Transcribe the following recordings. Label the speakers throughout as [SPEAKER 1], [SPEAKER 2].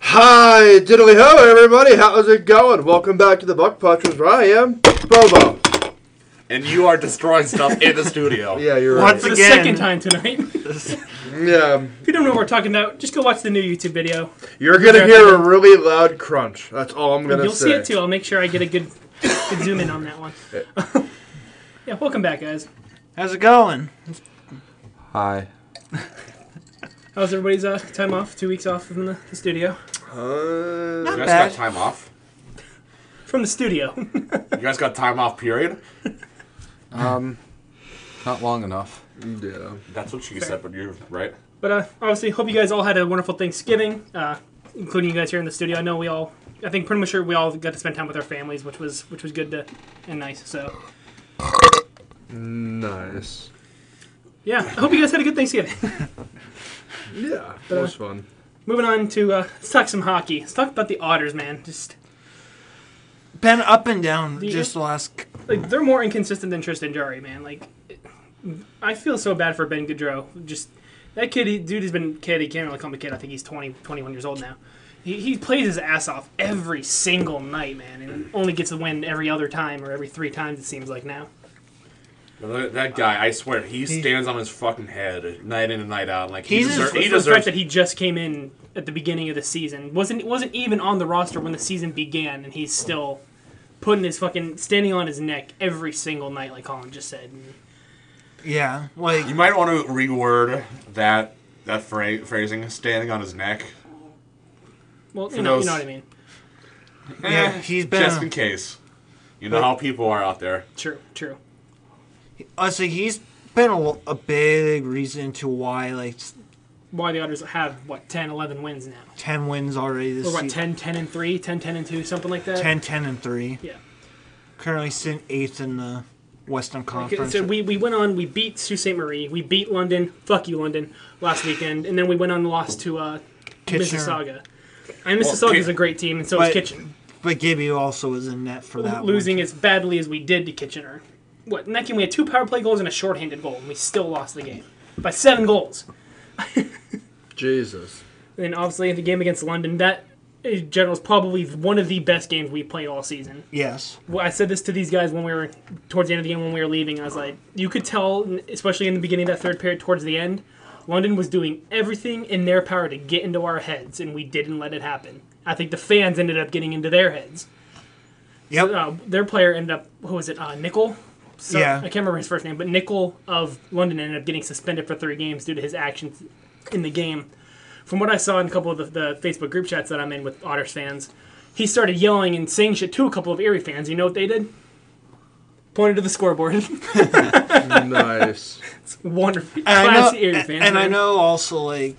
[SPEAKER 1] Hi, diddly ho, everybody. How's it going? Welcome back to the Buck Punchers, where I am, Bobo.
[SPEAKER 2] and you are destroying stuff in the studio.
[SPEAKER 1] Yeah, you're
[SPEAKER 3] Once
[SPEAKER 1] right.
[SPEAKER 3] again,
[SPEAKER 4] the second time tonight. if
[SPEAKER 1] Yeah,
[SPEAKER 4] you don't know what we're talking about, just go watch the new YouTube video.
[SPEAKER 1] you're gonna hear a really loud crunch. That's all I'm gonna
[SPEAKER 4] You'll
[SPEAKER 1] say.
[SPEAKER 4] see it too. I'll make sure I get a good, good zoom in on that one. yeah, welcome back, guys.
[SPEAKER 3] how's it going?
[SPEAKER 5] Hi.
[SPEAKER 4] How's everybody's uh, time off? Two weeks off from the, the studio.
[SPEAKER 1] Uh,
[SPEAKER 3] Not
[SPEAKER 2] You guys
[SPEAKER 3] bad.
[SPEAKER 2] got time off.
[SPEAKER 4] From the studio.
[SPEAKER 2] You guys got time off. Period.
[SPEAKER 5] Um, not long enough.
[SPEAKER 1] yeah.
[SPEAKER 2] That's what she said, but you're right.
[SPEAKER 4] but uh, obviously, hope you guys all had a wonderful Thanksgiving, uh, including you guys here in the studio. I know we all, I think pretty much sure we all got to spend time with our families, which was which was good to, and nice. So
[SPEAKER 1] Nice.
[SPEAKER 4] yeah, I hope you guys had a good Thanksgiving.
[SPEAKER 1] Yeah, that was
[SPEAKER 4] uh,
[SPEAKER 1] fun.
[SPEAKER 4] Moving on to uh, let's talk some hockey. Let's talk about the Otters, man. Just
[SPEAKER 3] Been up and down
[SPEAKER 4] Do you-
[SPEAKER 3] just the last. c-
[SPEAKER 4] like they're more inconsistent than Tristan Jari, man. Like, it- I feel so bad for Ben Gaudreau. Just that kid, he, dude, has been kid. He can't really call him a kid. I think he's 20, 21 years old now. He, he plays his ass off every single night, man, and only gets the win every other time or every three times it seems like now.
[SPEAKER 2] That that guy, I swear, he stands on his fucking head night in and night out. Like he,
[SPEAKER 3] He's
[SPEAKER 2] deser-
[SPEAKER 3] just-
[SPEAKER 2] he
[SPEAKER 4] He the fact
[SPEAKER 2] deserves.
[SPEAKER 4] that he just came in at the beginning of the season wasn't wasn't even on the roster when the season began, and he's still putting his fucking standing on his neck every single night, like Colin just said. And
[SPEAKER 3] Yeah, like
[SPEAKER 2] you might want to reword that that phra- phrasing, standing on his neck,
[SPEAKER 4] Well,
[SPEAKER 2] For
[SPEAKER 4] you know,
[SPEAKER 2] those-
[SPEAKER 4] you know what I mean.
[SPEAKER 3] yeah,
[SPEAKER 2] Eh,
[SPEAKER 3] he's been.
[SPEAKER 2] just in case. You know how people are out there.
[SPEAKER 4] True, true.
[SPEAKER 3] honestly, uh, he's been a, l- a big reason to why like s-
[SPEAKER 4] Why the Otters have what 10, 11 wins now,
[SPEAKER 3] ten wins already this
[SPEAKER 4] or what
[SPEAKER 3] season.
[SPEAKER 4] 10, 10 and 3, 10, 10 and 2, something like that.
[SPEAKER 3] 10, 10 and three.
[SPEAKER 4] Yeah.
[SPEAKER 3] Currently sitting eighth in the Western
[SPEAKER 4] Okay,
[SPEAKER 3] Conference.
[SPEAKER 4] So we, we went on, we beat Sault Ste. Marie, we beat London, fuck you, London, last weekend, and then we went on and lost to uh,
[SPEAKER 3] Kitchener.
[SPEAKER 4] Mississauga. And Mississauga's a great team, and so
[SPEAKER 3] But-
[SPEAKER 4] is Kitchen.
[SPEAKER 3] But Gibby also was in net for that.
[SPEAKER 4] Losing as badly as we did to Kitchener. What, in that game we had two power play goals and a shorthanded goal, and we still lost the game by seven goals.
[SPEAKER 1] Jesus.
[SPEAKER 4] And obviously, the game against London, that in general is probably one of the best games we played all season.
[SPEAKER 3] One. Yes.
[SPEAKER 4] well, I said this to these guys when we were towards the end of the game when we were leaving. I was like, you could tell, especially in the beginning of that third period, towards the end, London was doing everything in their power to get into our heads, and we didn't let it happen. I think the fans ended up getting into their heads.
[SPEAKER 3] Yep.
[SPEAKER 4] Uh, their player ended up, who was it? Uh, Nickel. So,
[SPEAKER 3] Yeah.
[SPEAKER 4] I can't remember his first name, but Nickel of London ended up getting suspended for three games due to his actions in the game. From what I saw in a couple of the, the Facebook group chats that I'm in with Otters fans, he started yelling and saying shit to a couple of Erie fans. You know what they did? Pointed to the scoreboard.
[SPEAKER 1] nice.
[SPEAKER 4] Wonderful.
[SPEAKER 3] And I know,
[SPEAKER 4] Classy Erie
[SPEAKER 3] and-
[SPEAKER 4] fans.
[SPEAKER 3] and I
[SPEAKER 4] man.
[SPEAKER 3] know also like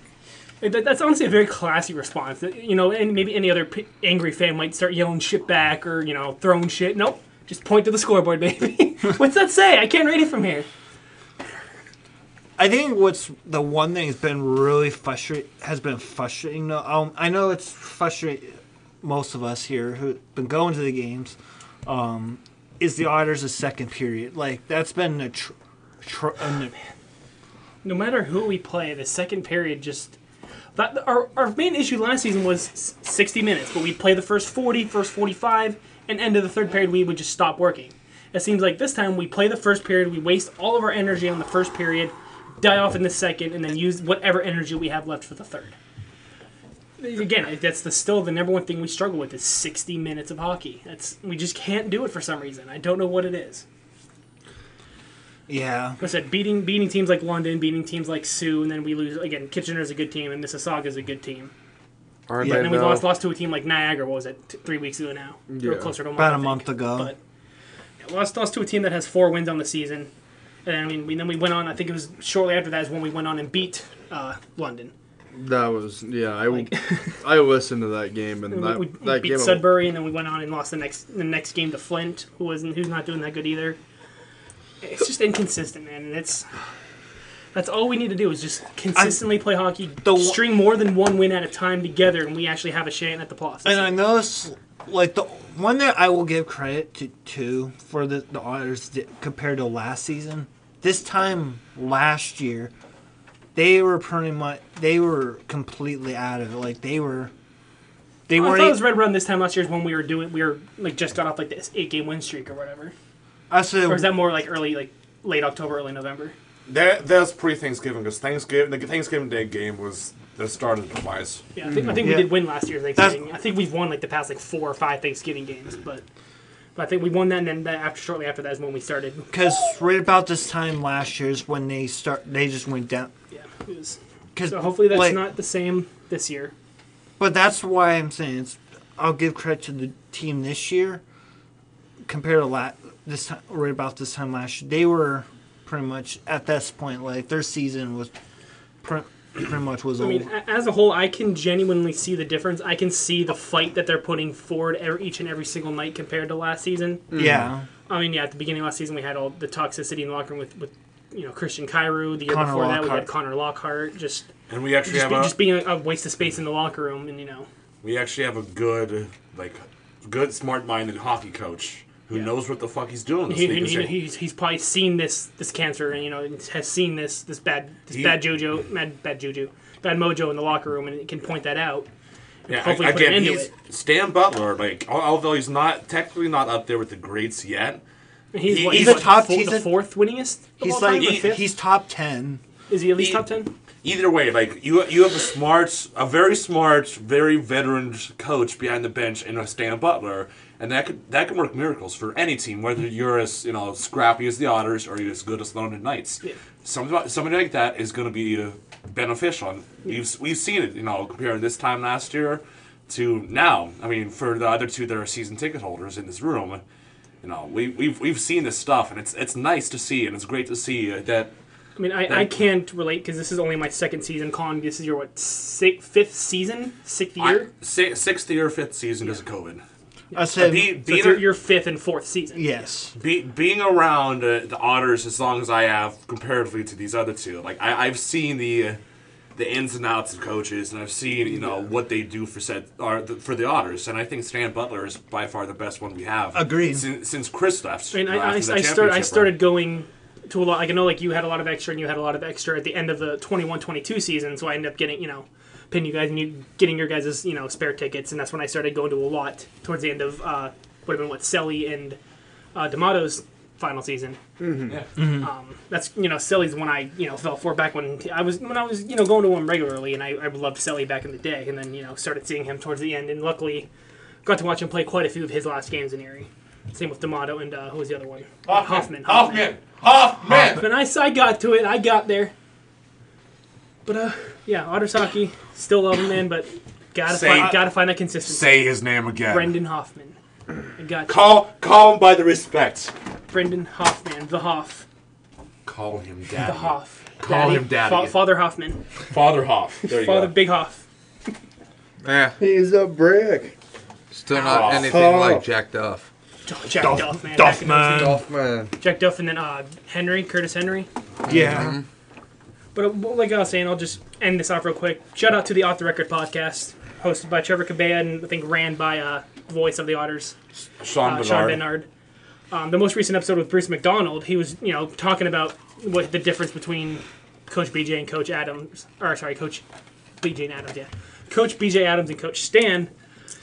[SPEAKER 4] It- that- That's honestly a very classy response. That, You know, and maybe any other p- angry fan might start yelling shit back or, you know, throwing shit. Nope. Just point to the scoreboard, baby. What's that say? I can't read it from here.
[SPEAKER 3] I think what's the one thing has been really frustrating has been frustrating. No, Um, I know it's frustrating most of us here who've been going to the games. Um, is the Otters' second period like that's been a, tr- tr- an-
[SPEAKER 4] No matter who we play, the second period just. That, our, our main issue last season was s- 60 minutes, but we'd play the first 40, first 45, and end of the third period, we would just stop working. It seems like this time we play the first period, we waste all of our energy on the first period, die off in the second, and then use whatever energy we have left for the third. Again, that's the, still the number one thing we struggle with is 60 minutes of hockey. That's we just can't do it for some reason. I don't know what it is.
[SPEAKER 3] yeah.
[SPEAKER 4] Like I said, beating beating teams like London, beating teams like Sioux, and then we lose again. Kitchener's a good team, and Mississauga's a good team.
[SPEAKER 5] Aren't
[SPEAKER 3] Yeah,
[SPEAKER 5] they
[SPEAKER 4] And then we
[SPEAKER 5] though?
[SPEAKER 4] lost lost to a team like Niagara. What was it? T- three weeks ago now, or
[SPEAKER 1] Yeah.
[SPEAKER 4] closer to a month,
[SPEAKER 3] About
[SPEAKER 4] I
[SPEAKER 3] a
[SPEAKER 4] think.
[SPEAKER 3] month ago.
[SPEAKER 4] But yeah, lost lost to a team that has four wins on the season, and I mean, we, then we went on. I think it was shortly after that is when we went on and beat uh, London.
[SPEAKER 1] That was yeah. I I listened to that game and
[SPEAKER 4] We,
[SPEAKER 1] that
[SPEAKER 4] we- we
[SPEAKER 1] that
[SPEAKER 4] beat
[SPEAKER 1] game.
[SPEAKER 4] Sudbury, and then we went on and lost the next the next game to Flint, who wasn't who's not doing that good either. It's just inconsistent, man, and it's that's all we need to do is just consistently play hockey,
[SPEAKER 3] The w-
[SPEAKER 4] string more than one win at a time together, and we actually have a chance at the playoffs.
[SPEAKER 3] And uh, I noticed like the one that I will give credit to to for the the Otters di- compared to last season. This time last year, they were pretty much they were completely out of it. Like they were They
[SPEAKER 4] Oh, I
[SPEAKER 3] weren't.
[SPEAKER 4] thought it was
[SPEAKER 3] e-
[SPEAKER 4] right around this time last year is when we were doing we were like just got off like this eight game win streak or whatever.
[SPEAKER 3] e, I said,
[SPEAKER 4] Or is that more like early like late October, early November?
[SPEAKER 2] That that's pre-Thanksgiving because Thanksgiving the Thanksgiving Day game was the start of the demise.
[SPEAKER 4] Yeah, I think, I think
[SPEAKER 3] Yeah.
[SPEAKER 4] we did win last year's
[SPEAKER 3] Mm-hmm. That's-
[SPEAKER 4] Thanksgiving. I think we've won like the past like four or five Thanksgiving games, but but I think we won that, and then that after shortly after that is when we started.
[SPEAKER 3] because right about this time last year is when they start. They just went down.
[SPEAKER 4] Yeah, it was,
[SPEAKER 3] Cause,
[SPEAKER 4] so hopefully that's
[SPEAKER 3] like-
[SPEAKER 4] not the same this year.
[SPEAKER 3] But that's why I'm saying it's. I'll give credit to the team this year, compared to la- this time, right about this time last year. They were pretty much at this point like their season was, pre- pretty much was
[SPEAKER 4] I mean,
[SPEAKER 3] over.
[SPEAKER 4] a- as a whole, I can genuinely see the difference. I can see the fight that they're putting forward every, each and every single night compared to last season.
[SPEAKER 3] yeah,
[SPEAKER 4] I mean, yeah, at the beginning of last season, we had all the toxicity in the locker room with, with you know Christian Cairo. The year
[SPEAKER 3] Connor
[SPEAKER 4] before that, we
[SPEAKER 3] Lockhart.
[SPEAKER 4] had Connor Lockhart. Just
[SPEAKER 2] And we actually
[SPEAKER 4] just,
[SPEAKER 2] have
[SPEAKER 4] be,
[SPEAKER 2] a
[SPEAKER 4] just being a, a waste of space in the locker room, and you know,
[SPEAKER 2] we actually have a good like good smart-minded hockey coach who
[SPEAKER 4] Yeah.
[SPEAKER 2] knows what the fuck he's doing. This
[SPEAKER 4] he,
[SPEAKER 2] league.
[SPEAKER 4] he,
[SPEAKER 2] He's
[SPEAKER 4] he-
[SPEAKER 2] like,
[SPEAKER 4] he's, he's probably seen this this cancer, and you know, and has seen this this bad this
[SPEAKER 2] He-
[SPEAKER 4] bad juju, bad bad juju, bad mojo in the locker room, and it can point that out.
[SPEAKER 2] Yeah,
[SPEAKER 4] hopefully
[SPEAKER 2] I-
[SPEAKER 4] put an
[SPEAKER 2] again,
[SPEAKER 4] end to
[SPEAKER 2] he's
[SPEAKER 4] it.
[SPEAKER 2] Stan Butler. Like, al- although he's not technically not up there with the greats yet,
[SPEAKER 4] And He's,
[SPEAKER 2] He-
[SPEAKER 4] what,
[SPEAKER 2] he's
[SPEAKER 4] he's,
[SPEAKER 2] a
[SPEAKER 4] what,
[SPEAKER 3] top-
[SPEAKER 4] fo-
[SPEAKER 3] he's
[SPEAKER 4] the
[SPEAKER 3] a-
[SPEAKER 4] fourth winningest. of
[SPEAKER 3] he's
[SPEAKER 4] all time,
[SPEAKER 3] like
[SPEAKER 4] or fifth?
[SPEAKER 3] he's top ten.
[SPEAKER 4] is he at
[SPEAKER 2] he-
[SPEAKER 4] least top ten?
[SPEAKER 2] either way, like you you have a smart, a very smart, very veteran coach behind the bench in a Stan Butler, and that could that can work miracles for any team, whether you're as you know scrappy as the Otters or you're as good as London Knights.
[SPEAKER 4] Yeah.
[SPEAKER 2] Somebody, somebody like that is going to be uh, beneficial. And we've we've seen it, you know, comparing this time last year to now. I mean, for the other two that are season ticket holders in this room. You know, we, we've we've seen this stuff, and it's it's nice to see, and it's great to see uh, that
[SPEAKER 4] I mean, I, I can't relate because this is only my second season. Colin, this is your what six, fifth season, sixth year.
[SPEAKER 2] I, si- sixth year, fifth season because of COVID.
[SPEAKER 3] I said
[SPEAKER 2] Be,
[SPEAKER 4] so
[SPEAKER 2] being,
[SPEAKER 4] it's your, your fifth and fourth season.
[SPEAKER 3] yes.
[SPEAKER 2] be, being around uh, the Otters as long as I have comparatively to these other two, like I, I've seen the uh, the ins and outs of coaches, and I've seen you know what they do for said or the, for the Otters, and I think Stan Butler is by far the best one we have.
[SPEAKER 3] Agreed.
[SPEAKER 2] Since, since Chris left,
[SPEAKER 4] I mean, I,
[SPEAKER 2] uh,
[SPEAKER 4] I, I
[SPEAKER 2] after the
[SPEAKER 4] started. I
[SPEAKER 2] championship
[SPEAKER 4] started going to a lot. Like I know, like you had a lot of extra, and you had a lot of extra at the end of the 21-22 season. So I ended up getting, you know, pinning you guys and you getting your guys' you know spare tickets, and that's when I started going to a lot towards the end of uh, would have been what Selly and uh, D'Amato's final season.
[SPEAKER 2] run. Yeah.
[SPEAKER 4] Um, that's you know Selly's the one I you know fell for back when I was when I was you know going to him regularly, and I, I loved Selly back in the day, and then you know started seeing him towards the end, and luckily got to watch him play quite a few of his last games in Erie. Same with D'Amato and uh, who was the other one? Hoffman.
[SPEAKER 2] Hoffman, Hoffman.
[SPEAKER 4] But I, s- I got to it. I got there. But uh, yeah, Otters hockey still love him, man. But gotta
[SPEAKER 2] Say-
[SPEAKER 4] find gotta find that consistency.
[SPEAKER 2] Say his name again.
[SPEAKER 4] Brendan Hoffman. I got you.
[SPEAKER 2] Call call him by the respect.
[SPEAKER 4] Brendan Hoffman, the Hoff,
[SPEAKER 2] Call him Daddy.
[SPEAKER 4] the Hoff.
[SPEAKER 2] Call him Daddy.
[SPEAKER 4] Fa- Father Hoffman,
[SPEAKER 2] Father Hoff. There you
[SPEAKER 4] Father
[SPEAKER 2] go.
[SPEAKER 4] Big Hoff.
[SPEAKER 5] Eh,
[SPEAKER 1] He's a brick.
[SPEAKER 5] still not
[SPEAKER 2] Oh.
[SPEAKER 5] anything
[SPEAKER 1] Oh.
[SPEAKER 5] like Jack Duff.
[SPEAKER 4] Jack
[SPEAKER 3] Duff-
[SPEAKER 4] Duff, man.
[SPEAKER 3] Duff,
[SPEAKER 4] Back in those
[SPEAKER 3] man.
[SPEAKER 4] days.
[SPEAKER 5] Duff man.
[SPEAKER 4] Jack Duff, and then uh, Henry, Curtis Henry.
[SPEAKER 3] Yeah.
[SPEAKER 4] Mm-hmm. But uh, well, like I was saying, I'll just end this off real quick. Shout out to the Off the Record podcast, hosted by Trevor Cabea and I think ran by uh, the voice of the Otters,
[SPEAKER 2] Sean
[SPEAKER 4] uh,
[SPEAKER 2] Bernard.
[SPEAKER 4] Sean Bernard. Um, the most recent episode with Bruce McDonald, he was you know talking about what the difference between Coach BJ and Coach Adams, or sorry, Coach BJ and Adams, yeah, Coach BJ Adams and Coach Stan.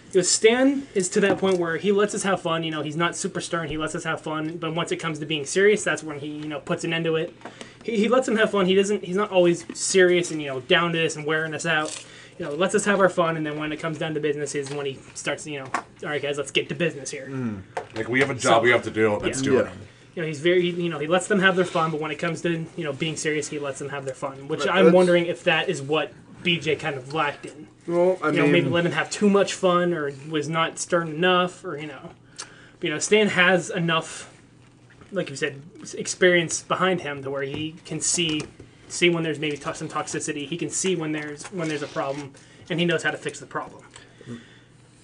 [SPEAKER 4] Because Stan is to that point where he lets us have fun. You know, he's not super stern. He lets us have fun. But once it comes to being serious, that's when he you know puts an end to it. He, he lets them have fun. He doesn't. He's not always serious and you know down to this and wearing us out. You know, lets us have our fun. And then when it comes down to business, is when he starts. You know, all right, guys, let's get to business here.
[SPEAKER 2] Like we have a job we have to do. Let's
[SPEAKER 4] Yeah.
[SPEAKER 2] do it.
[SPEAKER 1] Yeah.
[SPEAKER 4] You know, he's very. You know, he lets them have their fun. But when it comes to you know being serious, he lets them have their fun. Which
[SPEAKER 1] But
[SPEAKER 4] I'm
[SPEAKER 1] that's-
[SPEAKER 4] wondering if that is what BJ kind of lacked in
[SPEAKER 1] Well, I
[SPEAKER 4] you know,
[SPEAKER 1] mean,
[SPEAKER 4] maybe let him have too much fun or was not stern enough or, you know, you know, Stan has enough, like you said, experience behind him to where he can see, see when there's maybe to- some toxicity. He can see when there's, when there's a problem and he knows how to fix the problem.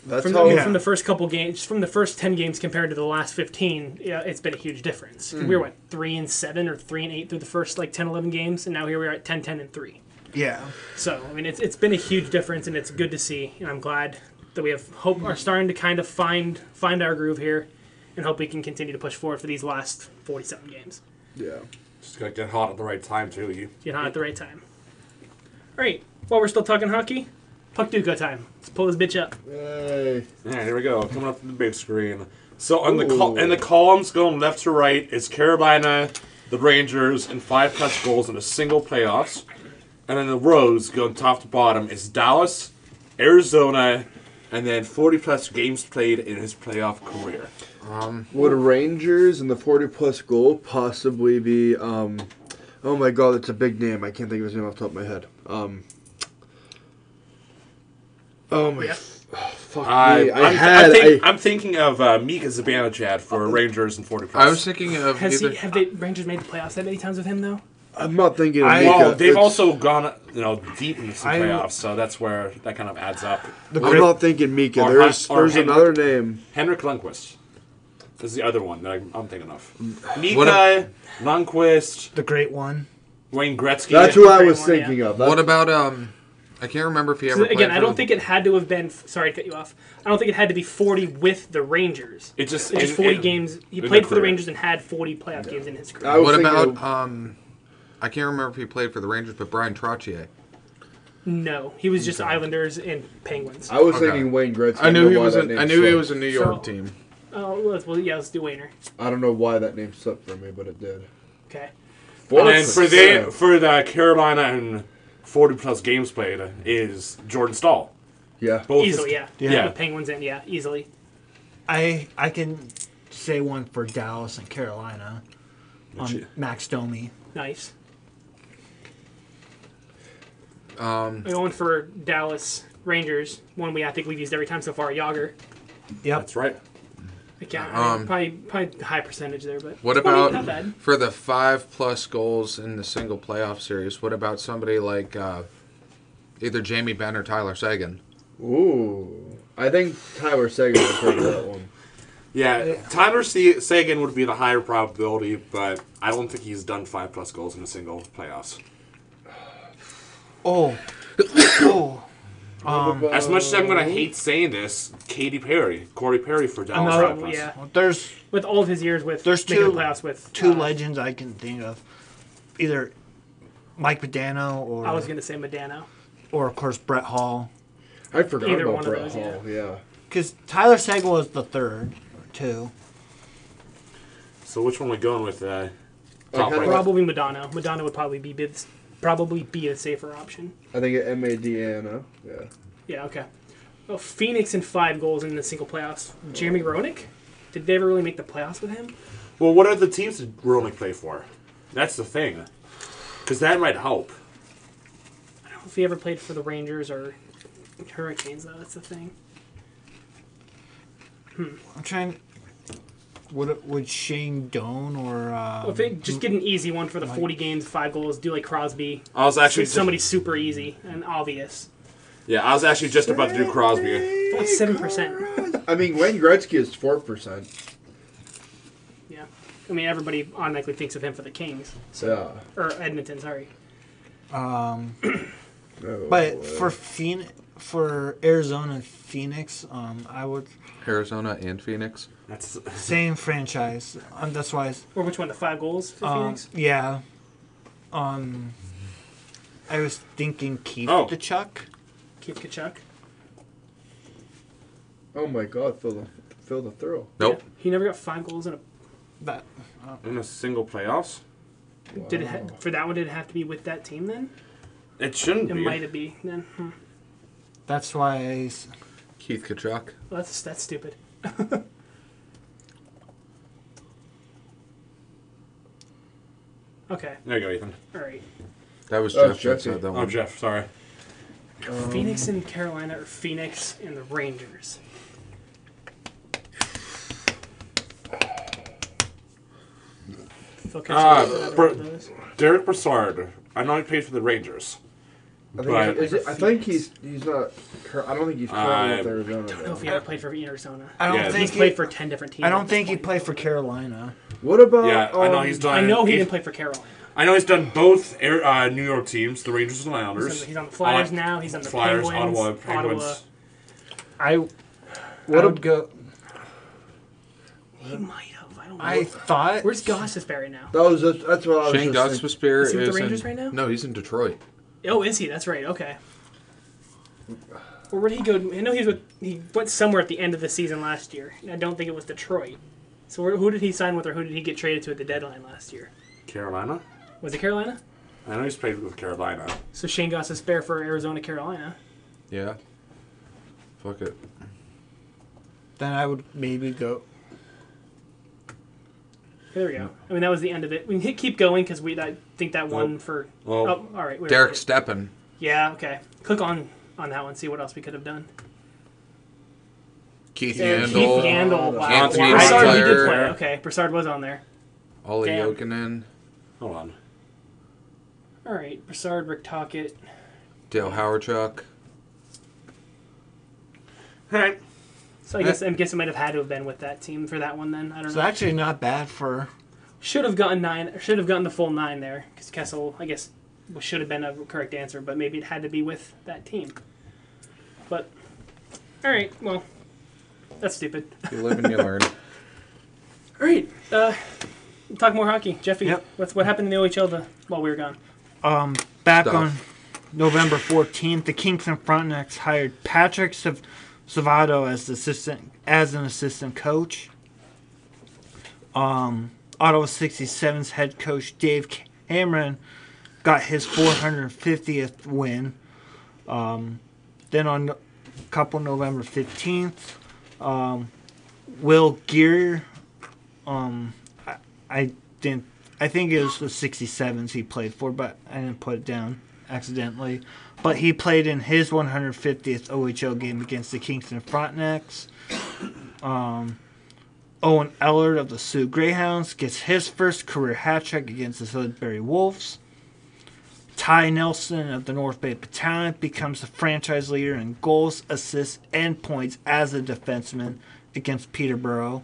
[SPEAKER 1] that's
[SPEAKER 4] From, the- I
[SPEAKER 1] how.
[SPEAKER 4] mean, from the first couple games, from the first 10 games compared to the last 15, yeah, it's been a huge difference.
[SPEAKER 1] Mm.
[SPEAKER 4] 'Cause We were, what, 3 and 7 or 3 and 8 through the first, like, 10, 11 games, and now here we are at 10, 10 and 3.
[SPEAKER 3] Yeah.
[SPEAKER 4] So I mean, it's it's been a huge difference, and it's good to see. And I'm glad that we have hope are starting to kind of find find our groove here, and hope we can continue to push forward for these last 47 games.
[SPEAKER 1] Yeah.
[SPEAKER 2] Just gotta get hot at the right time too. You
[SPEAKER 4] Get on at the right time. All right, while we're still talking hockey, Puck Duca time. Let's pull this bitch up.
[SPEAKER 1] Yay.
[SPEAKER 2] All right, here we go. Coming up from the big screen. So on the
[SPEAKER 1] Ooh.
[SPEAKER 2] col- in the columns going left to right, it's Carolina, the Rangers, and five plus goals in a single playoffs. And then the rows going top to bottom is Dallas, Arizona, and then 40 plus games played in his playoff career.
[SPEAKER 1] Would Rangers and the 40 plus goal possibly be. Um, oh my god, that's a big name. I can't think of his name off the top of my head. Um, oh my. Fuck
[SPEAKER 2] I,
[SPEAKER 1] me.
[SPEAKER 2] I'm,
[SPEAKER 1] I
[SPEAKER 2] I
[SPEAKER 1] had. Uh,
[SPEAKER 2] think,
[SPEAKER 1] I,
[SPEAKER 2] I, am thinking of uh, Mika Zibanejad for Rangers and 40 plus.
[SPEAKER 5] I was thinking of
[SPEAKER 4] Has
[SPEAKER 5] either.
[SPEAKER 4] he, have they Rangers made the playoffs that many times with him though?
[SPEAKER 1] I'm not thinking of
[SPEAKER 3] I-
[SPEAKER 1] Mika.
[SPEAKER 2] well, they've
[SPEAKER 1] It's-
[SPEAKER 2] also gone, you know, deep into some
[SPEAKER 3] I-
[SPEAKER 2] playoffs, so that's where that kind of adds up.
[SPEAKER 1] I'm not thinking Mika.
[SPEAKER 2] Or
[SPEAKER 1] There's,
[SPEAKER 2] Hus- or
[SPEAKER 1] there's
[SPEAKER 2] Henry.
[SPEAKER 1] another name.
[SPEAKER 2] Henrik Lundqvist is the other one that I'm, I'm thinking of.
[SPEAKER 5] What
[SPEAKER 2] Mika, Lundqvist,
[SPEAKER 3] The great one.
[SPEAKER 2] Wayne Gretzky.
[SPEAKER 1] That's who I
[SPEAKER 4] Great
[SPEAKER 1] was
[SPEAKER 4] one,
[SPEAKER 1] thinking
[SPEAKER 4] yeah.
[SPEAKER 1] of. That's-
[SPEAKER 5] What about um? I can't remember if he ever.
[SPEAKER 4] So again,
[SPEAKER 5] played
[SPEAKER 4] I
[SPEAKER 5] for
[SPEAKER 4] don't
[SPEAKER 5] the-
[SPEAKER 4] think it had to have been. Sorry to cut you off. I don't think it had to be 40 with the Rangers.
[SPEAKER 2] It just,
[SPEAKER 4] It's just
[SPEAKER 2] it-
[SPEAKER 4] 40
[SPEAKER 2] it-
[SPEAKER 4] games. He
[SPEAKER 2] in their
[SPEAKER 4] played for the
[SPEAKER 2] career.
[SPEAKER 4] Rangers and had 40 playoff games in his career.
[SPEAKER 1] I was
[SPEAKER 5] What
[SPEAKER 1] thinking
[SPEAKER 5] about
[SPEAKER 1] of-
[SPEAKER 5] um? I can't remember if he played for the Rangers, but Brian Trottier.
[SPEAKER 4] no, he was just Islanders and Penguins.
[SPEAKER 1] I was
[SPEAKER 5] Okay.
[SPEAKER 1] thinking Wayne Gretzky.
[SPEAKER 6] I knew
[SPEAKER 1] don't
[SPEAKER 6] he
[SPEAKER 1] know why
[SPEAKER 6] was.
[SPEAKER 1] that
[SPEAKER 6] A,
[SPEAKER 1] name
[SPEAKER 6] I knew he
[SPEAKER 1] slipped.
[SPEAKER 6] was a New York
[SPEAKER 4] So-
[SPEAKER 6] team.
[SPEAKER 4] Oh, let's, well, yeah, let's do Wayner.
[SPEAKER 1] I don't know why that name slipped for me, but it did.
[SPEAKER 4] Okay.
[SPEAKER 2] And then for the, for the Carolina and 40 plus games played is Jordan Stahl.
[SPEAKER 1] yeah.
[SPEAKER 2] Both his-
[SPEAKER 4] Easily, yeah.
[SPEAKER 2] Yeah.
[SPEAKER 4] The Penguins and, yeah, easily.
[SPEAKER 3] I I can say one for Dallas and Carolina. On Max Domi.
[SPEAKER 4] Nice.
[SPEAKER 5] Um,
[SPEAKER 4] We're going for Dallas Rangers. One we I think we've used every time so far. Yager.
[SPEAKER 3] Yep.
[SPEAKER 2] That's right.
[SPEAKER 4] I can't. I mean,
[SPEAKER 5] Um,
[SPEAKER 4] probably probably high percentage there, but
[SPEAKER 5] what
[SPEAKER 4] 20,
[SPEAKER 5] about
[SPEAKER 4] Not bad.
[SPEAKER 5] for the five plus goals in the single playoff series? What about somebody like uh, either Jamie Benn or Tyler Sagan?
[SPEAKER 1] Ooh. I think Tyler Sagan was part of that one.
[SPEAKER 2] Yeah, Tyler C- Sagan would be the higher probability, but I don't think he's done five plus goals in a single playoffs.
[SPEAKER 3] Oh. oh.
[SPEAKER 2] As much as I'm
[SPEAKER 4] Oh.
[SPEAKER 2] going to hate saying this, Katy Perry, Corey Perry for Dallas
[SPEAKER 4] Another-
[SPEAKER 2] Stars.
[SPEAKER 4] Oh, yeah.
[SPEAKER 3] Well, there's
[SPEAKER 4] With all of his years with
[SPEAKER 3] There's
[SPEAKER 4] making
[SPEAKER 3] two-
[SPEAKER 4] the playoffs with
[SPEAKER 3] two
[SPEAKER 4] uh,
[SPEAKER 3] legends I can think of. Either Mike Padano or
[SPEAKER 4] I was gonna say Medano.
[SPEAKER 3] or of course Brett Hall.
[SPEAKER 1] I forgot
[SPEAKER 4] Either
[SPEAKER 1] about
[SPEAKER 4] one of
[SPEAKER 1] Brett
[SPEAKER 4] those,
[SPEAKER 1] Hall. Yeah.
[SPEAKER 3] Because Tyler Sagan was the third or two.
[SPEAKER 2] So which one are we going with? Uh,
[SPEAKER 1] I
[SPEAKER 2] top
[SPEAKER 1] kinda-
[SPEAKER 2] right?
[SPEAKER 4] Probably Madonna. Madonna would probably be the- probably be a safer option.
[SPEAKER 1] I think it M A D A N O. Yeah.
[SPEAKER 4] Yeah, okay. Well, Phoenix and five goals in the single playoffs. Jeremy Roenick? Did they ever really make the playoffs with him?
[SPEAKER 2] Well, what are the teams that Ronick play for? That's the thing, because that might help.
[SPEAKER 4] I don't know if he ever played for the Rangers or Hurricanes, though. That's the thing.
[SPEAKER 3] I'm trying. Would would Shane Doan or
[SPEAKER 4] Well,
[SPEAKER 3] um,
[SPEAKER 4] if they just get an easy one for the 40 games, five goals, do like Crosby.
[SPEAKER 2] I was actually
[SPEAKER 4] Shoot somebody super easy and obvious.
[SPEAKER 2] Yeah, I was actually just about to do Crosby.
[SPEAKER 4] Only 7%.
[SPEAKER 1] I mean, Wayne Gretzky is 4%.
[SPEAKER 4] Yeah. I mean, everybody automatically thinks of him for the Kings.
[SPEAKER 1] So,
[SPEAKER 4] Or Edmonton, sorry.
[SPEAKER 1] yeah. Oh,
[SPEAKER 3] but
[SPEAKER 1] boy.
[SPEAKER 3] for Phoenix, for Arizona and Phoenix, um, I would
[SPEAKER 5] Arizona and Phoenix.
[SPEAKER 2] That's
[SPEAKER 3] same franchise. Um, that's why. it's-
[SPEAKER 4] Or which one? The five goals for
[SPEAKER 3] Um,
[SPEAKER 4] Phoenix?
[SPEAKER 3] yeah. Um, I was thinking Keith
[SPEAKER 2] Oh.
[SPEAKER 3] DeChuck.
[SPEAKER 4] Keith Kachuk.
[SPEAKER 1] Oh my god, Phil the, Phil the thrill.
[SPEAKER 5] Nope.
[SPEAKER 4] Yeah. He never got five goals in a.
[SPEAKER 3] That
[SPEAKER 2] in a single playoffs.
[SPEAKER 4] Did it ha- for that one? Did it have to be with that team then?
[SPEAKER 2] It shouldn't
[SPEAKER 4] It
[SPEAKER 2] be.
[SPEAKER 4] might have be then. Hmm.
[SPEAKER 3] that's why. I, s-
[SPEAKER 5] Keith Kachuk.
[SPEAKER 4] Well, that's that's stupid. okay,
[SPEAKER 2] There you go, Ethan.
[SPEAKER 4] all right.
[SPEAKER 5] That was
[SPEAKER 1] That
[SPEAKER 5] Jeff.
[SPEAKER 1] was
[SPEAKER 5] that
[SPEAKER 1] Jeffy.
[SPEAKER 5] said that
[SPEAKER 2] Oh,
[SPEAKER 5] one.
[SPEAKER 2] Jeff. Sorry.
[SPEAKER 4] Phoenix and Carolina, or Phoenix and the Rangers. Phil Kessel,
[SPEAKER 2] Ah,
[SPEAKER 4] either
[SPEAKER 2] Br-
[SPEAKER 4] of those.
[SPEAKER 2] Derek Brassard. I know he played for the Rangers.
[SPEAKER 1] I
[SPEAKER 2] But-
[SPEAKER 1] think, is it, I think he's he's not. cur- I don't think he's currently with
[SPEAKER 2] I-
[SPEAKER 1] Arizona.
[SPEAKER 4] I don't know if
[SPEAKER 1] though.
[SPEAKER 4] he ever played for Arizona.
[SPEAKER 3] I don't
[SPEAKER 2] Yeah,
[SPEAKER 3] think
[SPEAKER 4] He's
[SPEAKER 3] he,
[SPEAKER 4] played for ten different teams.
[SPEAKER 3] I
[SPEAKER 4] at
[SPEAKER 3] don't
[SPEAKER 4] this
[SPEAKER 3] think he
[SPEAKER 4] point.
[SPEAKER 3] played for Carolina.
[SPEAKER 1] What about?
[SPEAKER 2] Yeah, I know
[SPEAKER 1] um,
[SPEAKER 2] he's done.
[SPEAKER 4] Oh, I know he
[SPEAKER 2] he's-
[SPEAKER 4] didn't play for Carolina.
[SPEAKER 2] I know he's done both Air, uh, New York teams, the Rangers and the
[SPEAKER 4] He's
[SPEAKER 2] Islanders.
[SPEAKER 4] on, he's on the Flyers
[SPEAKER 2] Hon-
[SPEAKER 4] now. He's on the
[SPEAKER 2] Flyers,
[SPEAKER 4] Penguins,
[SPEAKER 2] Ottawa, Penguins.
[SPEAKER 4] Ottawa.
[SPEAKER 3] I what would go.
[SPEAKER 4] He might have. I don't know.
[SPEAKER 3] I thought
[SPEAKER 4] Where's Gossesberry now?
[SPEAKER 1] That was just, that's what I was
[SPEAKER 5] Shane
[SPEAKER 1] just thinking.
[SPEAKER 5] Gossespierre
[SPEAKER 4] Is
[SPEAKER 5] is,
[SPEAKER 4] he with the
[SPEAKER 5] in-
[SPEAKER 4] Rangers right now?
[SPEAKER 5] No, he's in Detroit.
[SPEAKER 4] Oh, is he? That's right. Okay. Or where did he go? I know he was with, he went somewhere at the end of the season last year. And I don't think it was Detroit. So where, who did he sign with, or who did he get traded to at the deadline last year?
[SPEAKER 2] Carolina?
[SPEAKER 4] Was it Carolina?
[SPEAKER 2] I know he's played with Carolina.
[SPEAKER 4] So Shane Goss is spare for Arizona, Carolina.
[SPEAKER 5] Yeah. Fuck it.
[SPEAKER 3] Then I would maybe go.
[SPEAKER 4] There we go. I mean, that was the end of it. We can keep going because we I think that one for.
[SPEAKER 2] Well,
[SPEAKER 4] oh, all right. wait,
[SPEAKER 5] Derek
[SPEAKER 4] wait.
[SPEAKER 5] Steppen.
[SPEAKER 4] Yeah. Okay. Click on on that one. See what else we could have done.
[SPEAKER 5] Keith
[SPEAKER 4] Keith
[SPEAKER 5] Yandel.
[SPEAKER 4] Yandel. Wow.
[SPEAKER 5] Anthony
[SPEAKER 4] wow. Broussard, he did
[SPEAKER 5] Blair.
[SPEAKER 4] play. Okay, Broussard was on there.
[SPEAKER 5] Ollie
[SPEAKER 4] Damn.
[SPEAKER 5] Jokinen.
[SPEAKER 2] Hold on.
[SPEAKER 4] All right, Broussard, Rick Tockett.
[SPEAKER 5] Dale Howardchuk.
[SPEAKER 3] All right.
[SPEAKER 4] So I guess I guess it might have had to have been with that team for that one. Then I don't
[SPEAKER 3] So
[SPEAKER 4] know.
[SPEAKER 3] actually, not bad for.
[SPEAKER 4] Should have gotten nine. Should have gotten the full nine there because Kessel, I guess, w- should have been a correct answer, but maybe it had to be with that team. But all right, well, that's stupid.
[SPEAKER 5] You live and you learn.
[SPEAKER 4] All right, uh, talk more hockey, Jeffy.
[SPEAKER 3] Yep.
[SPEAKER 4] What's what happened in the OHL the, while we were gone?
[SPEAKER 3] Um, back
[SPEAKER 5] Stuff.
[SPEAKER 3] on November 14th, the Kingston Frontenacs hired Patrick Sav- Savato as the assistant as an assistant coach. Um, Ottawa 67's head coach Dave Cameron got his 450th win. Um, then on a couple November 15th, um, Will Gear, um, I, I didn't I think it was the 67s he played for, but I didn't put it down accidentally. But he played in his 150th OHL game against the Kingston Frontenacs. Um, Owen Ellard of the Sioux Greyhounds gets his first career hat trick against the Sudbury Wolves. Ty Nelson of the North Bay Battalion becomes the franchise leader in goals, assists, and points as a defenseman against Peterborough.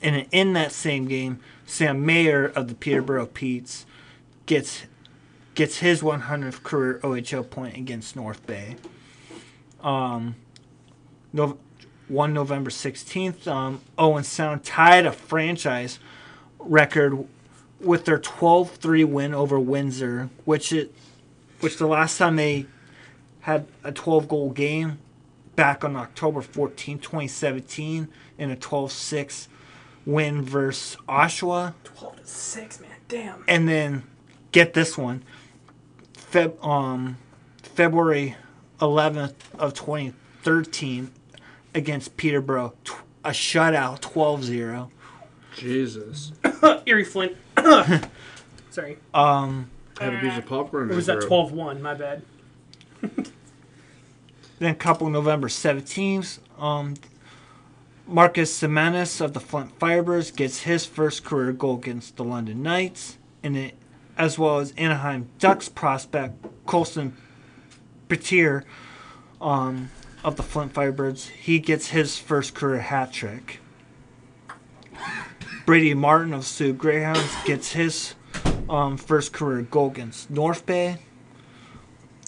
[SPEAKER 3] And in that same game, Sam Mayer of the Peterborough Petes gets gets his 100th career OHL point against North Bay. Um, no, one November 16th, um, Owen Sound tied a franchise record with their 12-3 win over Windsor, which it which the last time they had a 12 goal game back on October 14, 2017 in a 12-6 win versus Oshawa.
[SPEAKER 4] Twelve to six, man. Damn.
[SPEAKER 3] And then get this one. Feb um February 11th of 2013 against Peterborough tw- a shutout 12-0.
[SPEAKER 1] Jesus.
[SPEAKER 4] Oh, Erie Flint. Sorry,
[SPEAKER 3] Um
[SPEAKER 1] Had a piece
[SPEAKER 4] Ah.
[SPEAKER 1] of popcorn.
[SPEAKER 4] it was that 12-1, My bad.
[SPEAKER 3] then a couple November 17th um Marcus Semanis of the Flint Firebirds gets his first career goal against the London Knights and it as well as Anaheim Ducks prospect Colson Petier um, of the Flint Firebirds. He gets his first career hat trick. Brady Martin of Sioux Greyhounds gets his um, first career goal against North Bay.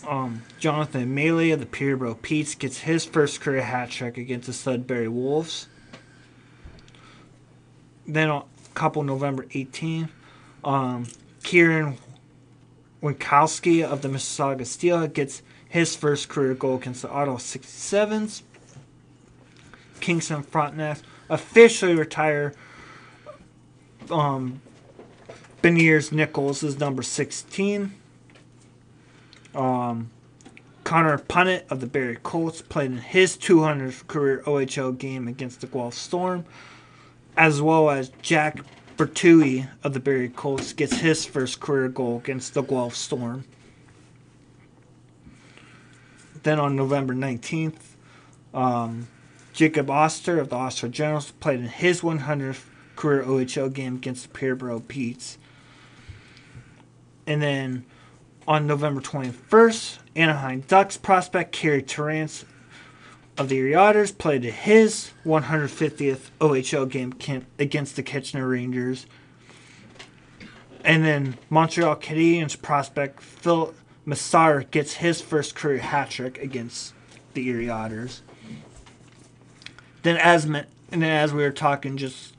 [SPEAKER 3] Um, Jonathan Maley of the Peterborough Peets gets his first career hat trick against the Sudbury Wolves. Then a couple November 18, um, Kieran Winkowski of the Mississauga Steel gets his first career goal against the Ottawa 67s. Kingston Frontenac officially retire um, Beniers Nichols is number 16. Um, Connor Punnett of the Barry Colts played in his 200th career OHL game against the Guelph Storm, as well as Jack Bertui of the Barry Colts gets his first career goal against the Guelph Storm. Then on November 19th, um, Jacob Oster of the Oster Generals played in his 100th career OHL game against the Peterborough Petes. And then on November 21st, Anaheim Ducks prospect Kerry Terrance of the Erie Otters played his 150th OHL game can- against the Kitchener Rangers. And then Montreal Canadiens prospect Phil Massar gets his first career hat trick against the Erie Otters. Then as me- and then as we were talking just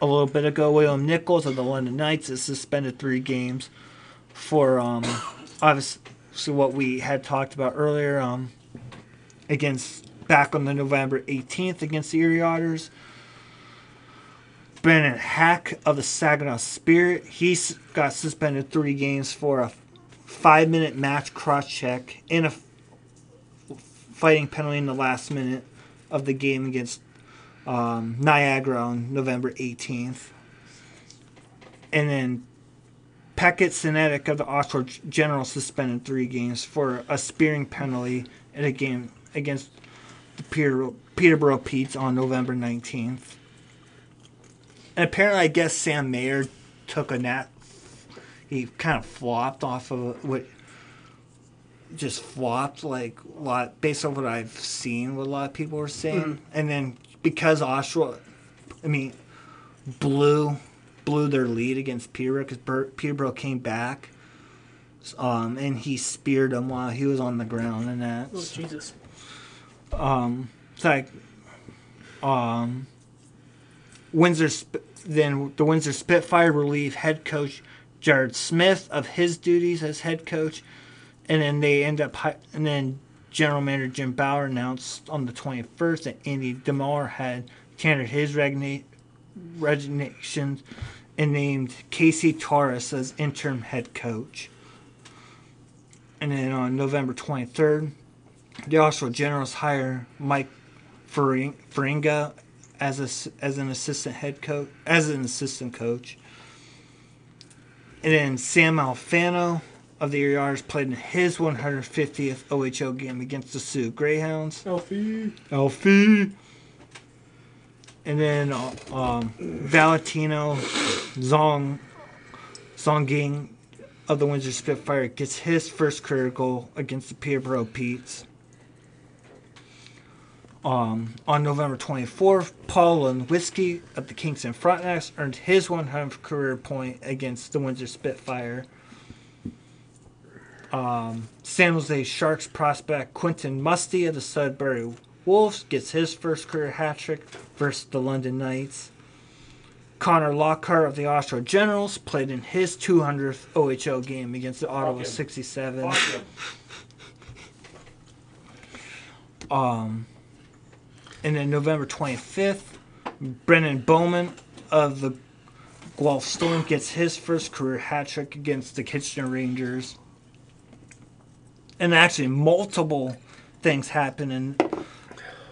[SPEAKER 3] a little bit ago, William Nichols of the London Knights is suspended three games for um obviously what we had talked about earlier um against back on the November 18th against the Erie Otters. Brennan Hack of the Saginaw Spirit. He s- got suspended three games for a five minute match cross check and a f- fighting penalty in the last minute of the game against um, Niagara on November 18th. And then Peckett Sinetic of the Oxford General suspended three games for a spearing penalty in a game against the Peter, Peterborough Petes on November 19th. And apparently, I guess Sam Mayer took a nap. He kind of flopped off of what. Just flopped like a lot based on what I've seen, what a lot of people were saying. And then because Oshawa, I mean, blew blew their lead against Peterborough because Peterborough came back, um, and he speared him while he was on the ground, and that.
[SPEAKER 4] Oh, Jesus.
[SPEAKER 3] It's like, um, Windsor. Sp- Then the Windsor Spitfire relief head coach Jared Smith of his duties as head coach, and then they end up. Hi- and then general manager Jim Bauer announced on the 21st that Andy Demar had tendered his regna- resignation and named Casey Torres as interim head coach. And then on November 23rd, the Oshawa Generals hire Mike Faring- Faringa as a, s- as an assistant head coach as an assistant coach. And then Sam Alfano of the Erie Otters played in his 150th OHO game against the Sioux Greyhounds.
[SPEAKER 4] Alfie.
[SPEAKER 3] Alfie. And then uh, um, Valentino Zong Zonging of the Windsor Spitfire gets his first career goal against the Peterborough Petes. Um, on November 24th, Paul Whiskey of the Kingston Frontenacs earned his 100th career point against the Windsor Spitfire. Um, San Jose Sharks prospect Quentin Musty of the Sudbury Wolves gets his first career hat trick versus the London Knights. Connor Lockhart of the Oshawa Generals played in his 200th OHL game against the Ottawa
[SPEAKER 2] him.
[SPEAKER 3] 67. And then November 25th, Brennan Bowman of the Guelph Storm gets his first career hat trick against the Kitchener Rangers. And actually, multiple things happen in,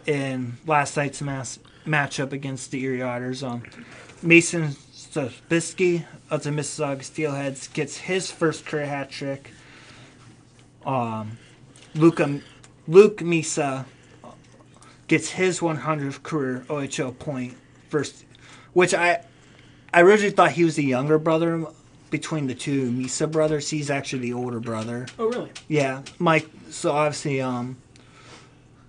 [SPEAKER 3] in last night's mass, matchup against the Erie Otters. Um, Mason Sobisky of the Mississauga Steelheads gets his first career hat trick. Um, Luca, Luke Misa gets his 100th career OHL point first, which I I originally thought he was the younger brother between the two Misa brothers. He's actually the older brother.
[SPEAKER 4] Oh, really?
[SPEAKER 3] Yeah, Mike. So obviously, um,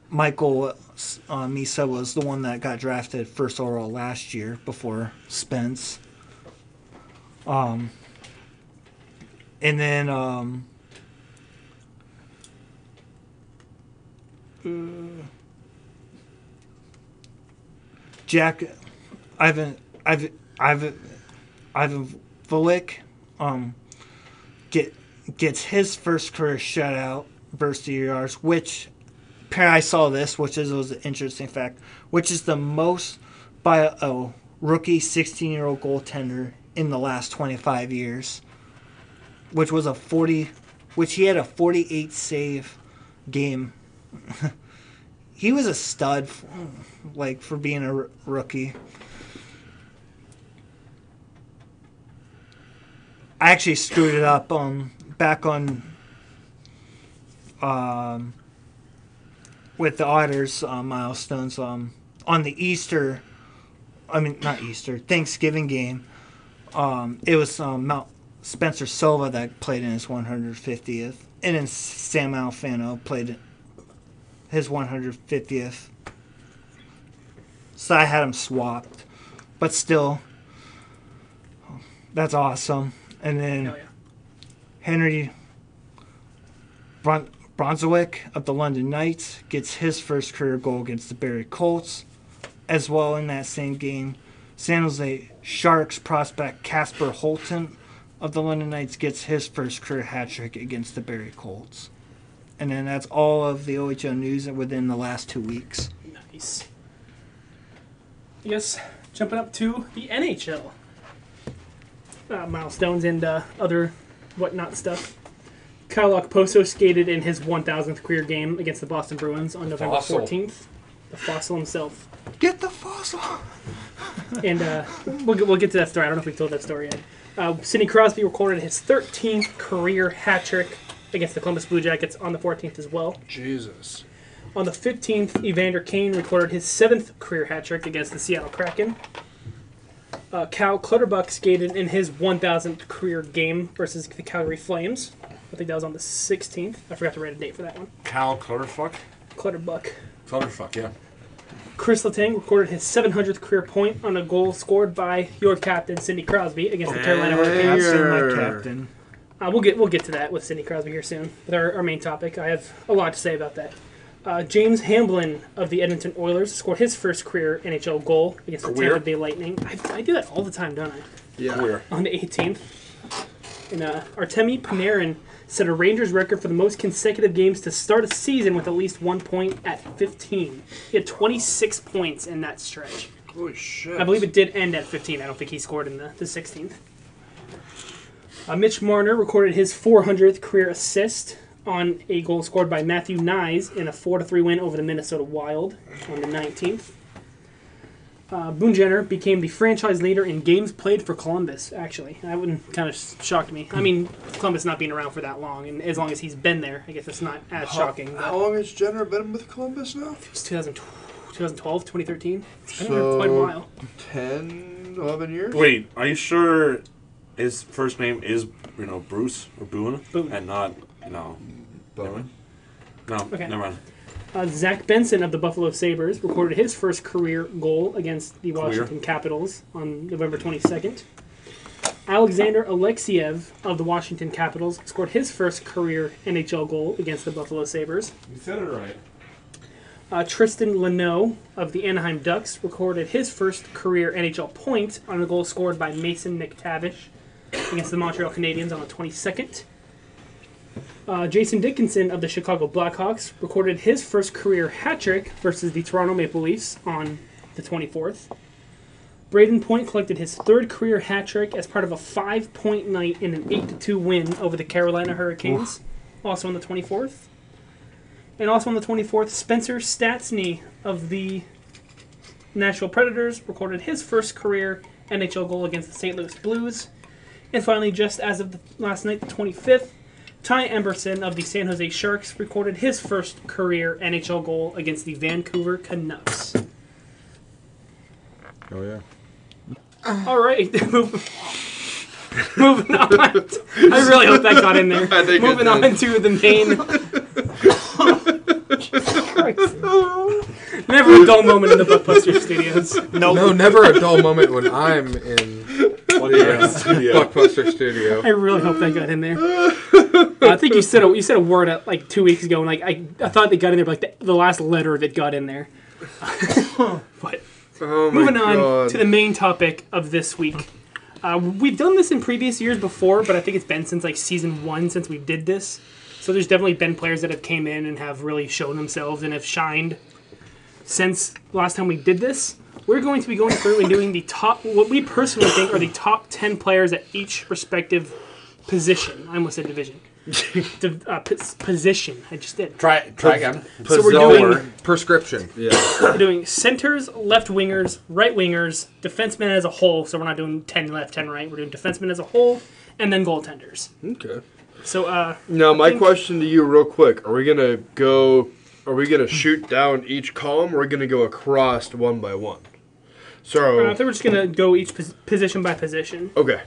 [SPEAKER 3] Michael uh, Misa was the one that got drafted first overall last year before Spence. Um, and then um, uh, Jack, Ivan, Ivan, Ivan, Ivan Vulik, um, get gets his first career shutout versus the yards, which apparently I saw this, which is was an interesting fact, which is the most by a, a rookie 16 year old goaltender in the last 25 years, which was a 40, which he had a 48 save game. he was a stud, for, like for being a r- rookie. I actually screwed it up um back on um with the otters uh, milestones um on the Easter I mean not Easter Thanksgiving game um it was um Mount Spencer Silva that played in his 150th and then Sam Alfano played his 150th so I had him swapped but still that's awesome and then
[SPEAKER 4] Hell Oh, yeah.
[SPEAKER 3] Henry Bron- Bronzowick of the London Knights gets his first career goal against the Barry Colts. As well, in that same game, San Jose Sharks prospect Casper Holton of the London Knights gets his first career hat trick against the Barry Colts. And then that's all of the OHL news within the last two weeks.
[SPEAKER 4] Nice. I guess jumping up to the NHL uh, milestones and uh, other whatnot stuff. Kyle Poso skated in his 1,000th career game against the Boston Bruins on November
[SPEAKER 5] Fossil.
[SPEAKER 4] 14th. The fossil himself.
[SPEAKER 3] Get the fossil.
[SPEAKER 4] And uh, we'll, get- we'll get to that story. I don't know if we've told that story yet. Uh, Sidney Crosby recorded his 13th career hat trick against the Columbus Blue Jackets on the 14th as well.
[SPEAKER 1] Jesus.
[SPEAKER 4] On the 15th, Evander Kane recorded his seventh career hat trick against the Seattle Kraken. Uh, Cal Clutterbuck skated in his 1,000th career game versus the Calgary Flames. I think that was on the 16th. I forgot to write a date for that one.
[SPEAKER 2] Cal Clutterfuck.
[SPEAKER 4] Clutterbuck.
[SPEAKER 2] Clutterfuck, yeah.
[SPEAKER 4] Chris Letang recorded his 700th career point on a goal scored by your captain, Sidney Crosby, against the Carolina
[SPEAKER 1] Hey.
[SPEAKER 4] Hurricanes.
[SPEAKER 3] I've seen
[SPEAKER 1] Here.
[SPEAKER 3] my captain.
[SPEAKER 4] Uh, we'll get we'll get to that with Sidney Crosby here soon. With our, our main topic, I have a lot to say about that. Uh, James Hamblin of the Edmonton Oilers scored his first career NHL goal against the
[SPEAKER 2] Career?
[SPEAKER 4] Tampa Bay Lightning. I, I do that all the time, don't I?
[SPEAKER 1] Yeah.
[SPEAKER 2] Queer.
[SPEAKER 4] On the 18th, and uh, Artemi Panarin set a Rangers record for the most consecutive games to start a season with at least one point at 15. He had 26 points in that stretch.
[SPEAKER 1] Holy shit.
[SPEAKER 4] I believe it did end at 15. I don't think he scored in the, the 16th. Uh, Mitch Marner recorded his 400th career assist on a goal scored by Matthew Nyes in a 4 3 win over the Minnesota Wild on the 19th. Uh, Boone Jenner became the franchise leader in games played for Columbus, actually. That wouldn't kind of shocked me. I mean, Columbus not being around for that long, and as long as he's been there, I guess it's not as shocking. but-
[SPEAKER 1] How long has Jenner been with Columbus now?
[SPEAKER 4] It's 2012, 2013. It's been there quite a
[SPEAKER 1] So-
[SPEAKER 4] while.
[SPEAKER 1] 10, 11 years?
[SPEAKER 2] Wait, are you sure his first name is you know Bruce or Boone,
[SPEAKER 4] Boone.
[SPEAKER 2] and not you know
[SPEAKER 1] Bowen.
[SPEAKER 2] no
[SPEAKER 4] Okay.
[SPEAKER 2] never mind.
[SPEAKER 4] Uh, Zach Benson of the Buffalo Sabres recorded his first career goal against the Washington
[SPEAKER 2] Career.
[SPEAKER 4] Capitals on November 22nd. Alexander Alexiev of the Washington Capitals scored his first career NHL goal against the Buffalo Sabres.
[SPEAKER 2] You said it right.
[SPEAKER 4] Uh, Tristan Leno of the Anaheim Ducks recorded his first career NHL point on a goal scored by Mason McTavish against the Montreal Canadiens on the 22nd. Uh, Jason Dickinson of the Chicago Blackhawks recorded his first career hat trick versus the Toronto Maple Leafs on the 24th. Braden Point collected his third career hat trick as part of a five point night in an 8 2 win over the Carolina Hurricanes, also on the 24th. And also on the 24th, Spencer Statsny of the Nashville Predators recorded his first career NHL goal against the St. Louis Blues. And finally, just as of the, last night, the 25th, Ty Emberson of the San Jose Sharks recorded his first career NHL goal against the Vancouver Canucks.
[SPEAKER 5] Oh yeah.
[SPEAKER 4] All right, moving, moving on. I really hope that got in there.
[SPEAKER 1] I think it
[SPEAKER 4] moving
[SPEAKER 1] did.
[SPEAKER 4] on to the main. Jesus Christ. Never a dull moment in the Blockbuster Studios.
[SPEAKER 5] No, never a dull moment when I'm in
[SPEAKER 2] yeah.
[SPEAKER 5] Blockbuster Studio.
[SPEAKER 4] I really hope that got in there. I think you said a, you said a word uh, like two weeks ago, and like I, I thought they got in there, but like the, the last letter of it got in there. but
[SPEAKER 1] Oh my
[SPEAKER 4] moving on
[SPEAKER 1] God.
[SPEAKER 4] to the main topic of this week. Uh, we've done this in previous years before, but I think it's been since like season one since we did this. So there's definitely been players that have came in and have really shown themselves and have shined since last time we did this. We're going to be going through and doing the top, what we personally think are the top 10 players at each respective position. I almost said division. Div- uh, pos- position. I just did.
[SPEAKER 2] Try try again.
[SPEAKER 1] so
[SPEAKER 5] We're doing prescription.
[SPEAKER 4] We're doing centers, left wingers, right wingers, defensemen as a whole. So we're not doing 10 left, 10 right. We're doing defensemen as a whole, and then goaltenders.
[SPEAKER 1] Okay.
[SPEAKER 4] So, uh,
[SPEAKER 1] Now, my
[SPEAKER 4] think-
[SPEAKER 1] question to you, real quick: Are we gonna go? Are we gonna shoot down each column? Or are we gonna go across one by one?
[SPEAKER 4] I
[SPEAKER 1] So,
[SPEAKER 4] think we're just going to go each pos- position by position.
[SPEAKER 1] okay.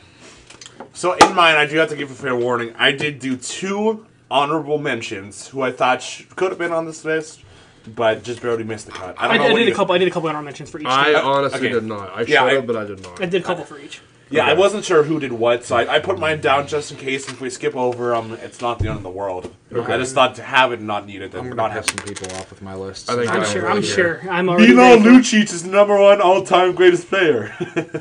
[SPEAKER 2] So in mine, I do have to give a fair warning. I did do two honorable mentions who I thought sh- could have been on this list, but just barely missed the cut. I
[SPEAKER 4] I,
[SPEAKER 2] don't know
[SPEAKER 4] I
[SPEAKER 2] what
[SPEAKER 4] did
[SPEAKER 2] you-
[SPEAKER 4] a couple. I did a couple honorable mentions for each.
[SPEAKER 1] I
[SPEAKER 4] team.
[SPEAKER 1] honestly
[SPEAKER 2] okay.
[SPEAKER 1] did not. I
[SPEAKER 2] Yeah,
[SPEAKER 1] showed
[SPEAKER 2] I-
[SPEAKER 1] up, but I did
[SPEAKER 4] I
[SPEAKER 1] not.
[SPEAKER 4] did a couple for each.
[SPEAKER 2] Yeah, I wasn't sure who did what, so I, I put mine down just in case. If we skip over, um, it's not the end of the world. I just thought to have it, and not need it,
[SPEAKER 5] I'm
[SPEAKER 2] then
[SPEAKER 5] gonna
[SPEAKER 2] not
[SPEAKER 5] have
[SPEAKER 2] have.
[SPEAKER 5] some people off with my list.
[SPEAKER 1] I think
[SPEAKER 5] since
[SPEAKER 1] I
[SPEAKER 4] I'm
[SPEAKER 5] don't
[SPEAKER 4] sure.
[SPEAKER 5] really
[SPEAKER 4] I'm
[SPEAKER 5] care.
[SPEAKER 4] sure. I'm already.
[SPEAKER 2] Nino
[SPEAKER 4] ready for it.
[SPEAKER 2] Lucic is the number one all-time greatest player.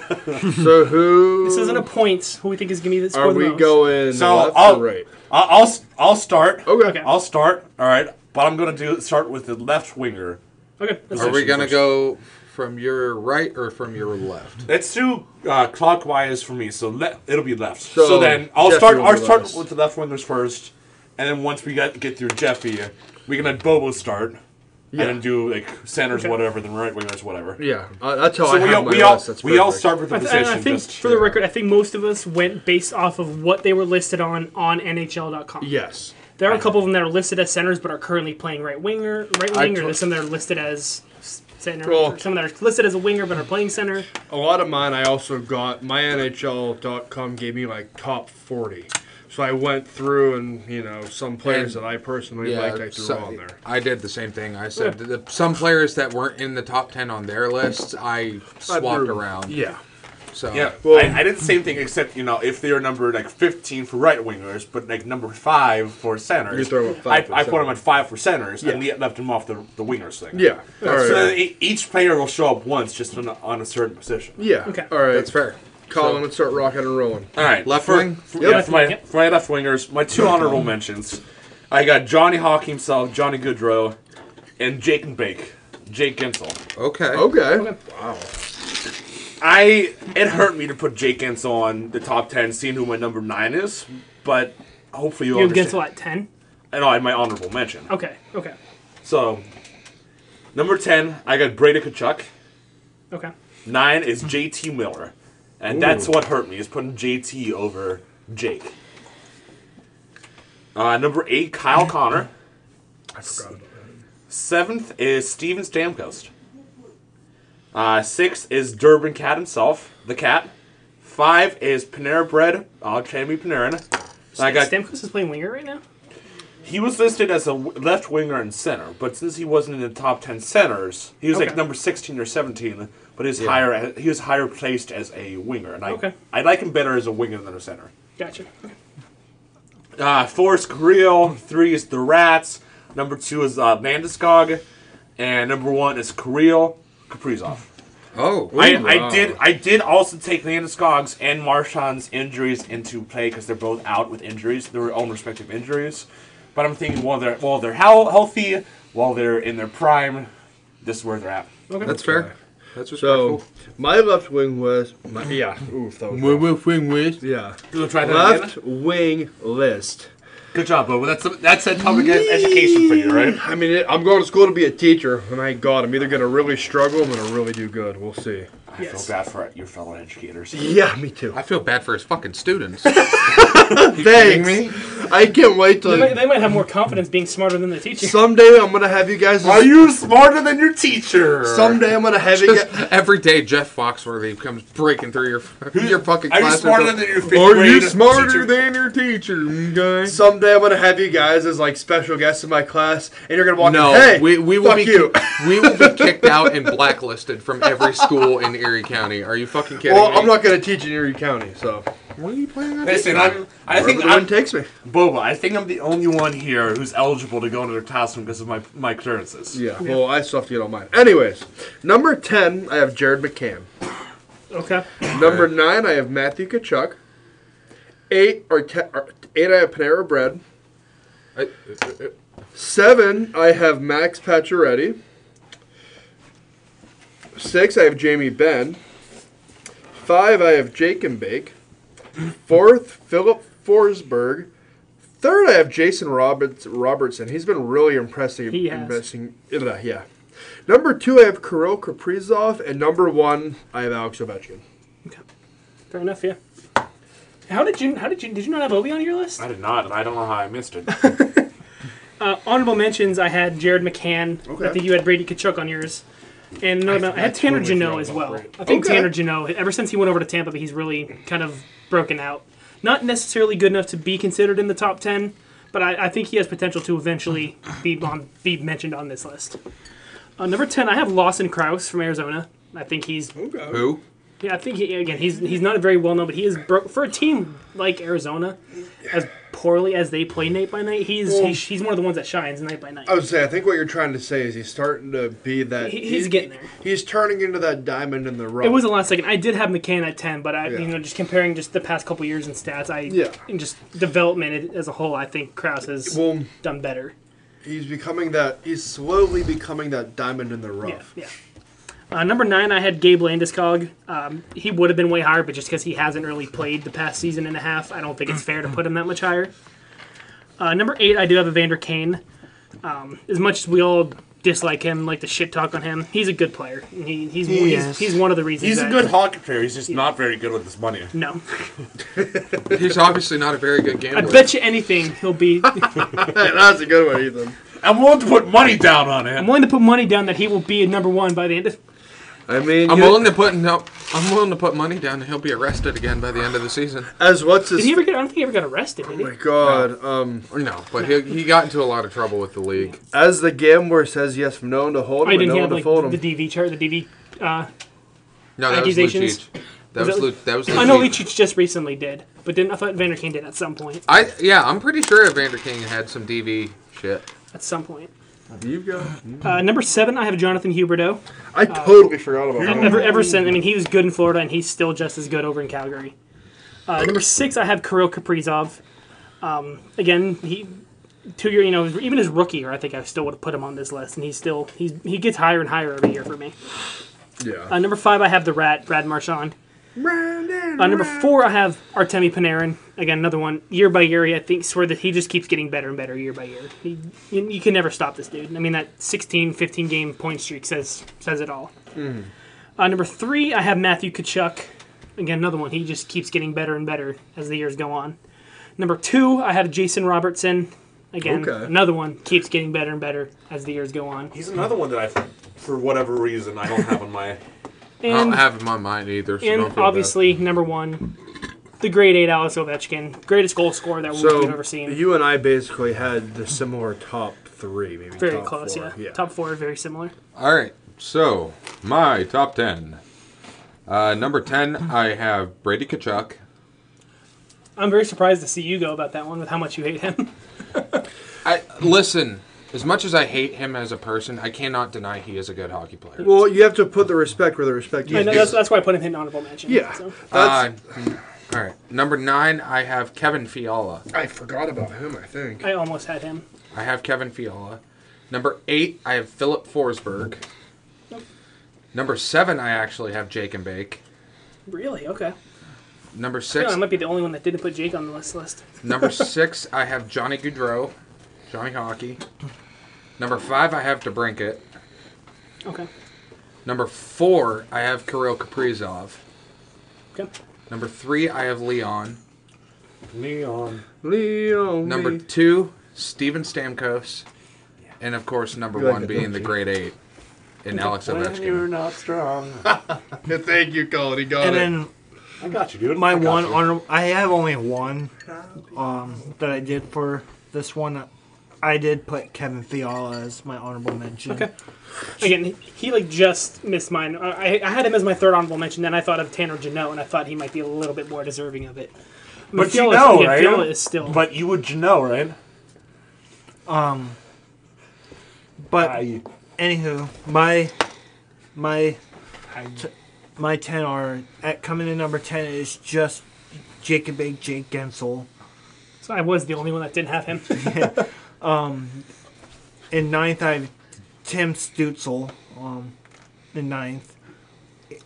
[SPEAKER 1] So who?
[SPEAKER 4] This isn't a point. Who we think is going to be the score
[SPEAKER 1] Are
[SPEAKER 4] the
[SPEAKER 1] we
[SPEAKER 4] most.
[SPEAKER 1] going
[SPEAKER 2] So,
[SPEAKER 1] left
[SPEAKER 2] I'll-
[SPEAKER 1] or right?
[SPEAKER 2] I- I'll s- I'll start.
[SPEAKER 1] Okay.
[SPEAKER 2] I'll start. All right, but I'm gonna do start with the left winger.
[SPEAKER 4] Okay. That's
[SPEAKER 5] Are we
[SPEAKER 2] Position
[SPEAKER 5] gonna
[SPEAKER 2] first.
[SPEAKER 5] go from your right or from your left?
[SPEAKER 2] Let's do uh, clockwise for me, so le- it'll be left. So,
[SPEAKER 1] So,
[SPEAKER 2] then I'll
[SPEAKER 1] Jeffy
[SPEAKER 2] start.
[SPEAKER 1] will
[SPEAKER 2] I'll
[SPEAKER 1] be
[SPEAKER 2] start
[SPEAKER 1] last.
[SPEAKER 2] with the left wingers first, and then once we get get through Jeffy, we can let Bobo start,
[SPEAKER 1] Yeah.
[SPEAKER 2] and then do like centers
[SPEAKER 4] Okay.
[SPEAKER 2] whatever, then right wingers whatever.
[SPEAKER 1] Yeah, uh, that's how
[SPEAKER 2] So
[SPEAKER 1] I
[SPEAKER 2] we
[SPEAKER 1] have
[SPEAKER 2] all,
[SPEAKER 1] my
[SPEAKER 2] we, all,
[SPEAKER 1] list. That's
[SPEAKER 2] we all
[SPEAKER 1] perfect.
[SPEAKER 2] start with the
[SPEAKER 4] I, th-
[SPEAKER 2] position.
[SPEAKER 4] I think,
[SPEAKER 2] just-
[SPEAKER 4] for the record, I think most of us went based off of what they were listed on on NHL.com.
[SPEAKER 1] Yes.
[SPEAKER 4] There are a couple of them that are listed as centers, but are currently playing right winger, right
[SPEAKER 1] I
[SPEAKER 4] winger.
[SPEAKER 1] took-
[SPEAKER 4] There's some that are listed as s- center.
[SPEAKER 1] Well-
[SPEAKER 4] some that are listed as a winger, but are playing center.
[SPEAKER 1] A lot of mine, I also got my NHL.com gave me like top 40. So I went through and, you know, some players
[SPEAKER 5] And-
[SPEAKER 1] that I personally liked, I threw
[SPEAKER 5] so-
[SPEAKER 1] on there.
[SPEAKER 5] I did the same thing. I said that the, some players that weren't in the top ten on their lists, I swapped around.
[SPEAKER 1] Yeah.
[SPEAKER 5] So
[SPEAKER 2] yeah,
[SPEAKER 1] Well-
[SPEAKER 2] I, I did the same thing except you know if they were number like 15 for right wingers, but like number five for centers.
[SPEAKER 1] You throw up five
[SPEAKER 2] I,
[SPEAKER 1] for
[SPEAKER 2] I put them
[SPEAKER 1] center.
[SPEAKER 2] at five for centers, and
[SPEAKER 1] Yeah.
[SPEAKER 2] and left them off the the wingers thing.
[SPEAKER 1] Yeah. All right.
[SPEAKER 2] So then e- each player will show up once, just on a, on a certain position.
[SPEAKER 1] yeah.
[SPEAKER 4] Okay.
[SPEAKER 1] All right.
[SPEAKER 5] that's fair.
[SPEAKER 1] Colin,
[SPEAKER 5] So-
[SPEAKER 1] let's start rocking and rolling.
[SPEAKER 2] All right,
[SPEAKER 5] Left
[SPEAKER 2] for,
[SPEAKER 5] wing?
[SPEAKER 2] For,
[SPEAKER 1] Yep.
[SPEAKER 2] yeah, for my,
[SPEAKER 4] Yep.
[SPEAKER 2] for my left wingers, my two honorable mentions. I got Johnny Hawk himself, Johnny Goodrow, and Jake and Bake, Jake Gensel.
[SPEAKER 5] Okay.
[SPEAKER 1] Okay.
[SPEAKER 2] I it hurt me to put Jake Gensel on the top ten, seeing who my number nine is, but hopefully you'll
[SPEAKER 4] You against
[SPEAKER 2] understand.
[SPEAKER 4] what ten?
[SPEAKER 2] I know I had my honorable mention.
[SPEAKER 4] Okay. Okay.
[SPEAKER 2] So, number ten, I got Brady Kachuk.
[SPEAKER 4] Okay.
[SPEAKER 2] Nine is JT Miller, and that's what hurt me is putting JT over Jake. Uh, number eight, Kyle Connor.
[SPEAKER 1] I forgot about that.
[SPEAKER 2] Seventh is Steven Stamkos. Uh, sixth is Durban Cat himself, the cat. Five is Panera Bread, uh, Jamie Panarin. I got,
[SPEAKER 4] Stamkos is playing winger right now.
[SPEAKER 2] he was listed as a w- left winger and center, but since he wasn't in the top ten centers, he was like
[SPEAKER 4] Okay.
[SPEAKER 2] number sixteen or seventeen. But he's higher. He was higher placed as a winger, and I
[SPEAKER 4] Okay.
[SPEAKER 2] I like him better as a winger than a center.
[SPEAKER 4] Gotcha. Okay.
[SPEAKER 2] Uh, four is Creel. Three is the Rats. Number two is uh, Landeskog, and number one is Creel Kaprizov.
[SPEAKER 5] Oh,
[SPEAKER 2] I,
[SPEAKER 5] Ooh,
[SPEAKER 2] I
[SPEAKER 5] wow.
[SPEAKER 2] did I did also take Landeskog's and Marshawn's injuries into play because they're both out with injuries, their own respective injuries. But I'm thinking while they're while they're hel- healthy, while they're in their prime, this is where they're at.
[SPEAKER 5] That's fair. That's
[SPEAKER 1] So,
[SPEAKER 5] respectful.
[SPEAKER 1] my left wing was. My, yeah. Oof, that was rough.
[SPEAKER 5] wing with.
[SPEAKER 1] Yeah.
[SPEAKER 2] You wanna try that
[SPEAKER 1] Left
[SPEAKER 2] again?
[SPEAKER 1] wing list.
[SPEAKER 2] Good job, Bobo. That's that's a public ed- education for you, right?
[SPEAKER 1] I mean, it, I'm going to school to be a teacher, and I God, I'm either going to really struggle, I'm going to really do good. We'll see.
[SPEAKER 2] I feel
[SPEAKER 4] Yes.
[SPEAKER 2] bad for your fellow educators.
[SPEAKER 1] Yeah, me too.
[SPEAKER 5] I feel bad for his fucking students. Thanks.
[SPEAKER 1] Thanks. I can't wait
[SPEAKER 4] They might,
[SPEAKER 1] till
[SPEAKER 4] they might have more confidence being smarter than the teacher.
[SPEAKER 1] someday I'm gonna have you guys.
[SPEAKER 2] Are you smarter than your teacher?
[SPEAKER 1] someday I'm gonna have you.
[SPEAKER 5] Just
[SPEAKER 1] Guys,
[SPEAKER 5] every day, Jeff Foxworthy comes breaking through your your fucking
[SPEAKER 2] Are you
[SPEAKER 5] class.
[SPEAKER 2] smarter than your fifth grade teacher?
[SPEAKER 5] than your teacher, guy?
[SPEAKER 1] someday I'm gonna have you guys as like special guests in my class, and you're gonna walk.
[SPEAKER 5] No,
[SPEAKER 1] in, hey,
[SPEAKER 5] we, we will
[SPEAKER 1] fuck
[SPEAKER 5] be
[SPEAKER 1] you.
[SPEAKER 5] we will be kicked out and blacklisted from every school in Erie County. Are you fucking kidding
[SPEAKER 1] well,
[SPEAKER 5] me?
[SPEAKER 1] I'm not gonna teach in Erie County, so
[SPEAKER 5] What are you playing on?
[SPEAKER 2] Listen, I'm, I
[SPEAKER 1] wherever
[SPEAKER 2] think
[SPEAKER 1] the wind
[SPEAKER 2] I'm,
[SPEAKER 1] takes me.
[SPEAKER 2] Boba, I think I'm the only one here who's eligible to go into their classroom because of my my clearances.
[SPEAKER 1] Yeah, well, I still have to get on mine. Anyways, number ten, I have Jared McCann.
[SPEAKER 4] Okay.
[SPEAKER 1] Number nine, I have Matthew Kachuk. Eight or, te- or eight, I have Panera Bread.
[SPEAKER 5] I-
[SPEAKER 1] Seven, I have Max Pacioretty. Six, I have Jamie Benn. Five, I have Jake and Bake. Fourth, Philip Forsberg. Third, I have Jason Roberts Robertson. He's been really impressive.
[SPEAKER 4] He has.
[SPEAKER 1] impressing- uh, yeah. Number two, I have Kirill Kaprizov, and number one, I have Alex Ovechkin.
[SPEAKER 4] Fair enough. Yeah. How did you? How did you? Did you not have Obi on your list?
[SPEAKER 2] I did not, and I don't know how I missed it.
[SPEAKER 4] Uh, honorable mentions, I had Jared McCann.
[SPEAKER 1] Okay.
[SPEAKER 4] I think you had Brady Kachuk on yours. And another amount- I, had Tanner
[SPEAKER 5] totally
[SPEAKER 4] Janot
[SPEAKER 5] forgot
[SPEAKER 4] as
[SPEAKER 5] about
[SPEAKER 4] well.
[SPEAKER 5] Brady.
[SPEAKER 4] I think
[SPEAKER 1] Okay.
[SPEAKER 4] Tanner Janot, ever since he went over to Tampa, he's really kind of broken out. Not necessarily good enough to be considered in the top 10, but I, I think he has potential to eventually be, on, be mentioned on this list. Uh, number 10, I have Lawson Krause from Arizona. I think he's
[SPEAKER 5] Who?
[SPEAKER 4] Yeah, I think he, again he's he's not very well known, but he is bro- for a team like Arizona, as poorly as they play night by night, he's
[SPEAKER 1] Well-
[SPEAKER 4] he's, he's one of the ones that shines night by night.
[SPEAKER 1] I would say I think what you're trying to say is he's starting to be that.
[SPEAKER 4] He- he's getting there.
[SPEAKER 1] He's turning into that diamond in the rough.
[SPEAKER 4] It was the last second. I did have McCann at ten, but I
[SPEAKER 1] Yeah.
[SPEAKER 4] you know just comparing just the past couple years in stats, I
[SPEAKER 1] Yeah.
[SPEAKER 4] and just development as a whole, I think Kraus has
[SPEAKER 1] well.
[SPEAKER 4] done better.
[SPEAKER 1] He's becoming that. He's slowly becoming that diamond in the
[SPEAKER 4] Yeah,
[SPEAKER 1] rough.
[SPEAKER 4] yeah. Uh, number nine, I had Gabe Landeskog. Um, he would have been way higher, but just because he hasn't really played the past season and a half, I don't think it's fair to put him that much higher. Uh, number eight, I do have Evander Kane. Um, as much as we all dislike him, like the shit talk on him, he's a good player. And He, he's,
[SPEAKER 3] He
[SPEAKER 4] he's,
[SPEAKER 3] is.
[SPEAKER 4] he's one of the reasons.
[SPEAKER 2] He's a
[SPEAKER 4] that-
[SPEAKER 2] good hockey player. He's just not very good with his money.
[SPEAKER 4] No,
[SPEAKER 5] He's obviously not a very good
[SPEAKER 4] I
[SPEAKER 5] gambler.
[SPEAKER 4] bet you anything he'll be.
[SPEAKER 1] Hey, that's a good one, Ethan.
[SPEAKER 2] I'm willing to put money down on
[SPEAKER 4] I'm
[SPEAKER 2] him.
[SPEAKER 4] willing to put money down that he will be a number one by the end of.
[SPEAKER 1] I mean,
[SPEAKER 5] I'm
[SPEAKER 1] you-
[SPEAKER 5] willing to put no, I'm willing to put money down. He'll be arrested again by the end of the season.
[SPEAKER 1] as what's his?
[SPEAKER 4] Did he ever get? I don't think he ever got arrested. Did he?
[SPEAKER 1] oh my God. Um,
[SPEAKER 5] No, but he, he got into a lot of trouble with the league.
[SPEAKER 1] as the gambler says, yes from known to hold him,
[SPEAKER 4] I
[SPEAKER 1] and
[SPEAKER 4] didn't
[SPEAKER 1] no one
[SPEAKER 4] have
[SPEAKER 1] to
[SPEAKER 4] like
[SPEAKER 1] fold him.
[SPEAKER 4] the DV chart, the DV
[SPEAKER 5] No, that was
[SPEAKER 4] Accusations?
[SPEAKER 5] Lucic. That was
[SPEAKER 4] that-
[SPEAKER 5] Lu- that was.
[SPEAKER 4] I know
[SPEAKER 5] Lucic.
[SPEAKER 4] Lucic just recently did, but didn't I thought Vander Kane did at some point?
[SPEAKER 5] I yeah, I'm pretty sure Evander King had some DV shit.
[SPEAKER 4] At some point.
[SPEAKER 1] You've got.
[SPEAKER 4] Uh, number seven, I have Jonathan Huberto.
[SPEAKER 1] I totally forgot about him.
[SPEAKER 4] Ever, ever since, I mean, he was good in Florida, and he's still just as good over in Calgary. Uh, number six, I have Kirill Kaprizov. Um, again, he two year, you know, even his rookie year, I think I still would have put him on this list, and he's still he's, he gets higher and higher every year for me.
[SPEAKER 1] Yeah.
[SPEAKER 4] Uh, number five, I have the Rat Brad Marchand. Uh, number four, I have Artemi Panarin. Again, another one. Year by year, I think swear that he just keeps getting better and better year by year. He, you, you can never stop this dude. I mean, that 16, 15 game point streak says says it all.
[SPEAKER 5] Hmm.
[SPEAKER 4] Uh, number three, I have Matthew Kachuk. Again, another one. He just keeps getting better and better as the years go on. Number two, I have Jason Robertson. Again,
[SPEAKER 1] Okay.
[SPEAKER 4] another one keeps getting better and better as the years go on.
[SPEAKER 5] Oh,
[SPEAKER 2] He's another one that I, for whatever reason, I don't have on my.
[SPEAKER 5] I don't
[SPEAKER 4] And
[SPEAKER 5] have him on mine either. So don't
[SPEAKER 4] And
[SPEAKER 5] feel
[SPEAKER 4] obviously, number one, the grade eight Alex Ovechkin, greatest goal scorer that we've
[SPEAKER 1] So
[SPEAKER 4] ever seen.
[SPEAKER 1] you and I basically had the similar top three, maybe
[SPEAKER 4] very
[SPEAKER 1] top
[SPEAKER 4] close,
[SPEAKER 1] four.
[SPEAKER 4] yeah. Top four, very similar.
[SPEAKER 5] bad. All right, so my top ten. Uh, number ten, I have Brady Kachuk.
[SPEAKER 4] I'm very surprised to see you go about that one with how much you hate him.
[SPEAKER 5] I listen. As much as I hate him as a person, I cannot deny he is a good hockey player.
[SPEAKER 1] Well, you have to put the respect where the respect is.
[SPEAKER 4] and that's, that's why I put him in honorable mention.
[SPEAKER 1] yeah.
[SPEAKER 4] So.
[SPEAKER 1] That's,
[SPEAKER 5] Uh, all right. Number nine, I have Kevin Fiala.
[SPEAKER 1] I forgot about him. I think.
[SPEAKER 4] I almost had him.
[SPEAKER 5] I have Kevin Fiala. Number eight, I have Philip Forsberg. Number seven, I actually have Jake and Bake.
[SPEAKER 4] Really? Okay.
[SPEAKER 5] Number
[SPEAKER 4] Yeah,
[SPEAKER 5] six,
[SPEAKER 4] I might be the only one that didn't put Jake on the list. list.
[SPEAKER 5] number six, I have Johnny Goudreau, Johnny Hockey. Number five, I have DeBrinket.
[SPEAKER 4] Okay.
[SPEAKER 5] Number four, I have Kirill Kaprizov.
[SPEAKER 4] Okay.
[SPEAKER 5] Number three, I have Leon.
[SPEAKER 2] Neon.
[SPEAKER 1] Leo.
[SPEAKER 5] Number
[SPEAKER 1] me.
[SPEAKER 5] two, Steven Stamkos. And of course, number
[SPEAKER 1] You like
[SPEAKER 5] one
[SPEAKER 1] it,
[SPEAKER 5] being
[SPEAKER 1] don't
[SPEAKER 5] the
[SPEAKER 1] you?
[SPEAKER 5] grade eight, and Alex Ovechkin.
[SPEAKER 2] not strong.
[SPEAKER 1] Thank you, Colin. He got
[SPEAKER 3] And
[SPEAKER 1] it.
[SPEAKER 3] then
[SPEAKER 2] I got you, dude.
[SPEAKER 3] my
[SPEAKER 2] I got
[SPEAKER 3] one
[SPEAKER 2] you.
[SPEAKER 3] honor, I have only one um, that I did for this one. I did put Kevin Fiala as my honorable mention.
[SPEAKER 4] Okay. Again, he like just missed mine. I, I- I had him as my third honorable mention. Then I thought of Tanner Janot, and I thought he might be a little bit more deserving of it.
[SPEAKER 6] But you
[SPEAKER 4] Fiala is-
[SPEAKER 6] know,
[SPEAKER 4] again,
[SPEAKER 6] right?
[SPEAKER 4] Fiala is still.
[SPEAKER 6] But you would know, right?
[SPEAKER 3] But
[SPEAKER 6] I,
[SPEAKER 3] anywho, my my t- my ten are at coming in number ten is just Jacob Big Jake Gensel.
[SPEAKER 4] so I was the only one that didn't have him.
[SPEAKER 3] In ninth, I have Tim Stutzel. Um, in ninth,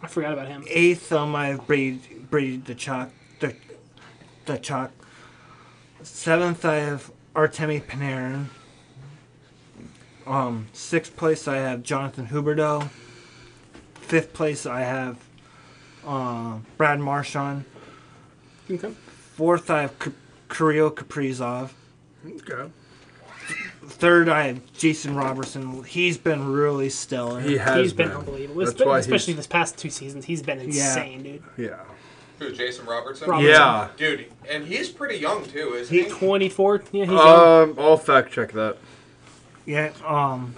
[SPEAKER 4] I forgot about him.
[SPEAKER 3] eighth, um, I have Brady Brady the Chalk the the Chalk. Seventh, I have Artemi Panarin. Um, sixth place, I have Jonathan Huberdeau. Fifth place, I have uh, Brad Marchand.
[SPEAKER 4] Okay.
[SPEAKER 3] Fourth, I have K- Kirill Kaprizov.
[SPEAKER 1] Okay.
[SPEAKER 3] Third, I have Jason Robertson. He's been really stellar.
[SPEAKER 1] he has
[SPEAKER 4] He's been,
[SPEAKER 1] been.
[SPEAKER 4] unbelievable.
[SPEAKER 1] That's
[SPEAKER 4] Espe-
[SPEAKER 1] why he's-
[SPEAKER 4] especially this past two seasons, he's been insane, dude.
[SPEAKER 1] Yeah.
[SPEAKER 5] Who, Jason Robertson?
[SPEAKER 4] Robertson.
[SPEAKER 1] Yeah.
[SPEAKER 5] Dude, and he's pretty young too, isn't
[SPEAKER 4] He's 24. Yeah, he's young.
[SPEAKER 1] Um, I'll fact check that.
[SPEAKER 3] Yeah. Um,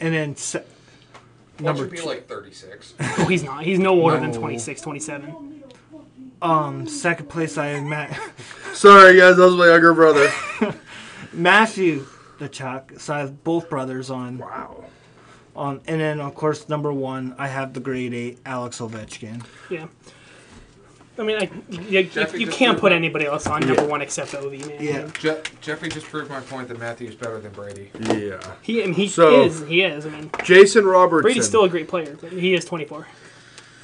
[SPEAKER 3] and then se-
[SPEAKER 7] Fletcher
[SPEAKER 3] number
[SPEAKER 7] be
[SPEAKER 3] two.
[SPEAKER 7] like 36.
[SPEAKER 4] Oh, he's not. He's no older than
[SPEAKER 3] No.
[SPEAKER 4] 26, 27.
[SPEAKER 3] Um, second place, I had Matt
[SPEAKER 1] Sorry, guys, that was my younger brother.
[SPEAKER 3] Matthew the Chuck. So I have both brothers on. Wow. On and then of course number one, I have the grade eight Alex Ovechkin.
[SPEAKER 4] Yeah. I mean, I, you, you,
[SPEAKER 5] Jeffy
[SPEAKER 4] you
[SPEAKER 5] just
[SPEAKER 4] can't
[SPEAKER 5] proved
[SPEAKER 4] put
[SPEAKER 5] that.
[SPEAKER 4] anybody else on number one except Ovi, man.
[SPEAKER 3] Yeah.
[SPEAKER 5] Je- Jeffrey just proved my point that Matthew's better than Brady.
[SPEAKER 1] yeah.
[SPEAKER 4] He, I mean, he
[SPEAKER 1] So-
[SPEAKER 4] is. He is. I mean,
[SPEAKER 1] Jason Robertson.
[SPEAKER 4] Brady's still a great player, but he is 24.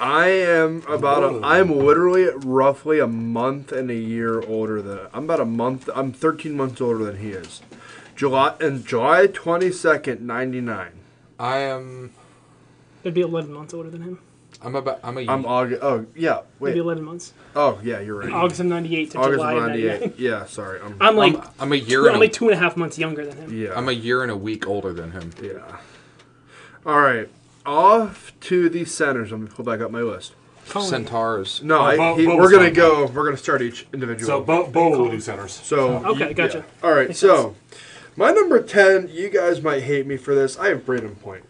[SPEAKER 1] I am about a, I'm literally roughly a month and a year older than I'm about a month I'm 13 months older than he is. July and July 22nd 99.
[SPEAKER 5] I am.
[SPEAKER 4] They'd be 11 months older than him.
[SPEAKER 5] I'm about. I'm a.
[SPEAKER 1] I'm August Oh, yeah.
[SPEAKER 4] They'd be
[SPEAKER 1] Wait.
[SPEAKER 4] 11 months.
[SPEAKER 1] Oh, yeah, you're right.
[SPEAKER 4] August of 98 to
[SPEAKER 1] August
[SPEAKER 4] July of 99.
[SPEAKER 1] 98. Yeah, sorry. I'm,
[SPEAKER 4] I'm like,
[SPEAKER 5] I'm, I'm a year.
[SPEAKER 4] I'm
[SPEAKER 5] And
[SPEAKER 4] like
[SPEAKER 5] a,
[SPEAKER 4] two and a half months younger than him.
[SPEAKER 1] yeah.
[SPEAKER 5] I'm a year and a week older than him.
[SPEAKER 1] yeah. All right. Off to the centers. Let me pull back up my list.
[SPEAKER 5] Centaurs.
[SPEAKER 1] No,
[SPEAKER 2] Oh,
[SPEAKER 1] I,
[SPEAKER 2] Bo-
[SPEAKER 1] he-
[SPEAKER 2] Bo
[SPEAKER 1] we're
[SPEAKER 2] was
[SPEAKER 1] gonna
[SPEAKER 2] on.
[SPEAKER 1] go. We're gonna start each individual.
[SPEAKER 2] So Bo, Bo will do centers.
[SPEAKER 1] So
[SPEAKER 4] Okay,
[SPEAKER 1] you-
[SPEAKER 4] gotcha.
[SPEAKER 1] All right,
[SPEAKER 4] Makes
[SPEAKER 1] so my number ten. You guys might hate me for this. I have Braden Point.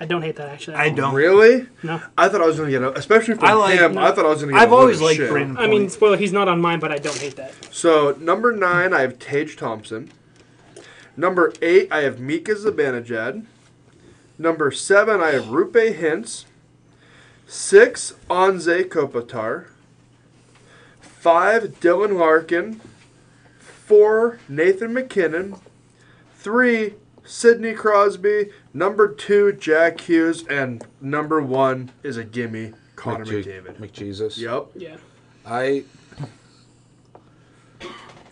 [SPEAKER 4] I don't hate that, actually. at
[SPEAKER 3] I
[SPEAKER 4] all.
[SPEAKER 3] don't.
[SPEAKER 1] Really?
[SPEAKER 4] No.
[SPEAKER 1] I thought I was gonna get, a, especially from
[SPEAKER 3] I like-
[SPEAKER 1] him.
[SPEAKER 3] no.
[SPEAKER 1] I thought I was gonna. get
[SPEAKER 3] I've
[SPEAKER 1] a load
[SPEAKER 3] always
[SPEAKER 1] of
[SPEAKER 3] liked
[SPEAKER 1] shit.
[SPEAKER 3] Braden.
[SPEAKER 4] I mean, spoiler, he's not on mine, but I don't hate that.
[SPEAKER 1] So number nine, I have Tage Thompson. Number eight, I have Mika Zibanejad. Number seven, I have Rupe Hintz. Six, Anze Kopitar. Five, Dylan Larkin. Four, Nathan McKinnon. Three, Sidney Crosby. Number two, Jack Hughes. And number one is a gimme, Connor
[SPEAKER 5] McJe-
[SPEAKER 1] McDavid.
[SPEAKER 5] McJesus.
[SPEAKER 1] Yep.
[SPEAKER 4] Yeah.
[SPEAKER 5] I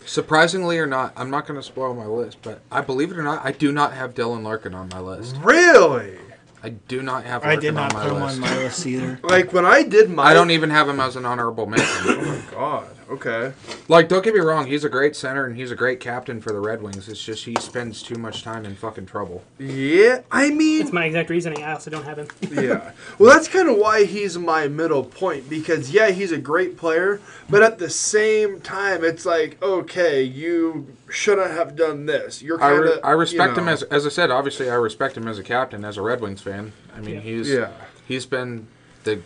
[SPEAKER 5] surprisingly or not, I'm not going to spoil my list, but I believe it or not, I do not have Dylan Larkin on my list.
[SPEAKER 1] Really?
[SPEAKER 5] I do not have.
[SPEAKER 3] I
[SPEAKER 5] Larkin
[SPEAKER 3] did not
[SPEAKER 5] on
[SPEAKER 3] put
[SPEAKER 5] my
[SPEAKER 3] him
[SPEAKER 5] list.
[SPEAKER 3] on my list either.
[SPEAKER 1] Like when I did my
[SPEAKER 5] I don't even have him as an honorable mention.
[SPEAKER 1] God. Okay.
[SPEAKER 5] like, don't get me wrong, he's a great center and he's a great captain for the Red Wings. It's just he spends too much time in fucking trouble.
[SPEAKER 1] Yeah. I mean,
[SPEAKER 4] It's my exact reasoning. I also don't have him.
[SPEAKER 1] yeah. Well, that's kind of why he's my middle point because yeah, he's a great player, but at the same time, it's like okay, you shouldn't have done this. You're
[SPEAKER 5] I,
[SPEAKER 1] kind of.
[SPEAKER 5] re- I respect him as as I said. Obviously, I respect him as a captain, as a Red Wings fan. I mean,
[SPEAKER 4] Yeah.
[SPEAKER 5] he's
[SPEAKER 1] Yeah.
[SPEAKER 5] he's been the.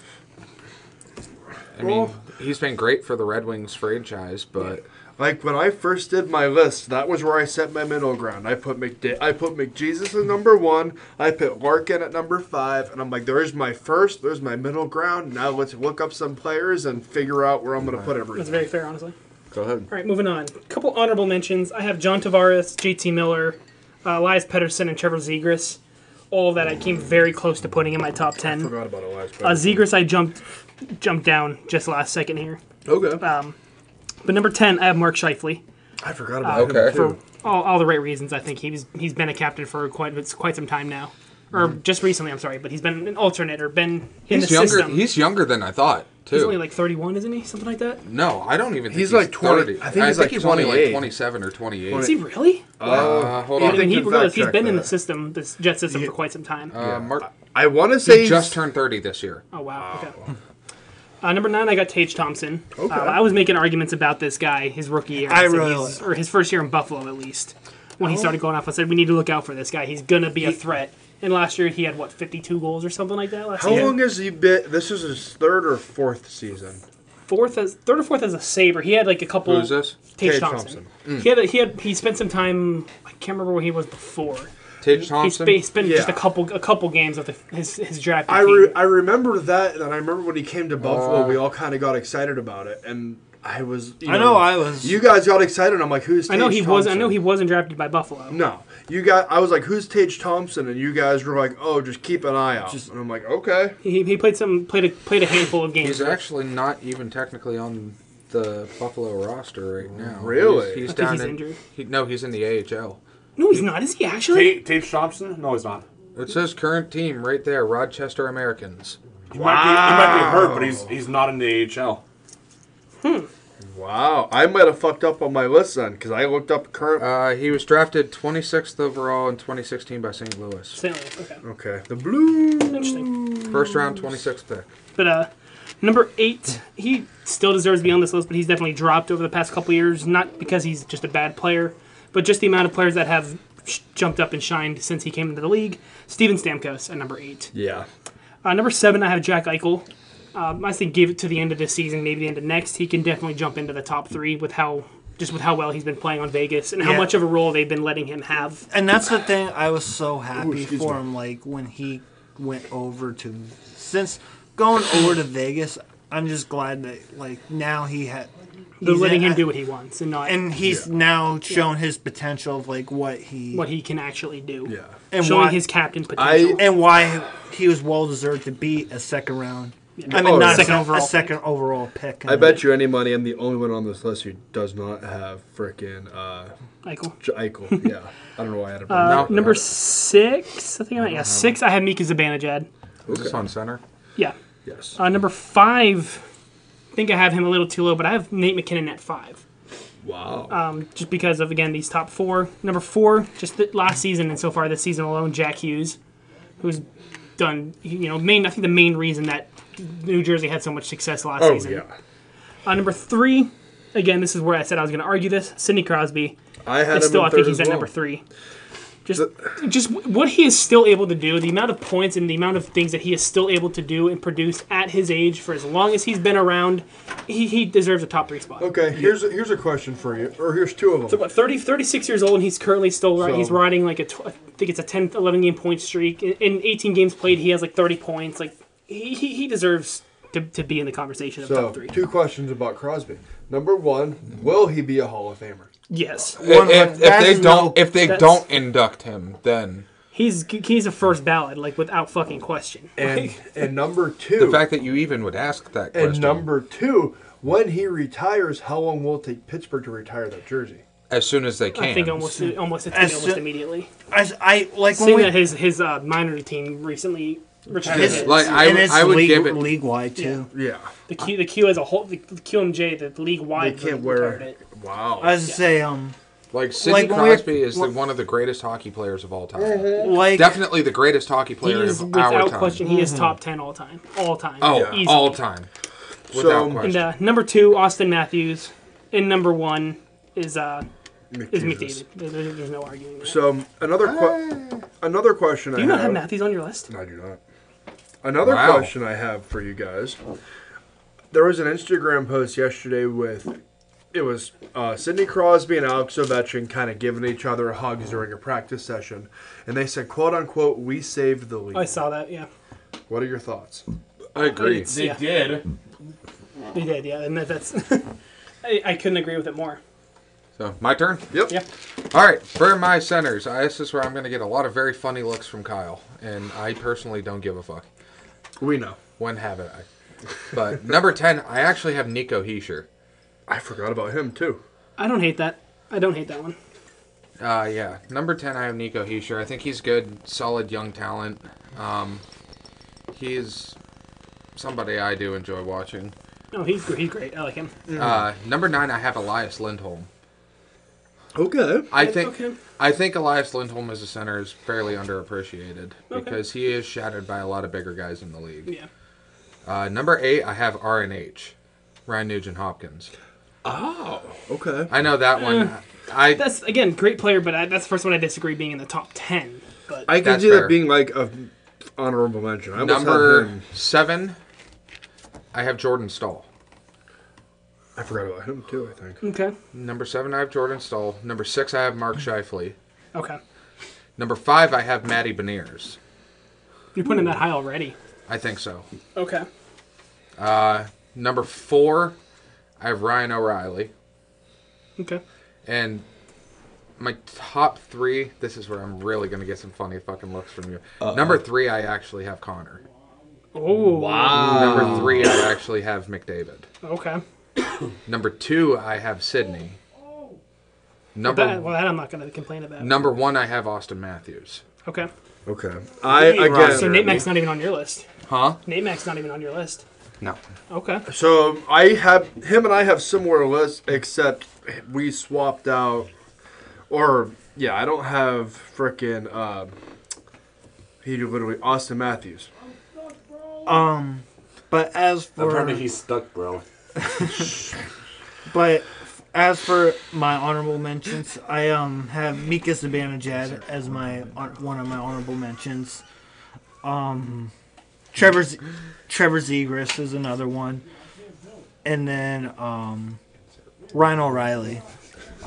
[SPEAKER 5] I mean,
[SPEAKER 1] Well-
[SPEAKER 5] he's been great for the Red Wings franchise, but
[SPEAKER 1] like when I first did my list. That was where I set my middle ground. I put McD- I put McJesus at number one. I put Larkin at number five, and I'm like, there's my first. There's my middle ground. Now let's look up some players and figure out where I'm gonna put everything.
[SPEAKER 4] That's very fair, honestly.
[SPEAKER 5] go ahead.
[SPEAKER 4] All right, moving on. A couple honorable mentions. I have John Tavares, JT Miller, uh, Elias Pettersson, and Trevor Zegras. All that I came very close to putting in my top ten.
[SPEAKER 1] Forgot about Elias.
[SPEAKER 4] Uh, Zegras, I jumped jumped down just last second here. Um,
[SPEAKER 1] Okay.
[SPEAKER 4] But number ten, I have Mark Scheifele.
[SPEAKER 1] I forgot about him
[SPEAKER 5] Okay.
[SPEAKER 1] too.
[SPEAKER 4] All, all the right reasons, I think he's he's been a captain for quite quite some time now, or just recently. I'm sorry, but he's been an alternate or been in
[SPEAKER 5] He's
[SPEAKER 4] the
[SPEAKER 5] younger.
[SPEAKER 4] system.
[SPEAKER 5] He's younger than I thought too.
[SPEAKER 4] He's only like 31, isn't he? Something like that.
[SPEAKER 5] no, I don't even. Think
[SPEAKER 1] He's
[SPEAKER 5] he's,
[SPEAKER 1] like 20
[SPEAKER 5] 30.
[SPEAKER 1] I think he's like oh.
[SPEAKER 5] only like
[SPEAKER 1] 28.
[SPEAKER 5] twenty-seven or twenty-eight.
[SPEAKER 4] Is he really?
[SPEAKER 5] uh, hold
[SPEAKER 4] I
[SPEAKER 5] on.
[SPEAKER 4] mean,
[SPEAKER 1] think
[SPEAKER 4] he,
[SPEAKER 1] you can
[SPEAKER 4] regardless,
[SPEAKER 1] fact
[SPEAKER 4] he's
[SPEAKER 1] check
[SPEAKER 4] been in
[SPEAKER 1] that.
[SPEAKER 4] the system, this jet system, for quite some time.
[SPEAKER 5] uh, Mark
[SPEAKER 1] I want to say he's-
[SPEAKER 5] just turned thirty this year.
[SPEAKER 4] Oh wow. Okay. Uh, number nine, I got Tage Thompson. Okay. I was making arguments about this guy his rookie year,
[SPEAKER 3] I
[SPEAKER 4] said
[SPEAKER 3] really
[SPEAKER 4] he's- or his first year in Buffalo at least. When he started going off, I said we need to look out for this guy. He's gonna be a threat. And last year he had what 52 goals or something like that. Last
[SPEAKER 1] How
[SPEAKER 4] year?
[SPEAKER 1] long has he been? This is his third or fourth season.
[SPEAKER 4] Fourth as third or fourth as a saver. He had like a couple.
[SPEAKER 5] Who's this?
[SPEAKER 4] Tage,
[SPEAKER 1] Tage
[SPEAKER 4] Thompson. He had a, he had he spent some time. I can't remember where he was before.
[SPEAKER 5] Tage
[SPEAKER 4] He
[SPEAKER 5] Thompson.
[SPEAKER 4] sp- he spent just a
[SPEAKER 1] Yeah.
[SPEAKER 4] couple a couple games of the, his his draft.
[SPEAKER 1] I re- I remember that, and I remember when he came to Buffalo, we all kind of got excited about it, and I was. You
[SPEAKER 3] I know Oh, I was.
[SPEAKER 1] You guys got excited. I'm like, who's? Tage
[SPEAKER 4] I know he
[SPEAKER 1] Thompson?
[SPEAKER 4] was. I know he wasn't drafted by Buffalo.
[SPEAKER 1] No, you got. I was like, who's Tage Thompson? And you guys were like, oh, just keep an eye out. and I'm like, okay.
[SPEAKER 4] He, he played some played a played a handful of games.
[SPEAKER 5] He's actually not even technically on the Buffalo roster right now.
[SPEAKER 1] Really?
[SPEAKER 5] He's, he's
[SPEAKER 4] I think
[SPEAKER 5] down
[SPEAKER 4] he's
[SPEAKER 5] in-
[SPEAKER 4] injured.
[SPEAKER 5] He, no, he's in the AHL.
[SPEAKER 4] no, he's not. Is he actually?
[SPEAKER 2] Tate, Tate Thompson? No, he's not.
[SPEAKER 5] It says current team right there, Rochester Americans.
[SPEAKER 2] He, might be, he might be hurt, but he's he's not in the AHL.
[SPEAKER 1] Wow, I might have fucked up on my list then because I looked up current.
[SPEAKER 5] Uh, he was drafted 26th overall in 2016 by St. Louis.
[SPEAKER 4] St. Louis, Okay,
[SPEAKER 1] okay, the blue.
[SPEAKER 4] interesting.
[SPEAKER 5] First round, 26th pick.
[SPEAKER 4] But uh, number eight, he still deserves to be on this list, but he's definitely dropped over the past couple years. Not because he's just a bad player, but just the amount of players that have sh- jumped up and shined since he came into the league. Steven Stamkos at number eight.
[SPEAKER 7] Yeah.
[SPEAKER 4] Uh, number seven, I have Jack Eichel. Um, I think give it to the end of this season, maybe the end of next. He can definitely jump into the top three with how just with how well he's been playing on Vegas and how
[SPEAKER 3] Yeah.
[SPEAKER 4] much of a role they've been letting him have.
[SPEAKER 3] And that's the thing I was so happy
[SPEAKER 1] excuse
[SPEAKER 3] for
[SPEAKER 1] me.
[SPEAKER 3] him. Like when he went over to, since going over to Vegas, I'm just glad that like now he had.
[SPEAKER 4] They're
[SPEAKER 3] he's
[SPEAKER 4] letting
[SPEAKER 3] in-
[SPEAKER 4] him do what he wants and not
[SPEAKER 3] And he's now shown his potential of like what he
[SPEAKER 4] what he can actually do.
[SPEAKER 1] Yeah.
[SPEAKER 3] and
[SPEAKER 4] showing
[SPEAKER 3] why,
[SPEAKER 4] his captain potential.
[SPEAKER 3] and why he was well deserved to be a second round. I mean,
[SPEAKER 1] Oh,
[SPEAKER 3] not
[SPEAKER 4] Second
[SPEAKER 3] second
[SPEAKER 4] overall
[SPEAKER 3] overall, a
[SPEAKER 4] pick.
[SPEAKER 3] second overall pick.
[SPEAKER 1] I bet you any money I'm the only one on this list who does not have frickin' uh,
[SPEAKER 4] Eichel.
[SPEAKER 1] J- Eichel. yeah. I don't know why I had a
[SPEAKER 5] No,
[SPEAKER 4] Uh, Number six, I think I might. Yeah, six. I have Mika Zibanejad.
[SPEAKER 5] Is this on center?
[SPEAKER 4] Yeah.
[SPEAKER 1] Yes.
[SPEAKER 4] Uh, number five, I think I have him a little too low, but I have Nate McKinnon at five.
[SPEAKER 1] Wow.
[SPEAKER 4] just because of again these top four. Number four, just the last season and so far this season alone, Jack Hughes, who's done you know main. I think the main reason that New Jersey had so much success last
[SPEAKER 1] oh
[SPEAKER 4] season.
[SPEAKER 1] yeah.
[SPEAKER 4] Uh, number three, again, this is where I said I was going to argue this. Sidney Crosby,
[SPEAKER 1] I had
[SPEAKER 4] but
[SPEAKER 1] him
[SPEAKER 4] still
[SPEAKER 1] in
[SPEAKER 4] I
[SPEAKER 1] third
[SPEAKER 4] think he's
[SPEAKER 1] as
[SPEAKER 4] at
[SPEAKER 1] well.
[SPEAKER 4] number three. Just, just what he is still able to do, the amount of points and the amount of things that he is still able to do and produce at his age for as long as he's been around, he, he deserves a top three spot.
[SPEAKER 7] Okay, here's a, here's a question for you, or here's two of
[SPEAKER 4] So
[SPEAKER 7] them.
[SPEAKER 4] what, 30, 36 years old, and he's currently still right. he's
[SPEAKER 7] So-
[SPEAKER 4] riding like a, tw- I think it's a 10, 11 game point streak. In, in 18 games played, he has like 30 points. Like, he, he, he deserves to, to be in the conversation of
[SPEAKER 7] So
[SPEAKER 4] top three.
[SPEAKER 7] two questions about Crosby. Number one, will he be a Hall of Famer?
[SPEAKER 4] Yes.
[SPEAKER 5] If, if- if
[SPEAKER 3] That
[SPEAKER 5] they
[SPEAKER 3] is
[SPEAKER 5] don't,
[SPEAKER 3] no-
[SPEAKER 5] if they
[SPEAKER 4] that's-
[SPEAKER 5] don't induct him, then
[SPEAKER 4] He's he's a first ballot, like, without fucking question.
[SPEAKER 7] And and number two,
[SPEAKER 5] the fact that you even would ask that
[SPEAKER 7] and
[SPEAKER 5] question
[SPEAKER 7] number two, when he retires, how long will it take Pittsburgh to retire that jersey?
[SPEAKER 5] as soon as they can.
[SPEAKER 4] I think almost almost, it's
[SPEAKER 3] As
[SPEAKER 4] almost
[SPEAKER 3] soo-
[SPEAKER 4] immediately.
[SPEAKER 3] I, I like when
[SPEAKER 4] Seeing
[SPEAKER 3] we,
[SPEAKER 4] that his, his uh, minor team recently retired
[SPEAKER 3] It's-
[SPEAKER 4] his.
[SPEAKER 5] like I,
[SPEAKER 3] and
[SPEAKER 5] would-
[SPEAKER 3] it's
[SPEAKER 5] I would
[SPEAKER 3] league,
[SPEAKER 5] give it.
[SPEAKER 3] league wide too.
[SPEAKER 1] Yeah.
[SPEAKER 4] the, Q, the Q as a whole, the, the QMJ, the league
[SPEAKER 1] They
[SPEAKER 4] wide.
[SPEAKER 1] can't
[SPEAKER 4] retired
[SPEAKER 1] wear.
[SPEAKER 4] it.
[SPEAKER 1] Wow.
[SPEAKER 3] I was gonna say um
[SPEAKER 5] Like Sidney
[SPEAKER 3] Like, when we-
[SPEAKER 5] Crosby is the,
[SPEAKER 3] when-
[SPEAKER 5] one of the greatest hockey players of all time.
[SPEAKER 3] like
[SPEAKER 5] Definitely the greatest hockey
[SPEAKER 4] He
[SPEAKER 5] player
[SPEAKER 4] is,
[SPEAKER 5] of our
[SPEAKER 4] without
[SPEAKER 5] time.
[SPEAKER 4] question, he is
[SPEAKER 3] Mm-hmm.
[SPEAKER 4] top 10 all time. All time.
[SPEAKER 5] oh,
[SPEAKER 4] Easily.
[SPEAKER 5] all time. Without
[SPEAKER 1] So-
[SPEAKER 5] question.
[SPEAKER 4] And uh, number two, Austin Matthews, and number one is uh is
[SPEAKER 1] McDavid.
[SPEAKER 4] McDavid. There- there- There's no arguing. That.
[SPEAKER 1] So um, another que- another question
[SPEAKER 4] Do
[SPEAKER 1] I
[SPEAKER 4] you not have
[SPEAKER 5] uh,
[SPEAKER 1] have.
[SPEAKER 4] Matthews on your list?
[SPEAKER 1] I do not. Another
[SPEAKER 5] Wow.
[SPEAKER 1] question I have for you guys. There was an Instagram post yesterday with it was uh, Sidney Crosby and Alex Ovechkin kind of giving each other hugs during a practice session, and they said, "quote unquote," we saved the league.
[SPEAKER 4] Oh, I saw that. Yeah,
[SPEAKER 1] What are your thoughts?
[SPEAKER 5] I agree.
[SPEAKER 4] It's-
[SPEAKER 2] They
[SPEAKER 4] yeah.
[SPEAKER 2] did.
[SPEAKER 4] they did. Yeah, and that, that's I, I couldn't agree with it more.
[SPEAKER 5] So my turn.
[SPEAKER 1] Yep.
[SPEAKER 4] Yeah,
[SPEAKER 5] All right, for my centers, I, this is where I'm going to get a lot of very funny looks from Kyle, and I personally don't give a fuck.
[SPEAKER 1] We know.
[SPEAKER 5] When haven't I? But number ten, I actually have Nico Heischer.
[SPEAKER 1] I forgot about him too.
[SPEAKER 4] I don't hate that. I don't hate that one.
[SPEAKER 5] Uh, yeah, number ten, I have Nico Heischer. I think he's good, solid young talent. Um, he's somebody I do enjoy watching.
[SPEAKER 4] No, he's gr- he's great. I like him.
[SPEAKER 5] Uh, number nine, I have Elias Lindholm.
[SPEAKER 1] Okay.
[SPEAKER 5] I think
[SPEAKER 4] okay.
[SPEAKER 5] I think Elias Lindholm as a center is fairly underappreciated because he is shadowed by a lot of bigger guys in the league.
[SPEAKER 4] Yeah,
[SPEAKER 5] Uh, number eight, I have RNH, Ryan Nugent Hopkins.
[SPEAKER 1] Okay.
[SPEAKER 5] I know that one. I
[SPEAKER 4] that's again great player, but I, that's the first one I disagree being in the top ten. But
[SPEAKER 1] I can
[SPEAKER 5] That's
[SPEAKER 1] see that
[SPEAKER 5] fair.
[SPEAKER 1] being like a honorable mention. I almost had
[SPEAKER 5] number
[SPEAKER 1] him-
[SPEAKER 5] seven, I have Jordan Stahl.
[SPEAKER 1] I forgot about him too. I think.
[SPEAKER 4] okay,
[SPEAKER 5] Number seven, I have Jordan Stahl. Number six, I have Mark Shifley.
[SPEAKER 4] okay,
[SPEAKER 5] Number five, I have Matty Beniers.
[SPEAKER 4] you're putting him that high already.
[SPEAKER 5] I think so.
[SPEAKER 4] Okay,
[SPEAKER 5] Number four, I have Ryan O'Reilly.
[SPEAKER 4] okay.
[SPEAKER 5] And my top three, this is where I'm really going to get some funny fucking looks from you. Number three, I actually have Connor.
[SPEAKER 4] Oh wow.
[SPEAKER 5] Number three, I actually have McDavid.
[SPEAKER 4] Okay.
[SPEAKER 5] Number two, I have Sydney. Number
[SPEAKER 4] That, well, that I'm not going to complain about.
[SPEAKER 5] number one, I have Austin Matthews.
[SPEAKER 4] Okay.
[SPEAKER 1] Okay. I again.
[SPEAKER 4] so Nate Mac's not even on your list.
[SPEAKER 5] Huh?
[SPEAKER 4] Nate Mac's not even on your list.
[SPEAKER 5] No.
[SPEAKER 4] Okay.
[SPEAKER 1] So I have him and I have similar lists, except we swapped out, or yeah, I don't have frickin' Uh, he literally Austin Matthews.
[SPEAKER 3] um but as
[SPEAKER 2] Apparently
[SPEAKER 3] for
[SPEAKER 2] he's stuck, bro.
[SPEAKER 3] but as for my honorable mentions, I um have Mika Zibanejad as my hon- one of my honorable mentions. Um, Trevor Z- Trevor Zegras is another one, and then um, Ryan O'Reilly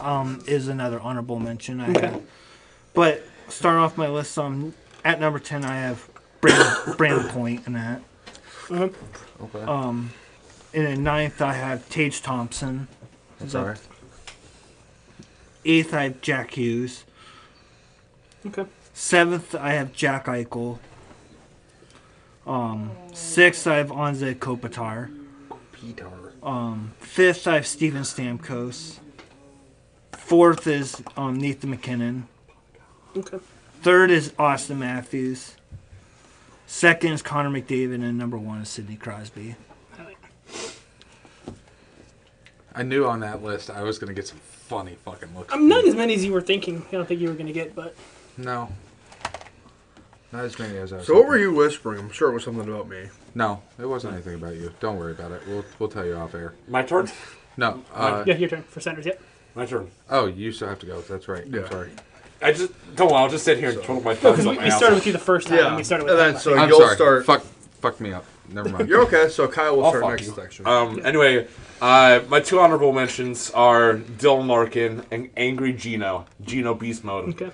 [SPEAKER 3] um is another honorable mention I have. But starting off my list, um, at number ten I have Brand, Brand Point in that. Um,
[SPEAKER 5] Okay.
[SPEAKER 3] And in ninth I have Tage Thompson.
[SPEAKER 5] That's
[SPEAKER 3] is up
[SPEAKER 5] all right.
[SPEAKER 3] Eighth, I have Jack Hughes.
[SPEAKER 4] Okay.
[SPEAKER 3] Seventh, I have Jack Eichel. Um, sixth, I have Anze Kopitar.
[SPEAKER 5] Peter.
[SPEAKER 3] Um, fifth, I have Steven Stamkos. Fourth is um, Nathan McKinnon.
[SPEAKER 4] Okay.
[SPEAKER 3] Third is Austin Matthews. Second is Connor McDavid, and number one is Sidney Crosby.
[SPEAKER 5] I knew on that list I was gonna get some funny fucking looks.
[SPEAKER 4] I'm Um, not as many as you were thinking. I don't think you were gonna get, but
[SPEAKER 5] No. Not as many as I was.
[SPEAKER 1] So what
[SPEAKER 5] hoping.
[SPEAKER 1] were you whispering? I'm sure it was something about me.
[SPEAKER 5] No, it wasn't anything about you. Don't worry about it. We'll we'll tell you off air.
[SPEAKER 2] My turn.
[SPEAKER 5] No. Uh,
[SPEAKER 4] yeah, your turn for centers. Yep.
[SPEAKER 2] My turn.
[SPEAKER 5] oh, you still have to go. That's right.
[SPEAKER 1] Yeah.
[SPEAKER 5] I'm sorry.
[SPEAKER 2] I just don't. Worry, I'll just sit here and twiddle my thumbs.
[SPEAKER 4] Because we,
[SPEAKER 2] like my
[SPEAKER 4] we started with you the first time. and we started with
[SPEAKER 1] and then
[SPEAKER 4] that.
[SPEAKER 1] so
[SPEAKER 5] I'm
[SPEAKER 1] you'll
[SPEAKER 5] sorry.
[SPEAKER 1] start.
[SPEAKER 5] Fuck, fuck me up. Never mind.
[SPEAKER 1] You're okay. So Kyle will
[SPEAKER 2] I'll
[SPEAKER 1] start
[SPEAKER 2] fuck
[SPEAKER 1] next
[SPEAKER 2] you.
[SPEAKER 1] section.
[SPEAKER 2] Um, anyway, uh, my two honorable mentions are Dylan Larkin and Angry Gino, Gino Beast Mode.
[SPEAKER 4] Okay.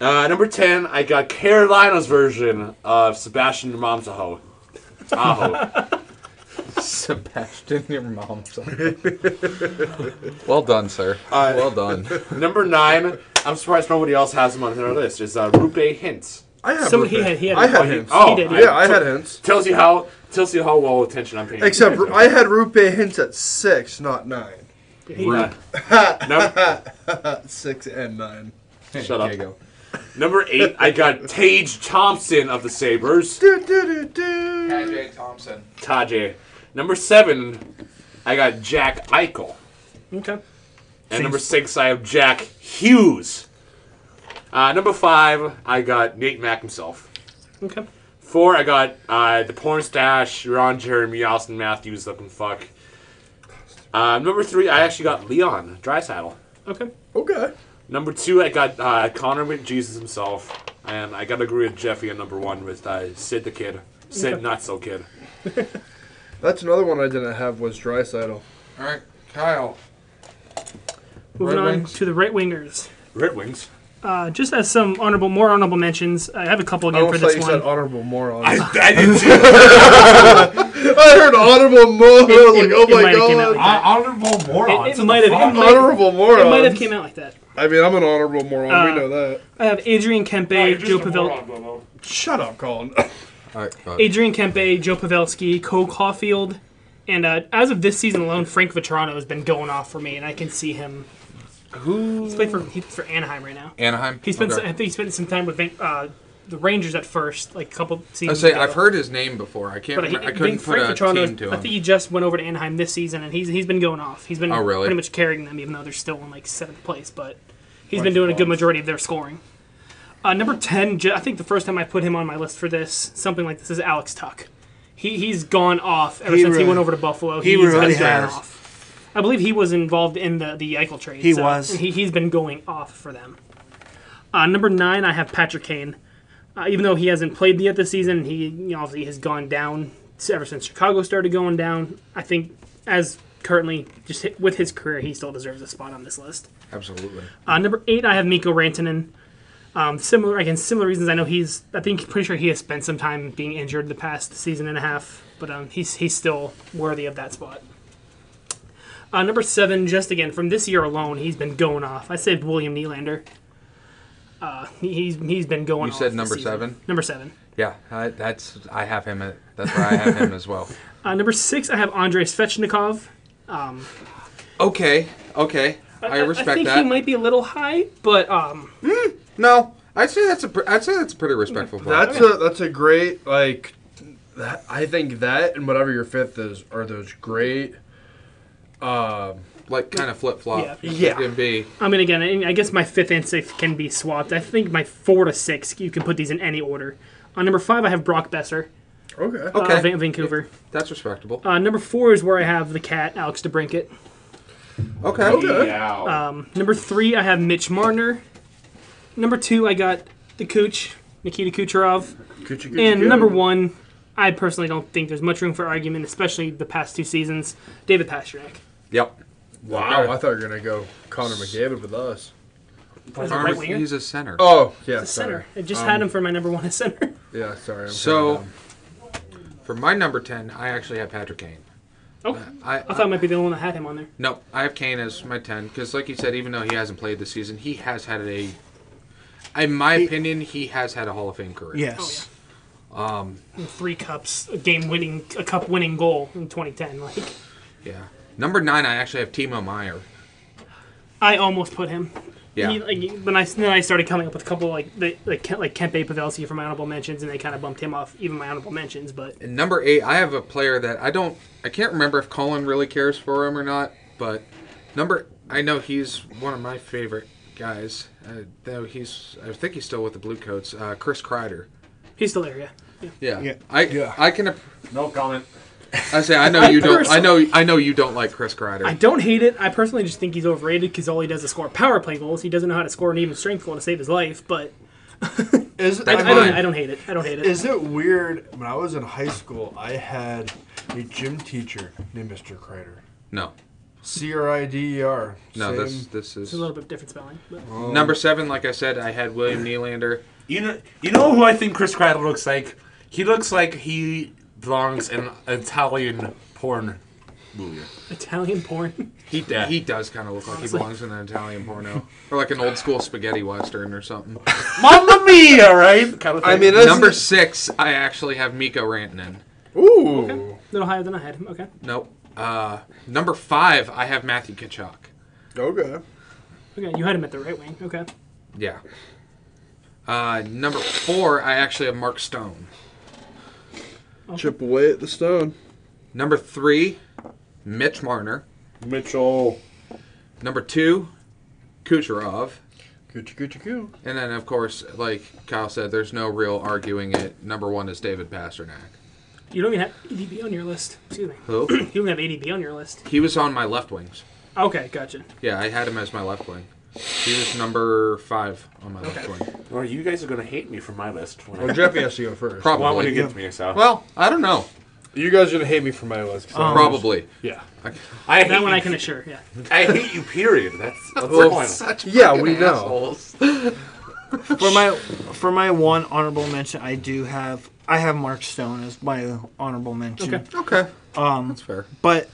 [SPEAKER 2] Uh, number 10, I got Carolina's version of Sebastian Momsaho. Aho.
[SPEAKER 5] Sebastian, your mom's. well done, sir.
[SPEAKER 2] Uh,
[SPEAKER 5] well done.
[SPEAKER 2] number 9, I'm surprised nobody else has him on their list, is uh, Rupe Hintz.
[SPEAKER 1] I have.
[SPEAKER 4] Somebody- he
[SPEAKER 1] Rupe.
[SPEAKER 4] had- he had
[SPEAKER 1] I had
[SPEAKER 4] Rupe.
[SPEAKER 1] hints.
[SPEAKER 2] Oh,
[SPEAKER 4] he did.
[SPEAKER 1] yeah, I had hints.
[SPEAKER 2] Tells you how tells you how well attention I'm paying.
[SPEAKER 1] Except
[SPEAKER 2] attention.
[SPEAKER 1] I had Rupe hints at six, not nine.
[SPEAKER 4] He-
[SPEAKER 2] Uh, num-
[SPEAKER 1] At six and nine.
[SPEAKER 2] shut
[SPEAKER 5] There you
[SPEAKER 2] up.
[SPEAKER 5] go.
[SPEAKER 2] Number 8, I got Tage Thompson of the Sabres.
[SPEAKER 1] Do, do, do, do.
[SPEAKER 5] Thompson.
[SPEAKER 2] Tajay. Number seven, I got Jack Eichel.
[SPEAKER 4] Okay.
[SPEAKER 2] And number six, I have Jack Hughes. Uh, number five, I got Nate Mack himself.
[SPEAKER 4] Okay.
[SPEAKER 2] Four, I got uh, the porn stash, Ron Jeremy, Austin Matthews, looking fuck. Uh, number three, I actually got Leon Drysaddle.
[SPEAKER 4] Okay.
[SPEAKER 1] Okay.
[SPEAKER 2] Number two, I got uh, Connor McJesus himself, and I got to agree with Jeffy on number one with uh, Sid the Kid, Sid Not So Kid.
[SPEAKER 1] That's another one I didn't have was Drysidle.
[SPEAKER 5] All right, Kyle.
[SPEAKER 4] Moving
[SPEAKER 5] Red
[SPEAKER 4] on
[SPEAKER 5] Wings?
[SPEAKER 4] to the right wingers.
[SPEAKER 2] Red Wings.
[SPEAKER 4] Uh, just as some honorable, more honorable mentions, I have a couple
[SPEAKER 1] I
[SPEAKER 4] again for
[SPEAKER 1] almost thought
[SPEAKER 4] this
[SPEAKER 1] you
[SPEAKER 4] one.
[SPEAKER 1] said honorable moron.
[SPEAKER 2] I,
[SPEAKER 1] I,
[SPEAKER 2] I did too.
[SPEAKER 1] heard honorable moron. I was
[SPEAKER 4] It-
[SPEAKER 1] like,
[SPEAKER 4] it-
[SPEAKER 1] oh
[SPEAKER 4] it
[SPEAKER 1] my
[SPEAKER 4] might have came out
[SPEAKER 1] god.
[SPEAKER 4] like-
[SPEAKER 6] honorable moron.
[SPEAKER 4] It- it might have- it might-
[SPEAKER 1] Honorable
[SPEAKER 4] it
[SPEAKER 1] moron.
[SPEAKER 4] might have came out like that.
[SPEAKER 1] I mean, I'm an honorable moron.
[SPEAKER 4] Uh,
[SPEAKER 1] we know that.
[SPEAKER 4] I have Adrian Kempe, Joe Pavel,
[SPEAKER 1] Shut up, Colin.
[SPEAKER 5] All right, bud.
[SPEAKER 4] Adrian Kempe, Joe Pavelski, Cole Caulfield, and uh, as of this season alone, Frank Vitrano has been going off for me, and I can see him. He's
[SPEAKER 5] Who?
[SPEAKER 4] played for he's for Anaheim right now.
[SPEAKER 5] Anaheim.
[SPEAKER 4] He spent I
[SPEAKER 5] Okay.
[SPEAKER 4] think he spent some time with Van- uh, the Rangers at first, like a couple
[SPEAKER 5] I
[SPEAKER 4] seasons.
[SPEAKER 5] say
[SPEAKER 4] ago.
[SPEAKER 5] I've heard his name before. I can't.
[SPEAKER 4] But I,
[SPEAKER 5] remember. I,
[SPEAKER 4] I
[SPEAKER 5] couldn't
[SPEAKER 4] think
[SPEAKER 5] put
[SPEAKER 4] Frank
[SPEAKER 5] a
[SPEAKER 4] Vitrano,
[SPEAKER 5] team to him.
[SPEAKER 4] I think he just went over to Anaheim this season, and he's he's been going off. He's been
[SPEAKER 5] Oh, really?
[SPEAKER 4] pretty much carrying them, even though they're still in like seventh place. But he's been doing a good majority of their scoring. Uh, number ten, ju- I think the first time I put him on my list for this, something like this, is Alex Tuck. He he's gone off ever
[SPEAKER 3] He
[SPEAKER 4] since he
[SPEAKER 3] really-
[SPEAKER 4] went over to Buffalo.
[SPEAKER 3] he
[SPEAKER 4] he's
[SPEAKER 3] really
[SPEAKER 4] been going
[SPEAKER 3] has.
[SPEAKER 4] off. I believe he was involved in the the Eichel trade.
[SPEAKER 3] He
[SPEAKER 4] so-
[SPEAKER 3] was.
[SPEAKER 4] and he he's been going off for them. Uh, number nine, I have Patrick Kane. Uh, even though he hasn't played yet this season, he you know, obviously has gone down s- ever since Chicago started going down. I think as currently, just hit, with his career, he still deserves a spot on this list.
[SPEAKER 5] Absolutely.
[SPEAKER 4] Uh, number eight, I have Miko Rantanen. Um, similar again, similar reasons. I know he's. I think pretty sure he has spent some time being injured the past season and a half, but um, he's he's still worthy of that spot. Uh, number seven, just again from this year alone, he's been going off. I saved William Nylander. Uh, he- he's he's been going.
[SPEAKER 5] You
[SPEAKER 4] off
[SPEAKER 5] said
[SPEAKER 4] this
[SPEAKER 5] number
[SPEAKER 4] season.
[SPEAKER 5] seven?
[SPEAKER 4] Number seven.
[SPEAKER 5] Yeah, I, that's I have him. At, that's where I have him as well.
[SPEAKER 4] Uh, number six, I have Andrei Svechnikov. Um,
[SPEAKER 5] Okay. Okay. I respect
[SPEAKER 4] I think he
[SPEAKER 5] that.
[SPEAKER 4] might be a little high, but um,
[SPEAKER 5] no, I'd say that's a. pr- I'd say that's a pretty respectful. block.
[SPEAKER 1] That's a that's a great like. That, I think that and whatever your fifth is are those great. Um,
[SPEAKER 5] like kind of flip flop.
[SPEAKER 4] Yeah.
[SPEAKER 1] Yeah.
[SPEAKER 5] Can be.
[SPEAKER 4] I mean, again, I I guess my fifth and sixth can be swapped. I think my four to six, you can put these in any order. On number five, I have Brock Besser,
[SPEAKER 1] okay.
[SPEAKER 4] uh,
[SPEAKER 5] Okay.
[SPEAKER 4] Van- Vancouver.
[SPEAKER 5] That's respectable.
[SPEAKER 4] Uh, number four is where I have the cat, Alex DeBrinket.
[SPEAKER 5] Okay.
[SPEAKER 8] Meow.
[SPEAKER 2] Uh,
[SPEAKER 4] Um, number three, I have Mitch Marner. Number two, I got the Cooch, Nikita Kucherov.
[SPEAKER 1] Could you, could
[SPEAKER 4] And number one, I personally don't think there's much room for argument, especially the past two seasons, David Pasternak.
[SPEAKER 5] Yep.
[SPEAKER 1] Wow, I thought you were gonna go Connor McDavid with us.
[SPEAKER 4] As a
[SPEAKER 5] Arm-
[SPEAKER 4] right winger.
[SPEAKER 5] he's a center.
[SPEAKER 1] Oh yeah,
[SPEAKER 4] The
[SPEAKER 1] sorry.
[SPEAKER 4] center. I just had him for my number one as center.
[SPEAKER 1] Yeah, sorry. I'm kinda
[SPEAKER 5] So,
[SPEAKER 1] dumb.
[SPEAKER 5] for my number ten, I actually have Patrick Kane.
[SPEAKER 4] Oh,
[SPEAKER 5] I,
[SPEAKER 4] I thought I might be the only one that had him on there.
[SPEAKER 5] no, I have Kane as my ten because, like you said, even though he hasn't played this season, he has had a, in my opinion, he has had a Hall of Fame career.
[SPEAKER 3] Yes.
[SPEAKER 4] Three cups, a game winning, a cup winning goal in 2010. Like
[SPEAKER 5] Yeah. Number nine, I actually have Timo Meyer.
[SPEAKER 4] I almost put him.
[SPEAKER 5] Yeah.
[SPEAKER 4] He, like, when I then I started coming up with a couple like the, like Ke- like Kempe Pavelski for my honorable mentions, and they kind of bumped him off even my honorable mentions. But
[SPEAKER 5] And number eight, I have a player that I don't, I can't remember if Colin really cares for him or not, but number, I know he's one of my favorite guys. Uh, though he's, I think he's still with the Blue Coats. Uh, Chris Kreider.
[SPEAKER 4] he's still there, yeah. yeah.
[SPEAKER 5] Yeah.
[SPEAKER 6] Yeah.
[SPEAKER 5] I
[SPEAKER 6] Yeah.
[SPEAKER 5] I can.
[SPEAKER 8] No comment.
[SPEAKER 5] I say I know you don't. I
[SPEAKER 4] personally-
[SPEAKER 5] know I know you don't like Chris Kreider.
[SPEAKER 4] I don't hate it. I personally just think he's overrated because all he does is score power play goals. He doesn't know how to score an even strength goal to save his life. But
[SPEAKER 7] Is
[SPEAKER 4] I, I
[SPEAKER 5] That's
[SPEAKER 4] don't.
[SPEAKER 5] fine.
[SPEAKER 4] I don't hate it. I don't hate it.
[SPEAKER 7] Is it weird? When I was in high school, I had a gym teacher named Mr. Kreider.
[SPEAKER 5] no,
[SPEAKER 7] C R I D E R.
[SPEAKER 5] no.
[SPEAKER 7] Same.
[SPEAKER 5] This this is
[SPEAKER 4] It's a little bit different spelling. But.
[SPEAKER 5] number seven. Like I said, I had William Nylander.
[SPEAKER 2] You know, you know who I think Chris Kreider looks like? He looks like he belongs in Italian porn movie.
[SPEAKER 4] Italian porn.
[SPEAKER 5] He
[SPEAKER 2] Yeah.
[SPEAKER 5] he does kind of look like he belongs in an Italian porno or like an old school spaghetti western or something.
[SPEAKER 2] Mamma mia, right? Kind of thing.
[SPEAKER 1] I mean, that's
[SPEAKER 5] number six, I actually have Miko Rantanen.
[SPEAKER 1] Ooh,
[SPEAKER 4] A little higher than I had him. Okay.
[SPEAKER 5] Nope. Uh, number five, I have Matthew Kachuk.
[SPEAKER 1] okay.
[SPEAKER 4] Okay. You had him at the right wing. Okay.
[SPEAKER 5] Yeah. Uh, number four, I actually have Mark Stone.
[SPEAKER 1] Chip away at the stone.
[SPEAKER 5] Number three, Mitch Marner.
[SPEAKER 8] Mitchell.
[SPEAKER 5] Number two, Kucherov.
[SPEAKER 1] Coochie coochie coo.
[SPEAKER 5] And then, of course, like Kyle said, there's no real arguing it. Number one is David Pasternak.
[SPEAKER 4] You don't even have ADB on your list. Excuse me.
[SPEAKER 5] Who?
[SPEAKER 4] You don't have ADB on your list.
[SPEAKER 5] he was on my left wings.
[SPEAKER 4] Okay. Gotcha.
[SPEAKER 5] Yeah, I had him as my left wing. He was number five on my left wing.
[SPEAKER 2] Well, you guys are gonna hate me for my list. When
[SPEAKER 1] Well,
[SPEAKER 2] I,
[SPEAKER 1] Jeffy has to go first.
[SPEAKER 5] Probably.
[SPEAKER 2] well, when you get to me, so
[SPEAKER 5] Well, I don't know.
[SPEAKER 1] You guys are gonna hate me for my list. so-
[SPEAKER 5] Um, Oh. Probably.
[SPEAKER 1] Yeah.
[SPEAKER 2] I hate
[SPEAKER 4] That one
[SPEAKER 2] you,
[SPEAKER 4] I can assure. Yeah.
[SPEAKER 2] I hate you. Period. That's that's the point.
[SPEAKER 5] Such
[SPEAKER 1] Yeah,
[SPEAKER 5] fucking
[SPEAKER 1] we know.
[SPEAKER 5] assholes.
[SPEAKER 3] For my for my one honorable mention, I do have I have Mark Stone as my honorable mention.
[SPEAKER 4] Okay.
[SPEAKER 5] Okay. Um, That's fair.
[SPEAKER 3] But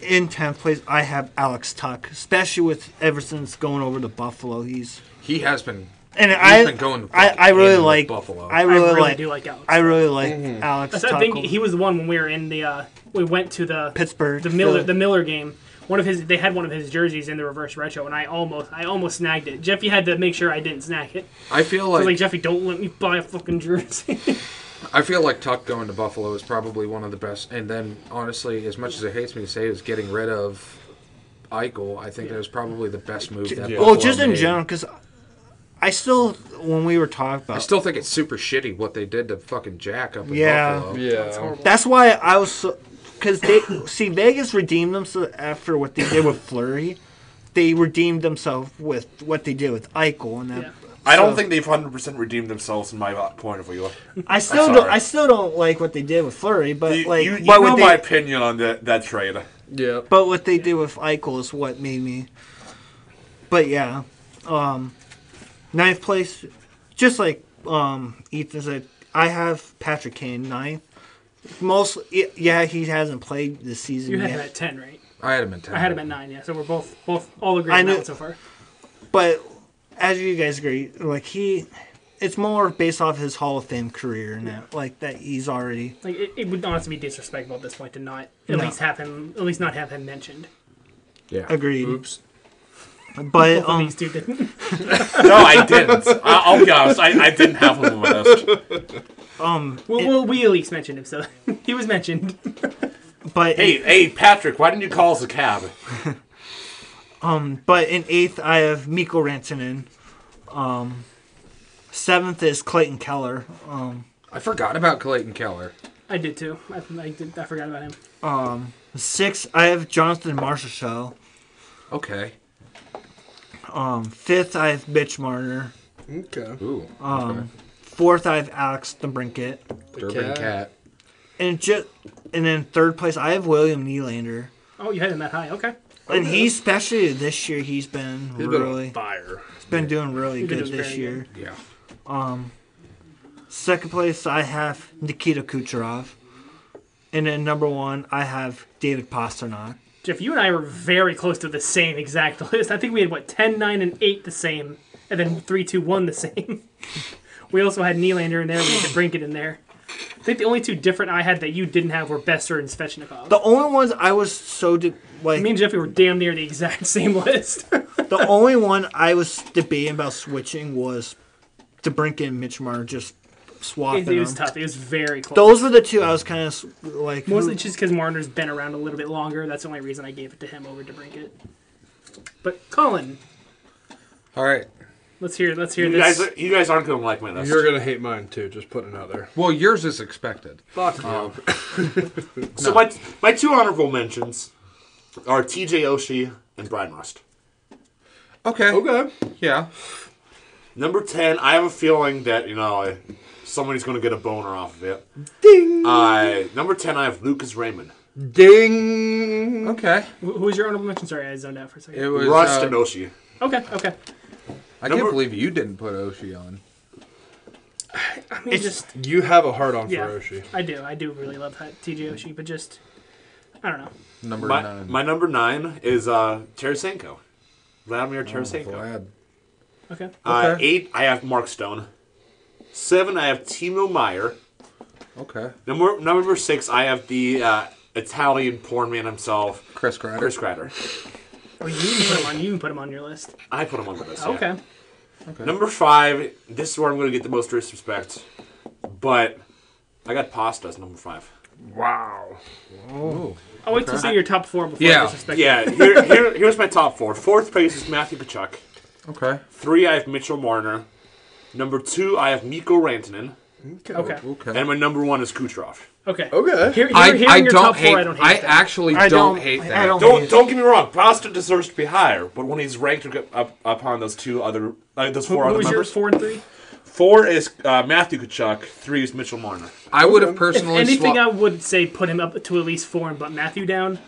[SPEAKER 3] in tenth place, I have Alex Tuck, especially with ever since going over to Buffalo. He's
[SPEAKER 5] He has been.
[SPEAKER 3] and
[SPEAKER 5] He's
[SPEAKER 3] I
[SPEAKER 5] been going
[SPEAKER 3] I, I really
[SPEAKER 5] in with
[SPEAKER 3] like
[SPEAKER 5] Buffalo. Mm-hmm.
[SPEAKER 3] I really,
[SPEAKER 4] I really
[SPEAKER 3] like
[SPEAKER 4] do like Alex
[SPEAKER 3] I really like Alex
[SPEAKER 4] So
[SPEAKER 3] Tuck.
[SPEAKER 4] I think
[SPEAKER 3] over
[SPEAKER 4] he was the one when we were in the uh, we went to the
[SPEAKER 3] Pittsburgh.
[SPEAKER 4] the Miller
[SPEAKER 3] Philly.
[SPEAKER 4] the Miller game. One of his they had one of his jerseys in the reverse retro, and I almost I almost snagged it. Jeffy had to make sure I didn't snag it.
[SPEAKER 5] I feel
[SPEAKER 4] I
[SPEAKER 5] like,
[SPEAKER 4] was like Jeffy, don't let me buy a fucking jersey.
[SPEAKER 5] I feel like Tuck going to Buffalo is probably one of the best. And then honestly, as much as it hates me to say, is getting rid of Eichel. I think that was probably the best move. That
[SPEAKER 3] Well,
[SPEAKER 5] Buffalo
[SPEAKER 3] just in
[SPEAKER 5] made.
[SPEAKER 3] general, because I still when we were talking about
[SPEAKER 5] I still think it's super shitty what they did to fucking Jack up in
[SPEAKER 3] Yeah.
[SPEAKER 5] Buffalo.
[SPEAKER 1] Yeah.
[SPEAKER 3] That's why I was so. Because they. see, Vegas redeemed themselves after what they did with Flurry. They redeemed themselves with what they did with Eichel, and that.
[SPEAKER 4] Yeah.
[SPEAKER 2] I don't
[SPEAKER 3] so-
[SPEAKER 2] think they've hundred percent redeemed themselves in my uh, point of view.
[SPEAKER 3] I still
[SPEAKER 2] I'm
[SPEAKER 3] don't.
[SPEAKER 2] sorry.
[SPEAKER 3] I still don't like what they did with Flurry, but
[SPEAKER 2] You,
[SPEAKER 3] like,
[SPEAKER 2] you, you
[SPEAKER 3] but
[SPEAKER 2] know
[SPEAKER 3] what they,
[SPEAKER 2] my opinion on that that trade.
[SPEAKER 1] Yeah.
[SPEAKER 3] but what they did with Eichel is what made me. But yeah, um, ninth place, just like um, Ethan said, I have Patrick Kane ninth. Mostly, yeah, he hasn't played this season
[SPEAKER 4] you had
[SPEAKER 3] yet.
[SPEAKER 4] him at ten, right?
[SPEAKER 5] I had him in ten.
[SPEAKER 4] I had him at nine. Yeah, so we're both both all agreeing
[SPEAKER 3] I
[SPEAKER 4] on that
[SPEAKER 3] knew-
[SPEAKER 4] one so far.
[SPEAKER 3] But as you guys agree, like he, it's more based off his Hall of Fame career and that, like that he's already.
[SPEAKER 4] Like it, it would honestly be disrespectful at this point to not at
[SPEAKER 3] No.
[SPEAKER 4] least have him at least not have him mentioned.
[SPEAKER 5] Yeah.
[SPEAKER 3] Agreed,
[SPEAKER 1] Oops.
[SPEAKER 3] but um,
[SPEAKER 4] These two didn't.
[SPEAKER 2] No, I didn't. I, I'll be honest. I, I didn't have him on my list.
[SPEAKER 4] well, well, we at least mentioned him, so he was mentioned.
[SPEAKER 3] but
[SPEAKER 2] Hey, hey, Patrick, why didn't you call us a cab?
[SPEAKER 3] but in eighth I have Mikko Rantanen. Um, seventh is Clayton Keller.
[SPEAKER 5] I forgot about Clayton Keller.
[SPEAKER 4] I did too. I, I, did, I forgot about him.
[SPEAKER 3] Sixth I have Jonathan Marshall.
[SPEAKER 5] Okay.
[SPEAKER 3] Um, fifth, I have Mitch Marner.
[SPEAKER 1] Okay.
[SPEAKER 5] Ooh.
[SPEAKER 3] Um, Fourth, I have Alex DeBrinket.
[SPEAKER 5] okay. Durban
[SPEAKER 1] cat.
[SPEAKER 5] cat.
[SPEAKER 3] And just and then third place, I have William Nylander.
[SPEAKER 4] Oh, you had him that high. Okay.
[SPEAKER 3] And he, especially this year, he's been
[SPEAKER 1] He's been
[SPEAKER 3] really
[SPEAKER 1] on fire.
[SPEAKER 3] he's been doing really
[SPEAKER 4] been
[SPEAKER 3] good
[SPEAKER 4] doing
[SPEAKER 3] this
[SPEAKER 4] very
[SPEAKER 3] year. Um,
[SPEAKER 5] Yeah.
[SPEAKER 3] Second place, I have Nikita Kucherov. And then number one, I have David Pasternak.
[SPEAKER 4] Jeff, you and I were very close to the same exact list. I think we had, what, 10, 9, and 8 the same, and then 3, 2, 1 the same. we also had Nylander in there, we had Brinket in there. I think the only two different I had that you didn't have were Besser and Svechnikov.
[SPEAKER 3] The only ones I was so de- like
[SPEAKER 4] Me and Jeffy were damn near the exact same list.
[SPEAKER 3] the only one I was debating about switching was DeBrinket and Mitch Marner just swapping
[SPEAKER 4] it, it was
[SPEAKER 3] them.
[SPEAKER 4] tough. It was very close.
[SPEAKER 3] Those were the two I was kind of like who-
[SPEAKER 4] Mostly just because Marner's been around a little bit longer. That's the only reason I gave it to him over to Brinket. But Colin,
[SPEAKER 5] All right.
[SPEAKER 4] let's hear let's hear
[SPEAKER 2] You
[SPEAKER 4] this.
[SPEAKER 2] guys, are, you guys aren't gonna like my list.
[SPEAKER 1] You're gonna hate mine too. Just putting it out there. Um,
[SPEAKER 5] Well, yours is expected.
[SPEAKER 2] Fuck you. so my my two honorable mentions are T.J. Oshie and Brian Rust.
[SPEAKER 5] Okay.
[SPEAKER 1] Okay.
[SPEAKER 5] Yeah.
[SPEAKER 2] Number ten, I have a feeling that you know I- somebody's gonna get a boner off of it.
[SPEAKER 1] Ding.
[SPEAKER 2] I number ten, I have Lucas Raymond,
[SPEAKER 1] Ding.
[SPEAKER 5] Okay.
[SPEAKER 4] Who who was your honorable mention? Sorry, I zoned out for a second.
[SPEAKER 5] It was.
[SPEAKER 2] Rust
[SPEAKER 5] uh,
[SPEAKER 2] and Oshie.
[SPEAKER 4] Okay, okay.
[SPEAKER 5] I
[SPEAKER 2] Number-
[SPEAKER 5] can't believe you didn't put Oshie on.
[SPEAKER 4] I mean, just
[SPEAKER 1] You have a heart on
[SPEAKER 4] Yeah.
[SPEAKER 1] for Oshie.
[SPEAKER 4] I do, I do really love that TJ Oshie, but just I don't know.
[SPEAKER 5] Number
[SPEAKER 2] My,
[SPEAKER 5] nine.
[SPEAKER 2] my number nine is uh, Tarasenko, Vladimir Tarasenko.
[SPEAKER 5] Vlad.
[SPEAKER 4] Okay,
[SPEAKER 2] Uh,
[SPEAKER 5] Oh, Okay.
[SPEAKER 2] eight, I have Mark Stone. Seven, I have Timo Meyer.
[SPEAKER 5] Okay.
[SPEAKER 2] Number number six, I have the uh, Italian porn man himself,
[SPEAKER 5] Chris Kreider.
[SPEAKER 2] Chris Kreider.
[SPEAKER 4] or Oh, you can put him on. You can put him on your list.
[SPEAKER 2] I put him on the list. yeah.
[SPEAKER 4] Okay,
[SPEAKER 2] Number five. This is where I'm going to get the most disrespect, but I got pasta as number five.
[SPEAKER 1] Wow.
[SPEAKER 4] I'll wait to see your top four before I
[SPEAKER 5] Yeah,
[SPEAKER 4] disrespect. you.
[SPEAKER 2] Yeah. Here, here, here's my top four. Fourth place is Matthew Kachuk.
[SPEAKER 5] Okay.
[SPEAKER 2] Three, I have Mitchell Marner. Number two, I have Miko Rantanen,
[SPEAKER 4] Okay.
[SPEAKER 5] Okay.
[SPEAKER 2] and my number one is Kucherov.
[SPEAKER 4] Okay.
[SPEAKER 1] Okay.
[SPEAKER 4] Here, here,
[SPEAKER 5] I,
[SPEAKER 4] hearing
[SPEAKER 5] I
[SPEAKER 4] your
[SPEAKER 5] don't
[SPEAKER 4] top
[SPEAKER 5] hate.
[SPEAKER 4] four, I don't hate. that.
[SPEAKER 5] actually
[SPEAKER 3] I
[SPEAKER 5] don't,
[SPEAKER 3] don't-
[SPEAKER 5] hate
[SPEAKER 3] I
[SPEAKER 5] that.
[SPEAKER 3] don't-
[SPEAKER 2] Don't don't get me wrong. Pasta deserves to be higher, but when he's ranked up, upon those two other, uh, those four
[SPEAKER 4] Who
[SPEAKER 2] other
[SPEAKER 4] was your
[SPEAKER 2] members,
[SPEAKER 4] four and three?
[SPEAKER 2] four is uh, Matthew Kachuk. Three is Mitchell Marner.
[SPEAKER 5] I would have
[SPEAKER 4] If
[SPEAKER 5] personally.
[SPEAKER 4] anything,
[SPEAKER 5] swapped-
[SPEAKER 4] I would say put him up to at least four and butt Matthew down.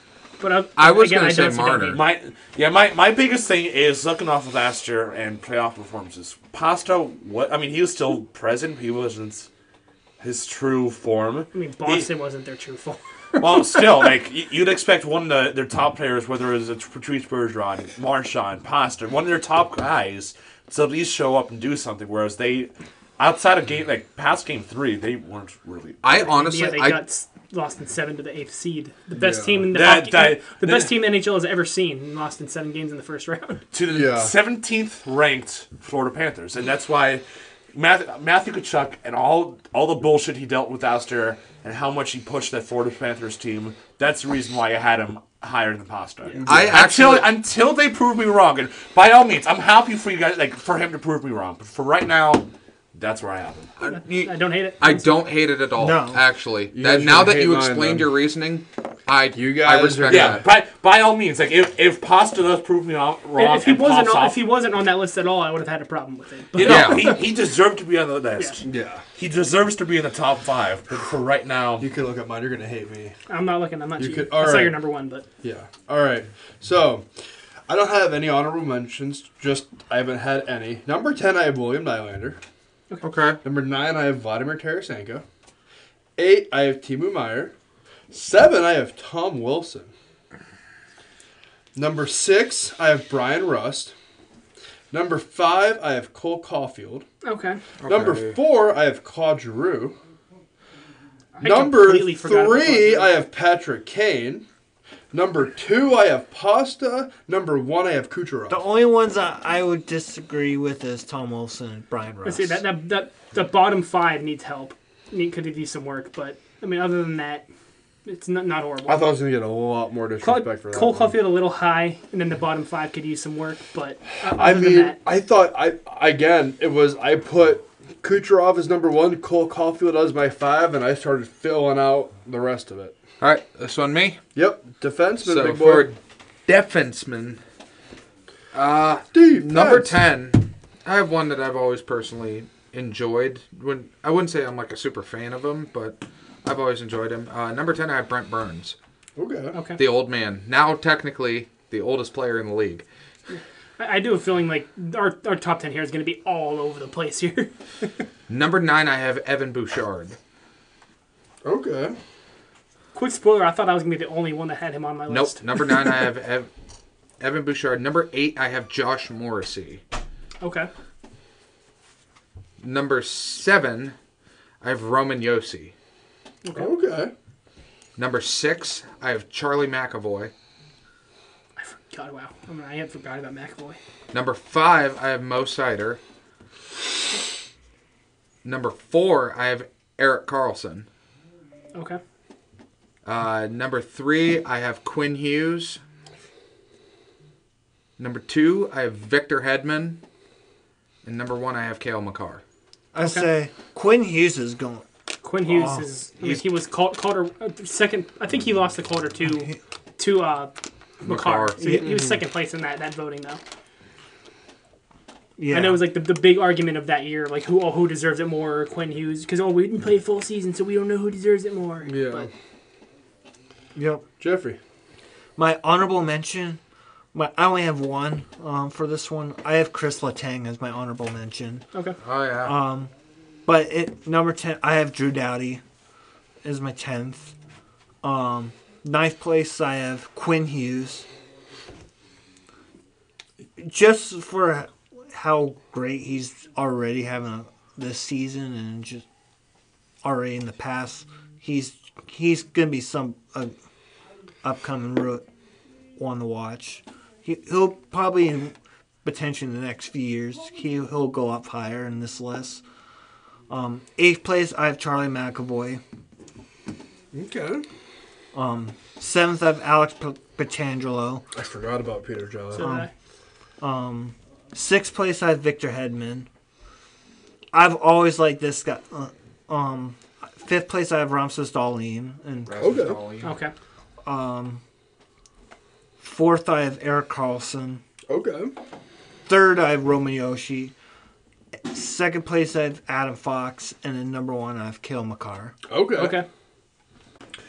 [SPEAKER 4] But I,
[SPEAKER 5] I was
[SPEAKER 4] again,
[SPEAKER 5] gonna say
[SPEAKER 4] don't see that
[SPEAKER 5] Marner.
[SPEAKER 4] need.
[SPEAKER 2] My yeah, my, my biggest thing is looking off of last year and playoff performances. Pasta, what I mean, he was still present. He wasn't his true form.
[SPEAKER 4] I mean, Boston wasn't their true form.
[SPEAKER 2] Well, still, like y- you'd expect one of the, their top players, whether it was a Patrice Bergeron, Marchand, Pasta, one of their top guys, to at least show up and do something. Whereas they, outside of game like past game three, they weren't really.
[SPEAKER 5] I honestly,
[SPEAKER 4] Yeah, they
[SPEAKER 5] I
[SPEAKER 4] got s- lost in seven to the eighth seed. The best
[SPEAKER 1] Yeah.
[SPEAKER 4] team in the
[SPEAKER 2] That-
[SPEAKER 4] hockey-
[SPEAKER 2] that-
[SPEAKER 4] the best team NHL has ever seen and lost in seven games in the first round.
[SPEAKER 2] to
[SPEAKER 1] Yeah.
[SPEAKER 2] the seventeenth ranked Florida Panthers, and that's why Matthew, Matthew Kachuk and all all the bullshit he dealt with Aster and how much he pushed that Florida Panthers team. That's the reason why I had him higher than Pasta.
[SPEAKER 5] I actually,
[SPEAKER 2] until until they prove me wrong, and by all means, I'm happy for you guys, like for him to prove me wrong. But for right now, that's where I have him.
[SPEAKER 5] you-
[SPEAKER 4] I don't hate it.
[SPEAKER 5] I don't hate it at all.
[SPEAKER 3] No.
[SPEAKER 5] Actually, that,
[SPEAKER 1] guys
[SPEAKER 5] now
[SPEAKER 1] don't
[SPEAKER 5] that
[SPEAKER 1] hate
[SPEAKER 5] you
[SPEAKER 1] mine,
[SPEAKER 5] explained
[SPEAKER 1] then.
[SPEAKER 5] your reasoning, I
[SPEAKER 1] You
[SPEAKER 5] I
[SPEAKER 1] guys
[SPEAKER 5] respect
[SPEAKER 1] are-
[SPEAKER 2] Yeah,
[SPEAKER 5] that.
[SPEAKER 2] by by all means, like if if Pasta does prove me wrong,
[SPEAKER 4] And if he
[SPEAKER 2] and
[SPEAKER 4] wasn't
[SPEAKER 2] pops
[SPEAKER 4] on,
[SPEAKER 2] off,
[SPEAKER 4] if he wasn't on that list at all, I would have had a problem with it. But
[SPEAKER 2] you know,
[SPEAKER 5] Yeah.
[SPEAKER 2] he, he deserved to be on the list.
[SPEAKER 1] Yeah.
[SPEAKER 2] He deserves to be in the top five, but for right now,
[SPEAKER 1] You can look at mine. You're gonna hate me.
[SPEAKER 4] I'm not looking. I'm not cheating.
[SPEAKER 1] could-
[SPEAKER 4] I saw
[SPEAKER 1] alright.
[SPEAKER 4] your number one, but
[SPEAKER 1] Yeah. All right. So, I don't have any honorable mentions. Just I haven't had any. Number ten, I have William Nylander.
[SPEAKER 5] Okay.
[SPEAKER 1] Number nine, I have Vladimir Tarasenko. Eight, I have Timu Meyer. Seven, I have Tom Wilson. Number six, I have Brian Rust. Number five, I have Cole Caulfield.
[SPEAKER 4] okay.
[SPEAKER 1] Number four, I have Claude Giroux. Number
[SPEAKER 4] completely forgot about Claude
[SPEAKER 1] three,
[SPEAKER 4] Giroux.
[SPEAKER 1] I have Patrick Kane. Number two, I have Pasta. Number one, I have Kucherov.
[SPEAKER 3] The only ones I, I would disagree with is Tom Wilson and Brian Ross.
[SPEAKER 4] Let's see that, that that the bottom five needs help. Need could do some work, but I mean, other than that, it's not not horrible.
[SPEAKER 1] I thought I was gonna get a lot more
[SPEAKER 4] Cla-
[SPEAKER 1] disrespect for that.
[SPEAKER 4] Cole
[SPEAKER 1] one.
[SPEAKER 4] Caulfield a little high, and then the bottom five could use some work. But uh,
[SPEAKER 1] I
[SPEAKER 4] other than
[SPEAKER 1] mean,
[SPEAKER 4] that,
[SPEAKER 1] I thought I again. It was I put Kucherov as number one, Cole Caulfield as my five, and I started filling out the rest of it.
[SPEAKER 5] All right. This one me.
[SPEAKER 1] Yep, defenseman,
[SPEAKER 5] So
[SPEAKER 1] big boy.
[SPEAKER 5] for defenseman, Uh,
[SPEAKER 1] Steve,
[SPEAKER 5] Number
[SPEAKER 1] Pence.
[SPEAKER 5] ten, I have one that I've always personally enjoyed. When I wouldn't say I'm like a super fan of him, but I've always enjoyed him. Uh, number ten, I have Brent Burns,
[SPEAKER 1] Okay.
[SPEAKER 4] Okay.
[SPEAKER 5] the old man. Now technically the oldest player in the league.
[SPEAKER 4] I, I do have a feeling like our, our top 10 here is going to be all over the place here.
[SPEAKER 5] Number nine, I have Evan Bouchard.
[SPEAKER 1] Okay.
[SPEAKER 4] Quick spoiler I thought I was going to be the only one that had him on my
[SPEAKER 5] Nope.
[SPEAKER 4] list.
[SPEAKER 5] Number nine, I have Ev- Evan Bouchard. Number eight, I have Josh Morrissey.
[SPEAKER 4] Okay.
[SPEAKER 5] Number seven, I have Roman Yossi.
[SPEAKER 1] Okay.
[SPEAKER 5] Number six, I have Charlie McAvoy.
[SPEAKER 4] I forgot. Wow. I, mean, I had forgot about McAvoy.
[SPEAKER 5] Number five, I have Mo Sider. Number four, I have Eric Carlson.
[SPEAKER 4] Okay.
[SPEAKER 5] Uh, number three, I have Quinn Hughes. Number two, I have Victor Hedman. And number one, I have Kale McCarr.
[SPEAKER 3] I say Quinn Hughes is going.
[SPEAKER 4] Quinn Hughes is. I mean, he was called Calder uh, second. I think he lost the Calder to to uh, McCarr.
[SPEAKER 5] McCarr.
[SPEAKER 4] So he, he was second place in that that voting though.
[SPEAKER 3] Yeah,
[SPEAKER 4] I know it was like the, the big argument of that year, like who oh, who deserves it more, or Quinn Hughes, because oh we didn't play full season, so we don't know who deserves it more.
[SPEAKER 1] Yeah.
[SPEAKER 4] But
[SPEAKER 3] Yep.
[SPEAKER 1] Jeffrey.
[SPEAKER 3] My honorable mention, my, I only have one um, for this one. I have Chris Letang as my honorable mention.
[SPEAKER 4] okay.
[SPEAKER 5] Oh, yeah.
[SPEAKER 3] But it number 10, I have Drew Dowdy as my 10th. Um, ninth place, I have Quinn Hughes. Just for how great he's already having this season and just already in the past, he's he's going to be some uh, upcoming real one to watch. He, he'll probably, in, potentially in the next few years, he, he'll go up higher in this list. Eighth place, I have Charlie McAvoy.
[SPEAKER 1] Okay.
[SPEAKER 3] Seventh, I have Alex P- Petrangelo.
[SPEAKER 1] I forgot about Peter John.
[SPEAKER 4] So, uh,
[SPEAKER 3] Sixth place, I have Victor Hedman. I've always liked this guy. Uh, um, fifth place, I have Ramses Dahlin. And
[SPEAKER 1] Okay.
[SPEAKER 4] okay.
[SPEAKER 3] fourth, I have Eric Carlson.
[SPEAKER 1] Okay.
[SPEAKER 3] Third, I have Roman Yoshi. Second place, I have Adam Fox. And then number one, I have Kale McCarr.
[SPEAKER 1] Okay.
[SPEAKER 4] Okay.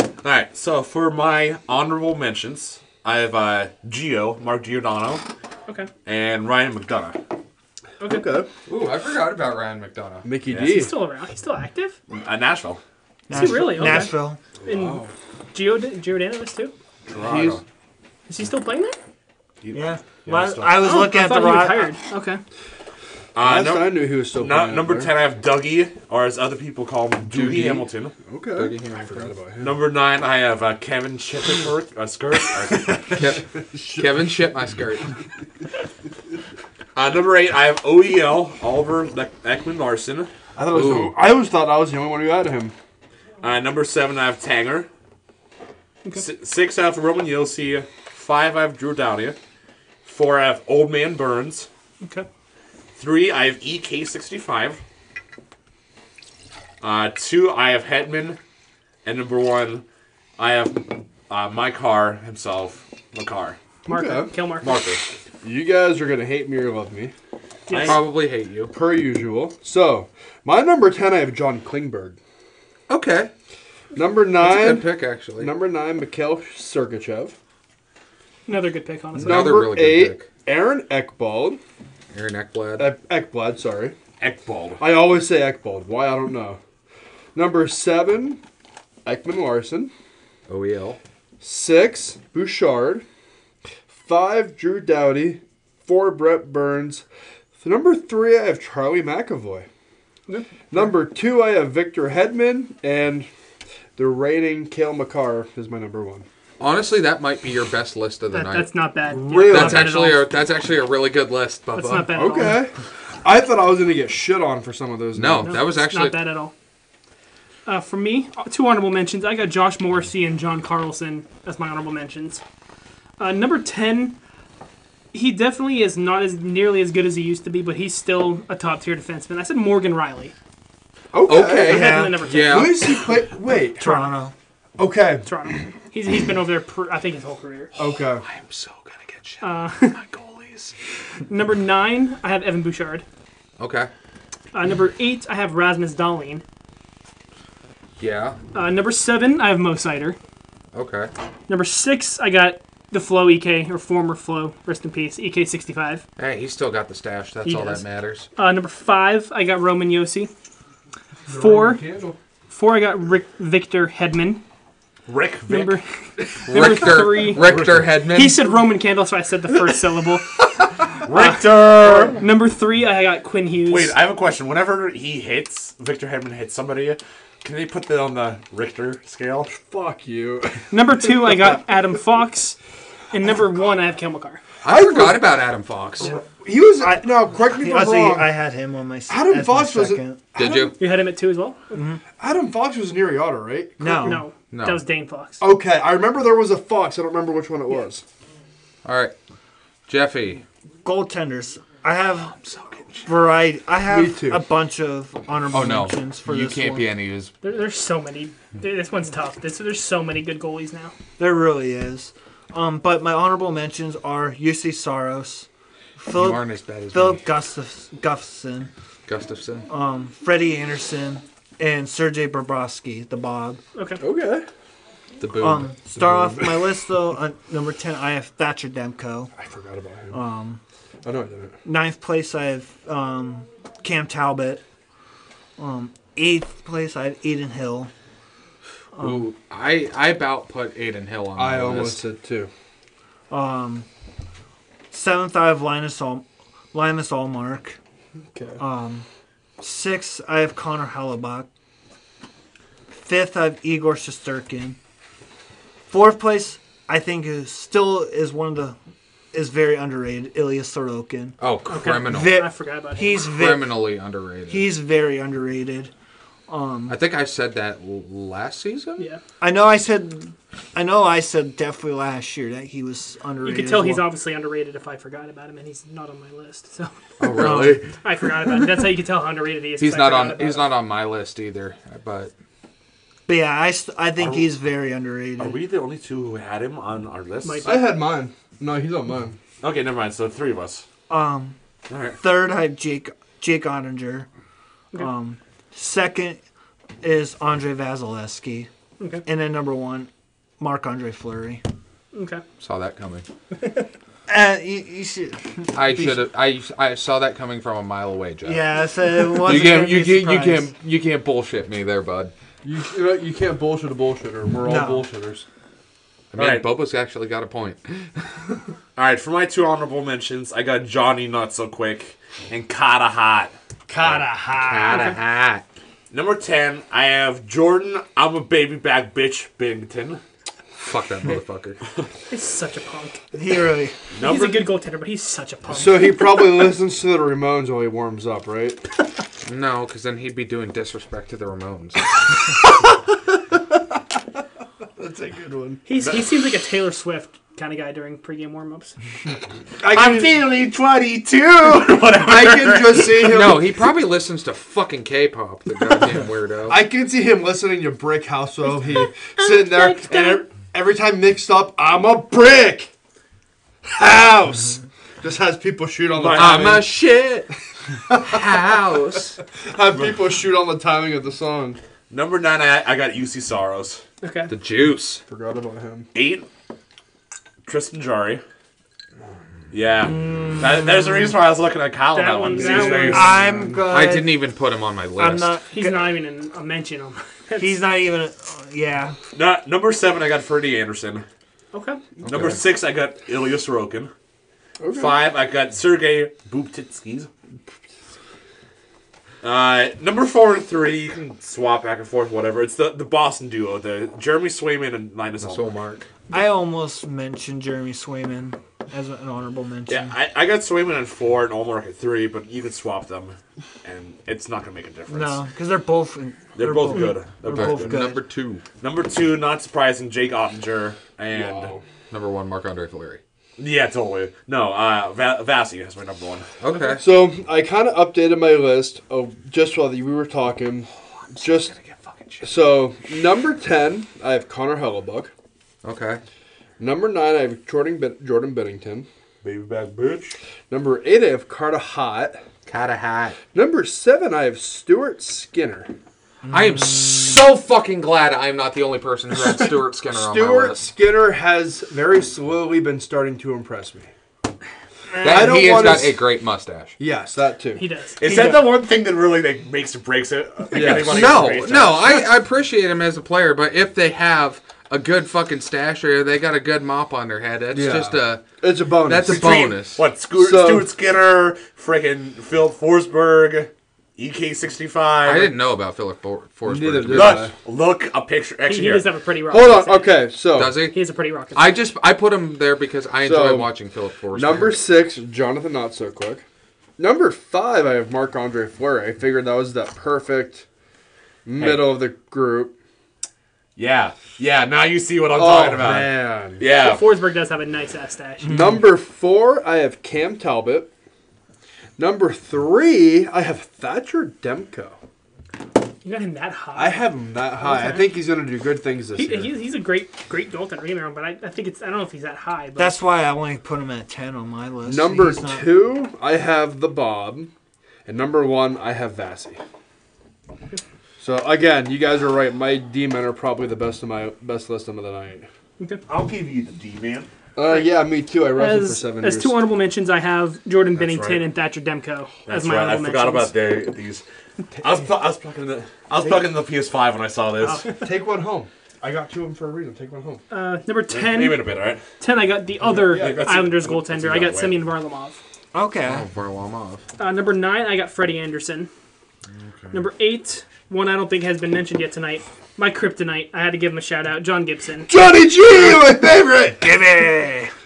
[SPEAKER 2] All right, so for my honorable mentions, I have uh, Gio, Mark Giordano,
[SPEAKER 4] Okay.
[SPEAKER 2] and Ryan McDonough.
[SPEAKER 1] Okay.
[SPEAKER 5] Ooh, I forgot about Ryan McDonough.
[SPEAKER 1] Mickey
[SPEAKER 2] Yes.
[SPEAKER 1] D.
[SPEAKER 4] He's still around. He's still active.
[SPEAKER 2] Uh, Nashville.
[SPEAKER 3] Is
[SPEAKER 4] he really? Okay.
[SPEAKER 3] Nashville.
[SPEAKER 4] And Gio Giordano is too.
[SPEAKER 2] Toronto.
[SPEAKER 4] Is he still playing there?
[SPEAKER 3] Yeah.
[SPEAKER 2] Yeah,
[SPEAKER 3] Well,
[SPEAKER 2] he's still-
[SPEAKER 3] I was
[SPEAKER 4] Oh,
[SPEAKER 3] looking
[SPEAKER 4] I
[SPEAKER 3] at
[SPEAKER 4] thought
[SPEAKER 3] the
[SPEAKER 4] he
[SPEAKER 3] roster.
[SPEAKER 4] retired. Okay.
[SPEAKER 2] Uh,
[SPEAKER 1] Last
[SPEAKER 2] num-
[SPEAKER 1] I knew he was still
[SPEAKER 2] no-
[SPEAKER 1] playing
[SPEAKER 2] number
[SPEAKER 1] out
[SPEAKER 2] 10, I have Dougie, or as other people call him, Doogie, Hamilton.
[SPEAKER 1] there. Okay. I forgot about him.
[SPEAKER 2] Number 9, I have uh, Kevin Chippenberg, uh, Skirt. Uh,
[SPEAKER 5] Kev- Kevin shit my skirt.
[SPEAKER 2] uh, number 8, I have OEL, Oliver Le- Ekman Larson.
[SPEAKER 1] I thought it was.
[SPEAKER 5] Ooh.
[SPEAKER 1] I always thought I was the only one who had him.
[SPEAKER 2] Uh, number 7, I have Tanger. Si- 6, I have Roman Yossi. 5, I have Drew Downey. 4, I have Old Man Burns.
[SPEAKER 4] Okay.
[SPEAKER 2] Three, I have E EK65. Uh, two, I have Hetman. And number one, I have uh, my car himself, Makar.
[SPEAKER 4] Marker.
[SPEAKER 1] Okay.
[SPEAKER 4] Kill Marker.
[SPEAKER 2] Marker.
[SPEAKER 1] You guys are gonna hate me or love me,
[SPEAKER 5] Probably hate you.
[SPEAKER 1] per usual. So, my number ten, I have John Klingberg.
[SPEAKER 5] Okay.
[SPEAKER 1] Number
[SPEAKER 5] That's a good
[SPEAKER 1] nine,
[SPEAKER 5] pick, actually.
[SPEAKER 1] number nine, Mikhail Sergachev.
[SPEAKER 4] Another good pick, honestly.
[SPEAKER 5] Another
[SPEAKER 1] Number
[SPEAKER 5] really good
[SPEAKER 1] eight,
[SPEAKER 5] pick.
[SPEAKER 1] Aaron Eckbald.
[SPEAKER 5] Aaron Eckblad.
[SPEAKER 1] Ek- Ekblad, sorry.
[SPEAKER 2] Ekbald.
[SPEAKER 1] I always say Ekbald. Why I don't know. Number seven, Ekman Larson.
[SPEAKER 5] OEL.
[SPEAKER 1] Six, Bouchard. Five, Drew Doughty. Four, Brett Burns. Number three, I have Charlie McAvoy. Number two, I have Victor Hedman. And the reigning Kale McCarr is my number one.
[SPEAKER 5] Honestly, that might be your best list of the
[SPEAKER 4] That,
[SPEAKER 5] night.
[SPEAKER 4] that's not bad. Yeah,
[SPEAKER 1] Really?
[SPEAKER 4] not
[SPEAKER 5] That's
[SPEAKER 4] bad at
[SPEAKER 5] actually
[SPEAKER 4] all.
[SPEAKER 5] a that's actually a really good list, Bubba.
[SPEAKER 4] That's not bad. At All.
[SPEAKER 1] Okay. I thought I was going to get shit on for some of those.
[SPEAKER 5] No,
[SPEAKER 1] names.
[SPEAKER 5] that was
[SPEAKER 4] it's
[SPEAKER 5] actually
[SPEAKER 4] not bad at all. Uh, for me, uh, two honorable mentions. I got Josh Morrissey and John Carlson as my honorable mentions. Uh, number ten, he definitely is not as nearly as good as he used to be, but he's still a top tier defenseman. I said Morgan Riley.
[SPEAKER 1] Okay.
[SPEAKER 5] Okay.
[SPEAKER 4] Had him at number 10.
[SPEAKER 5] Yeah.
[SPEAKER 1] Who is he play? Wait.
[SPEAKER 3] Toronto.
[SPEAKER 1] Okay.
[SPEAKER 4] Toronto. He's, he's been over there, per, I think, his whole career.
[SPEAKER 1] Okay.
[SPEAKER 5] I'm so gonna get shit.
[SPEAKER 4] Uh,
[SPEAKER 5] my goalie
[SPEAKER 2] Jeez.
[SPEAKER 4] Number nine, I have Evan Bouchard.
[SPEAKER 5] Okay.
[SPEAKER 4] Uh, number eight, I have Rasmus Dahlin.
[SPEAKER 5] Yeah.
[SPEAKER 4] Uh, number seven, I have Mo Sider.
[SPEAKER 5] Okay.
[SPEAKER 4] Number six, I got the Flow EK or former Flow, rest in peace, E EK65.
[SPEAKER 5] Hey, he's still got the stash. That's
[SPEAKER 4] He
[SPEAKER 5] all
[SPEAKER 4] does.
[SPEAKER 5] that matters.
[SPEAKER 4] Uh, number five, I got Roman Yossi. Four, four, I got Rick Victor Hedman.
[SPEAKER 2] Rick Vic.
[SPEAKER 4] Number,
[SPEAKER 5] Richter,
[SPEAKER 4] three.
[SPEAKER 5] Richter Hedman.
[SPEAKER 4] he said Roman Candle, so I said the first syllable.
[SPEAKER 2] Richter.
[SPEAKER 4] Number three, I got Quinn Hughes.
[SPEAKER 2] Wait, I have a question. Whenever he hits Victor Hedman hits somebody, can they put that on the Richter scale?
[SPEAKER 1] Fuck you.
[SPEAKER 4] number two, I got Adam Fox, and number one, I have Kelmakar.
[SPEAKER 5] I forgot about Adam Fox.
[SPEAKER 1] He was. no, correct me if I'm
[SPEAKER 3] Honestly,
[SPEAKER 1] wrong.
[SPEAKER 3] I had him on my. s-
[SPEAKER 1] Adam
[SPEAKER 3] as my
[SPEAKER 1] Voss was a-
[SPEAKER 3] second.
[SPEAKER 5] Did you?
[SPEAKER 4] You had him at two as well.
[SPEAKER 1] Adam Fox was near Yotta, right?
[SPEAKER 3] No,
[SPEAKER 4] No,
[SPEAKER 5] No.
[SPEAKER 4] that was Dane Fox.
[SPEAKER 1] Okay, I remember there was a Fox. I don't remember which one it was.
[SPEAKER 5] All right. Jeffy.
[SPEAKER 3] goaltenders. I
[SPEAKER 1] Oh,
[SPEAKER 3] have variety. I have
[SPEAKER 1] Me too.
[SPEAKER 3] a bunch of honorable
[SPEAKER 5] Oh no,
[SPEAKER 3] mentions for
[SPEAKER 5] you
[SPEAKER 3] this
[SPEAKER 5] can't
[SPEAKER 3] one.
[SPEAKER 5] be any use.
[SPEAKER 4] There, there's so many. There- This one's tough. This, there's so many good goalies now.
[SPEAKER 3] There really is. Um, but my honorable mentions are UC Soros,
[SPEAKER 5] You
[SPEAKER 3] Philip,
[SPEAKER 5] aren't as bad as
[SPEAKER 3] Philip
[SPEAKER 5] me.
[SPEAKER 3] Gustaf- Gustafson,
[SPEAKER 5] Gustafson.
[SPEAKER 3] um, Freddie Anderson, and Sergei Bobrovsky, the Bob.
[SPEAKER 4] Okay.
[SPEAKER 1] Okay.
[SPEAKER 5] the boom.
[SPEAKER 3] Um, start off my list though. On number ten, I have Thatcher Demko.
[SPEAKER 1] I forgot about him. Um, I know I didn't.
[SPEAKER 3] Ninth place, I have um, Cam Talbot. Um, eighth place, I have Aiden Hill.
[SPEAKER 5] Ooh, I I about put Aiden Hill on.
[SPEAKER 1] I
[SPEAKER 5] my
[SPEAKER 1] almost said
[SPEAKER 5] list.
[SPEAKER 1] two.
[SPEAKER 3] Seventh, I have Linus All Linus Allmark.
[SPEAKER 1] Okay.
[SPEAKER 3] Sixth, I have Connor Hellebuck. Fifth, I have Igor Shesterkin. Fourth place, I think is still is one of the is very underrated. Ilya Sorokin.
[SPEAKER 5] Oh, criminal.
[SPEAKER 3] Ve-
[SPEAKER 4] I forgot about him.
[SPEAKER 3] he's ve-
[SPEAKER 5] Criminally underrated.
[SPEAKER 3] he's very underrated.
[SPEAKER 5] I think I said that l- last season.
[SPEAKER 4] Yeah.
[SPEAKER 3] I know I said, I know I said definitely last year that he was
[SPEAKER 4] You
[SPEAKER 3] underrated.
[SPEAKER 4] could tell
[SPEAKER 3] as
[SPEAKER 4] he's
[SPEAKER 3] well.
[SPEAKER 4] obviously underrated if I forgot about him, and he's not on my list. So Um,
[SPEAKER 5] Oh, really?
[SPEAKER 4] I forgot about him. That's how you can tell how underrated he is. 'cause
[SPEAKER 5] he's
[SPEAKER 4] I
[SPEAKER 5] not
[SPEAKER 4] forgot
[SPEAKER 5] on.
[SPEAKER 4] about
[SPEAKER 5] He's
[SPEAKER 4] him.
[SPEAKER 5] not on my list either. But
[SPEAKER 3] But yeah, I, st- I think he's very underrated.
[SPEAKER 2] Are we the only two who had him on our list?
[SPEAKER 4] Mm-hmm. Might be.
[SPEAKER 1] I had mine. No, he's on mine.
[SPEAKER 2] Okay, never mind. So three of us.
[SPEAKER 3] um,
[SPEAKER 2] All right.
[SPEAKER 3] third, I have Jake Jake Ottinger. Um, second is Andre Vasilevsky,
[SPEAKER 4] Okay.
[SPEAKER 3] and then number one, Marc Andre Fleury.
[SPEAKER 4] Okay.
[SPEAKER 5] saw that coming.
[SPEAKER 3] Uh, you, you should,
[SPEAKER 5] I should have. I I saw that coming from a mile away, Jeff.
[SPEAKER 3] yeah. So it wasn't
[SPEAKER 5] You can't.
[SPEAKER 3] gonna
[SPEAKER 5] You
[SPEAKER 3] be a
[SPEAKER 5] can't. You
[SPEAKER 3] surprise.
[SPEAKER 5] can't. You can't bullshit me there, bud.
[SPEAKER 1] You you can't bullshit a bullshitter. We're all
[SPEAKER 3] No.
[SPEAKER 1] bullshitters.
[SPEAKER 5] I mean,
[SPEAKER 2] Alright.
[SPEAKER 5] Bobo's actually got a point.
[SPEAKER 2] All right. For my two honorable mentions, I got Johnny Not So Quick and Kata Hot.
[SPEAKER 3] Kata hot.
[SPEAKER 5] Out of hat.
[SPEAKER 2] Number ten, I have Jordan. I'm a baby back bitch, Bington.
[SPEAKER 5] Fuck that motherfucker.
[SPEAKER 4] He's such a punk.
[SPEAKER 3] He really.
[SPEAKER 4] He's
[SPEAKER 2] Number
[SPEAKER 4] a good goaltender, but he's such a punk.
[SPEAKER 1] So he probably listens to the Ramones while he warms up, right?
[SPEAKER 5] No, because then he'd be doing disrespect to the Ramones.
[SPEAKER 1] That's a good one.
[SPEAKER 4] he's, he seems like a Taylor Swift kind of guy during pregame warm-ups.
[SPEAKER 1] I can,
[SPEAKER 2] feeling 22.
[SPEAKER 1] I can just see him.
[SPEAKER 5] no, he probably listens to fucking K-pop. The goddamn weirdo.
[SPEAKER 1] I can see him listening to Brick House while he sitting there, and ev- every time mixed up, I'm a brick house. Just has people shoot on the
[SPEAKER 5] I'm
[SPEAKER 1] timing.
[SPEAKER 5] a Ah, shit house.
[SPEAKER 1] have people shoot on the timing of the song.
[SPEAKER 2] Number nine, I, I got UC Soros.
[SPEAKER 4] Okay.
[SPEAKER 5] The juice.
[SPEAKER 1] Forgot about him.
[SPEAKER 2] Eight, Tristan Jari. Yeah, that, there's a reason why I was looking at Kyle on
[SPEAKER 4] That
[SPEAKER 2] that one.
[SPEAKER 4] one-
[SPEAKER 2] because
[SPEAKER 4] that
[SPEAKER 2] he's very-
[SPEAKER 4] one-
[SPEAKER 3] I'm good.
[SPEAKER 5] I didn't even put him on my list.
[SPEAKER 3] I'm not.
[SPEAKER 4] He's not even in a mention on.
[SPEAKER 3] He's not even. a- yeah.
[SPEAKER 2] Na- number seven, I got Freddie Anderson.
[SPEAKER 4] okay.
[SPEAKER 2] Number six, I got Ilya Sorokin. Five, I got Sergei Bubtitskis. Uh, number four and three, you can swap back and forth, whatever. It's the, the Boston duo, the Jeremy Swayman and Linus
[SPEAKER 5] So
[SPEAKER 2] Ullmark.
[SPEAKER 5] Mark.
[SPEAKER 3] I almost mentioned Jeremy Swayman as an honorable mention.
[SPEAKER 2] Yeah, I, I got Swayman at four and Olmark at three, but you can swap them, and it's not gonna make a difference.
[SPEAKER 3] no, because they're both. They're,
[SPEAKER 2] They're, both, good. They're both
[SPEAKER 3] They're both
[SPEAKER 2] good.
[SPEAKER 3] good.
[SPEAKER 5] Number two.
[SPEAKER 2] Number two, not surprising, Jake Ottinger and
[SPEAKER 5] Number one, Mark Andre Fleury.
[SPEAKER 2] yeah, totally. No, uh, Va- Vasi is my number one.
[SPEAKER 5] Okay.
[SPEAKER 1] So I kind of updated my list of just while we were talking. just so number ten, I have Connor Hellebuck.
[SPEAKER 5] Okay.
[SPEAKER 1] Number nine, I have Jordan Ben- Jordan Bennington.
[SPEAKER 6] Baby back bitch.
[SPEAKER 1] Number eight, I have Carter Hot.
[SPEAKER 5] Got a hat.
[SPEAKER 1] Number seven, I have Stuart Skinner.
[SPEAKER 5] I am so fucking glad I'm not the only person who had Stuart Skinner on my
[SPEAKER 1] Stuart
[SPEAKER 5] list.
[SPEAKER 1] Skinner has very slowly been starting to impress me.
[SPEAKER 5] That,
[SPEAKER 1] I don't
[SPEAKER 5] he has
[SPEAKER 1] wanna
[SPEAKER 5] got
[SPEAKER 1] s-
[SPEAKER 5] a great mustache.
[SPEAKER 1] Yes, that too.
[SPEAKER 4] He does.
[SPEAKER 8] Is
[SPEAKER 4] He
[SPEAKER 8] that
[SPEAKER 4] does.
[SPEAKER 8] the one thing that really like, makes or breaks it?
[SPEAKER 1] Yes.
[SPEAKER 8] Anyone who
[SPEAKER 5] No,
[SPEAKER 8] raised
[SPEAKER 5] no, I, I appreciate him as a player, but if they have a good fucking stash or they got a good mop on their head, that's
[SPEAKER 1] Yeah.
[SPEAKER 5] just uh, a
[SPEAKER 1] It's a bonus.
[SPEAKER 5] that's a
[SPEAKER 8] between,
[SPEAKER 5] bonus.
[SPEAKER 8] What? Scoot,
[SPEAKER 1] So-
[SPEAKER 8] Stuart Skinner, freaking Phil Forsberg, E EK65.
[SPEAKER 5] I didn't know about Philip For- Forsberg.
[SPEAKER 1] Neither
[SPEAKER 5] to
[SPEAKER 1] did
[SPEAKER 5] be
[SPEAKER 1] I.
[SPEAKER 5] honest.
[SPEAKER 8] Look, look a picture.
[SPEAKER 4] He,
[SPEAKER 8] Actually,
[SPEAKER 4] he
[SPEAKER 8] here.
[SPEAKER 4] does have a pretty rock.
[SPEAKER 1] Hold
[SPEAKER 4] accent.
[SPEAKER 1] on. Okay, so
[SPEAKER 5] Does he?
[SPEAKER 4] He has a pretty rock.
[SPEAKER 5] I just I put him there because I enjoy
[SPEAKER 1] So,
[SPEAKER 5] watching Philip Forsberg.
[SPEAKER 1] number six, Jonathan not so quick. Number five, I have Marc Andre Fleury. I figured that was the perfect middle of the group.
[SPEAKER 8] yeah, yeah. Now you see what I'm
[SPEAKER 1] Oh
[SPEAKER 8] talking about.
[SPEAKER 1] man.
[SPEAKER 8] Yeah,
[SPEAKER 4] Forsberg does have a nice ass stash.
[SPEAKER 8] Mm-hmm.
[SPEAKER 1] Number four, I have Cam Talbot. Number three, I have Thatcher Demko.
[SPEAKER 4] You got him that high.
[SPEAKER 1] I have him that high. I think he's going to do good things this
[SPEAKER 4] He,
[SPEAKER 1] year.
[SPEAKER 4] he's, he's a great, great goaltender. Don't get me wrong, but I, I think it's. I don't know if he's that high. But
[SPEAKER 3] That's why I only put him at ten on my list.
[SPEAKER 1] Number
[SPEAKER 3] He's not-
[SPEAKER 1] two, I have the Bob, and number one, I have Vasi. So again, you guys are right. My D men are probably the best of my best list of the night.
[SPEAKER 6] I'll give you the D man.
[SPEAKER 1] Uh, yeah, me too. I wrestled for
[SPEAKER 4] as,
[SPEAKER 1] seven
[SPEAKER 4] as
[SPEAKER 1] years.
[SPEAKER 4] two honorable mentions, I have Jordan Bennington
[SPEAKER 8] right.
[SPEAKER 4] and Thatcher Demko as
[SPEAKER 8] that's
[SPEAKER 4] my
[SPEAKER 8] right. I
[SPEAKER 4] honorable
[SPEAKER 8] forgot about
[SPEAKER 4] mentions.
[SPEAKER 8] the, these. I was, pl- I was plugging the. I was plugging the PS5 when I saw
[SPEAKER 4] Oh,
[SPEAKER 8] this.
[SPEAKER 1] Take one home. I got two of them for a reason. Take one home.
[SPEAKER 4] Uh, number 10,
[SPEAKER 8] Leave it a bit, all right?
[SPEAKER 4] 10, I got the other
[SPEAKER 8] that's it.
[SPEAKER 4] Islanders
[SPEAKER 8] That's
[SPEAKER 4] goaltender.
[SPEAKER 8] another
[SPEAKER 4] I got
[SPEAKER 8] way.
[SPEAKER 4] Semyon Varlamov.
[SPEAKER 3] Okay.
[SPEAKER 5] Varlamov.
[SPEAKER 4] Uh, number nine, I got Freddie Anderson. Number eight, one I don't think has been mentioned yet tonight. My kryptonite. I had to give him a shout out. John Gibson.
[SPEAKER 1] Johnny G, my favorite.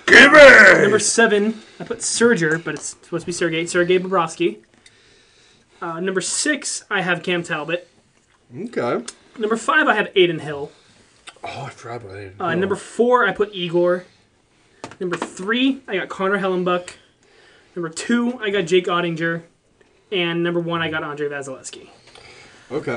[SPEAKER 4] Number seven, I put Serger, but it's supposed to be Sergei. Sergei Bobrovsky. Uh, number six, I have Cam Talbot.
[SPEAKER 1] Okay.
[SPEAKER 4] Number five, I have Aiden Hill.
[SPEAKER 1] Oh, I forgot about it.
[SPEAKER 4] Uh, Number four, I put Igor. Number three, I got Connor Hellenbuck. Number two, I got Jake Ottinger. And number one, I got Andre Vasilevsky.
[SPEAKER 1] Okay.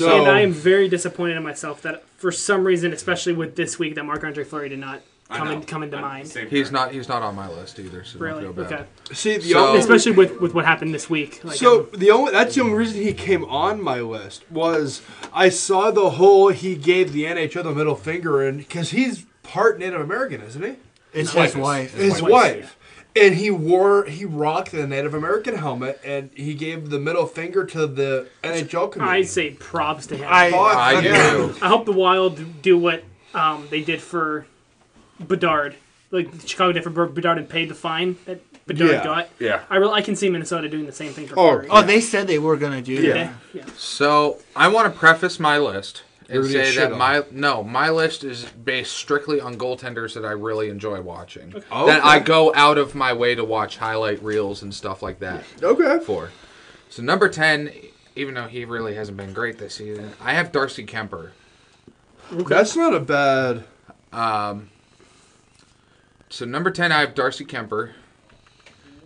[SPEAKER 4] and I am
[SPEAKER 1] So
[SPEAKER 4] very disappointed in myself that for some reason, especially with this week, that Marc Andre Fleury did not come, in, come into mind.
[SPEAKER 5] He's not he's not on my list either, so
[SPEAKER 4] Really?
[SPEAKER 5] don't feel bad.
[SPEAKER 4] Okay.
[SPEAKER 1] see the
[SPEAKER 5] So-
[SPEAKER 1] only
[SPEAKER 4] Especially with, with what happened this week. Like,
[SPEAKER 1] So the only that's the only reason he came on my list was I saw the whole he gave the NHL the middle finger and because he's part Native American, isn't he?
[SPEAKER 3] It's
[SPEAKER 8] No.
[SPEAKER 3] his wife.
[SPEAKER 1] His wife. And he wore he rocked the Native American helmet and he gave the middle finger to the NHL
[SPEAKER 4] I'm, I
[SPEAKER 1] community.
[SPEAKER 4] say props to him.
[SPEAKER 3] I-
[SPEAKER 1] Fuck
[SPEAKER 5] I oh,
[SPEAKER 1] yeah.
[SPEAKER 5] do.
[SPEAKER 4] I hope the Wild do what um, they did for Bedard. Like Chicago did for Ber- Bedard and paid the fine that Bedard
[SPEAKER 1] Yeah.
[SPEAKER 4] got.
[SPEAKER 8] Yeah.
[SPEAKER 4] I really I can see Minnesota doing the same thing for
[SPEAKER 1] Oh,
[SPEAKER 4] Fleury.
[SPEAKER 3] Oh, they said they were gonna do
[SPEAKER 1] Yeah.
[SPEAKER 3] that.
[SPEAKER 4] yeah.
[SPEAKER 5] So I want to preface my list and
[SPEAKER 1] You're gonna get
[SPEAKER 5] say
[SPEAKER 1] shit
[SPEAKER 5] that
[SPEAKER 1] on.
[SPEAKER 5] my no, my list is based strictly on goaltenders that I really enjoy watching.
[SPEAKER 1] Okay.
[SPEAKER 5] That I go out of my way to watch highlight reels and stuff like that
[SPEAKER 1] Okay.
[SPEAKER 5] for. So number ten, even though he really hasn't been great this season, I have Darcy Kemper.
[SPEAKER 1] That's not a bad
[SPEAKER 5] So number ten, I have Darcy Kemper.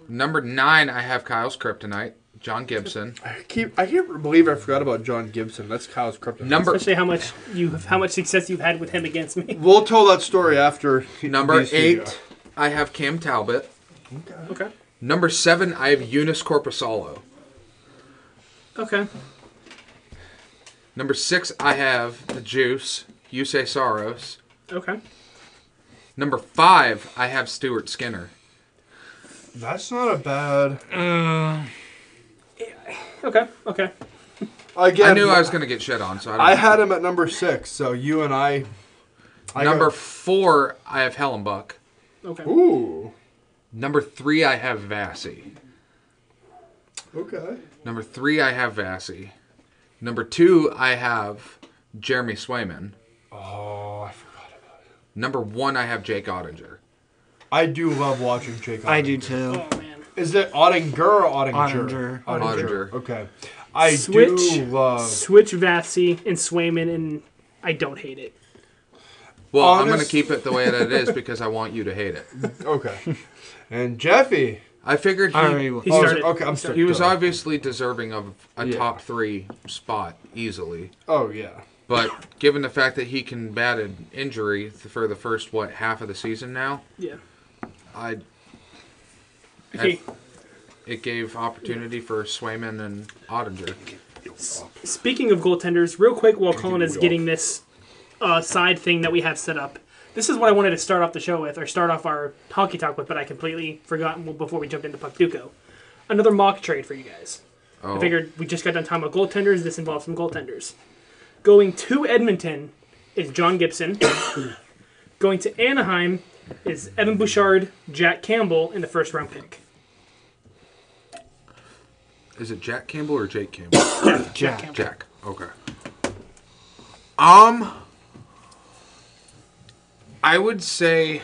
[SPEAKER 5] Number nine, I have Kyle's Kryptonite, John Gibson.
[SPEAKER 1] I keep I can't believe I forgot about John Gibson. That's Kyle's kryptonite.
[SPEAKER 5] Number
[SPEAKER 4] Especially how much you have, how much success you've had with him against me.
[SPEAKER 1] We'll tell that story after
[SPEAKER 5] number
[SPEAKER 1] these two go.
[SPEAKER 5] eight, I have Cam Talbot.
[SPEAKER 4] Okay.
[SPEAKER 5] Number seven, I have Eunice Corposalo.
[SPEAKER 4] Okay.
[SPEAKER 5] Number six, I have the Juice, Yusei Saros.
[SPEAKER 4] Okay.
[SPEAKER 5] Number five, I have Stuart Skinner.
[SPEAKER 1] That's not a bad
[SPEAKER 4] Okay. Okay.
[SPEAKER 1] Again,
[SPEAKER 5] I knew I was going to get shit on, so I, don't
[SPEAKER 1] I had him at number six, so you and I. I
[SPEAKER 5] Number
[SPEAKER 1] Got,
[SPEAKER 5] four, I have Helen Buck.
[SPEAKER 4] Okay.
[SPEAKER 1] ooh.
[SPEAKER 5] Number three, I have Vassy.
[SPEAKER 1] Okay.
[SPEAKER 5] Number three, I have Vassy. Number two, I have Jeremy Swayman.
[SPEAKER 1] Oh, I forgot about it.
[SPEAKER 5] Number one, I have Jake Ottinger.
[SPEAKER 1] I do love watching Jake. Ottinger.
[SPEAKER 3] I do too.
[SPEAKER 4] Oh man.
[SPEAKER 1] Is it Ottinger or Ottinger?
[SPEAKER 3] Ottinger.
[SPEAKER 5] Ottinger.
[SPEAKER 1] Okay. I
[SPEAKER 4] Switch.
[SPEAKER 1] do love.
[SPEAKER 4] Switch Vassy and Swayman and I don't hate it.
[SPEAKER 5] Well, I'm going to
[SPEAKER 1] Honest-
[SPEAKER 5] keep it the way that it is because I want you to hate it.
[SPEAKER 1] Okay. and Jeffy.
[SPEAKER 5] I figured he,
[SPEAKER 3] I already
[SPEAKER 4] He
[SPEAKER 1] Oh,
[SPEAKER 4] started.
[SPEAKER 1] okay, I'm
[SPEAKER 5] he
[SPEAKER 1] sorry.
[SPEAKER 5] was obviously deserving of a
[SPEAKER 1] Yeah.
[SPEAKER 5] top three spot easily.
[SPEAKER 1] Oh yeah.
[SPEAKER 5] But given the fact that he combated injury th- for the first what half of the season now,
[SPEAKER 4] Yeah.
[SPEAKER 5] I
[SPEAKER 4] Okay.
[SPEAKER 5] It gave opportunity for Swayman and Ottinger.
[SPEAKER 4] Speaking of goaltenders, real quick while Colin is getting this uh, side thing that we have set up, this is what I wanted to start off the show with, or start off our hockey talk with, but I completely forgot before we jumped into Puck Duco. Another mock trade for you guys. I figured we just got done talking about goaltenders. This involves some goaltenders. Going to Edmonton is John Gibson. Going to Anaheim is Evan Bouchard, Jack Campbell, and the first round pick.
[SPEAKER 5] Is it Jack Campbell or Jake Campbell?
[SPEAKER 3] Jack.
[SPEAKER 5] Jack. Okay. Um, I would say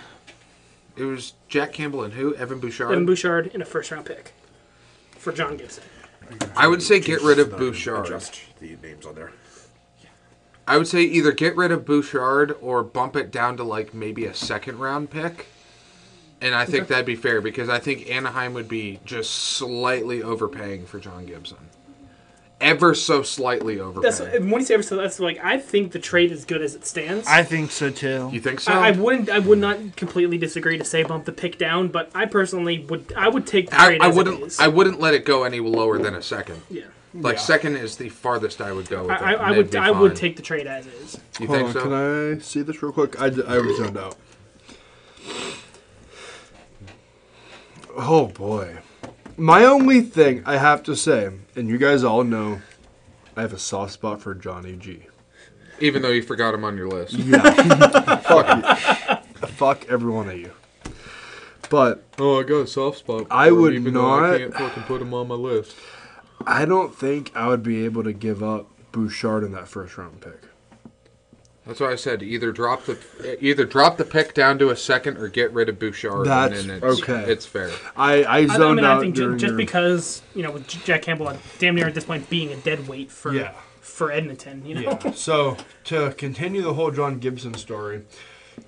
[SPEAKER 5] it was Jack Campbell and who? Evan Bouchard.
[SPEAKER 4] Evan Bouchard and a first round pick for John Gibson.
[SPEAKER 5] I would say get rid of Bouchard.
[SPEAKER 9] Adjust the names on there.
[SPEAKER 5] I would say either get rid of Bouchard or bump it down to like maybe a second round pick. And I think that'd be fair because I think Anaheim would be just slightly overpaying for John Gibson. Ever so slightly overpaying.
[SPEAKER 4] That's when you say ever so. That's like I think the trade is good as it stands.
[SPEAKER 3] I think so too.
[SPEAKER 5] you think so?
[SPEAKER 4] I, I wouldn't. I would not completely disagree to say bump the pick down, but I personally would. I would take the
[SPEAKER 5] I,
[SPEAKER 4] trade.
[SPEAKER 5] I
[SPEAKER 4] as It
[SPEAKER 5] wouldn't.
[SPEAKER 4] is.
[SPEAKER 5] I wouldn't let it go any lower than a second.
[SPEAKER 4] yeah.
[SPEAKER 5] Like second is the farthest I would go with
[SPEAKER 4] I,
[SPEAKER 5] it.
[SPEAKER 4] I, I
[SPEAKER 5] and it'd
[SPEAKER 4] would.
[SPEAKER 5] be
[SPEAKER 4] I would
[SPEAKER 5] fine.
[SPEAKER 4] take the trade as is.
[SPEAKER 5] You
[SPEAKER 1] Hold
[SPEAKER 5] think
[SPEAKER 1] on,
[SPEAKER 5] so?
[SPEAKER 1] can I see this real quick? I, d- I was zoned out. Oh boy. My only thing I have to say, and you guys all know, I have a soft spot for Johnny G.
[SPEAKER 5] Even though you forgot him on your list.
[SPEAKER 1] Fuck you. Fuck every one of you. But
[SPEAKER 5] Oh, I got a soft spot.
[SPEAKER 1] I for him, would even though I not- can't
[SPEAKER 5] fucking put him on my list.
[SPEAKER 1] I don't think I would be able to give up Bouchard in that first round pick.
[SPEAKER 5] That's why I said either drop the either drop the pick down to a second or get rid of Bouchard.
[SPEAKER 1] That's
[SPEAKER 5] and then it's,
[SPEAKER 1] okay.
[SPEAKER 5] It's fair.
[SPEAKER 1] I, I
[SPEAKER 4] I, I
[SPEAKER 1] zoned
[SPEAKER 4] mean,
[SPEAKER 1] out
[SPEAKER 4] I think ju-
[SPEAKER 1] during
[SPEAKER 4] just
[SPEAKER 1] your-
[SPEAKER 4] because you know with J- Jack Campbell, damn near at this point being a dead weight for
[SPEAKER 1] Yeah.
[SPEAKER 4] for Edmonton. You know.
[SPEAKER 1] Yeah. So to continue the whole John Gibson story,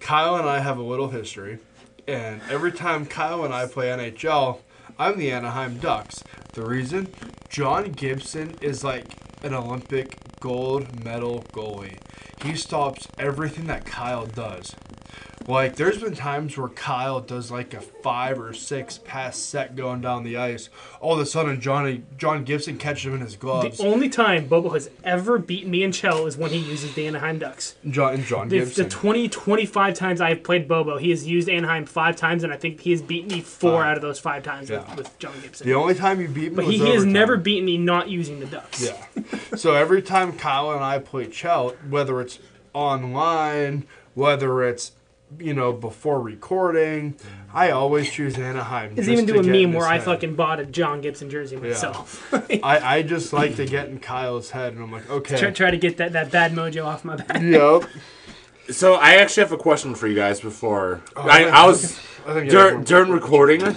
[SPEAKER 1] Kyle and I have a little history, and every time Kyle and I play NHL, I'm the Anaheim Ducks. The reason John Gibson is like an Olympic gold medal goalie. He stops everything that Kyle does. Like there's been times where Kyle does like a five or six pass set going down the ice. All of a sudden, Johnny John Gibson catches him in his gloves.
[SPEAKER 4] The only time Bobo has ever beaten me in Chell is when he uses the Anaheim Ducks.
[SPEAKER 1] John and John
[SPEAKER 4] The,
[SPEAKER 1] Gibson.
[SPEAKER 4] the 20, 25 times I have played Bobo, he has used Anaheim five times, and I think he has beaten me four out of those five times
[SPEAKER 1] Yeah.
[SPEAKER 4] with, with John Gibson.
[SPEAKER 1] The only time you beat me
[SPEAKER 4] But
[SPEAKER 1] was
[SPEAKER 4] he, he has
[SPEAKER 1] overtime.
[SPEAKER 4] never beaten me not using the Ducks.
[SPEAKER 1] Yeah. so every time Kyle and I play Chelt, whether it's online, whether it's you know before recording, I always choose Anaheim.
[SPEAKER 4] He's
[SPEAKER 1] just
[SPEAKER 4] even
[SPEAKER 1] to
[SPEAKER 4] doing
[SPEAKER 1] get
[SPEAKER 4] a
[SPEAKER 1] in
[SPEAKER 4] meme
[SPEAKER 1] his
[SPEAKER 4] where I
[SPEAKER 1] head.
[SPEAKER 4] fucking bought a John Gibson jersey myself.
[SPEAKER 1] I, I just like to get in Kyle's head, and I'm like,
[SPEAKER 4] try,
[SPEAKER 1] okay,
[SPEAKER 4] try to get that, that bad mojo off my back.
[SPEAKER 1] yep.
[SPEAKER 2] So I actually have a question for you guys before I, I was
[SPEAKER 1] I think
[SPEAKER 2] dur-
[SPEAKER 1] everyone-
[SPEAKER 2] during recording. Uh,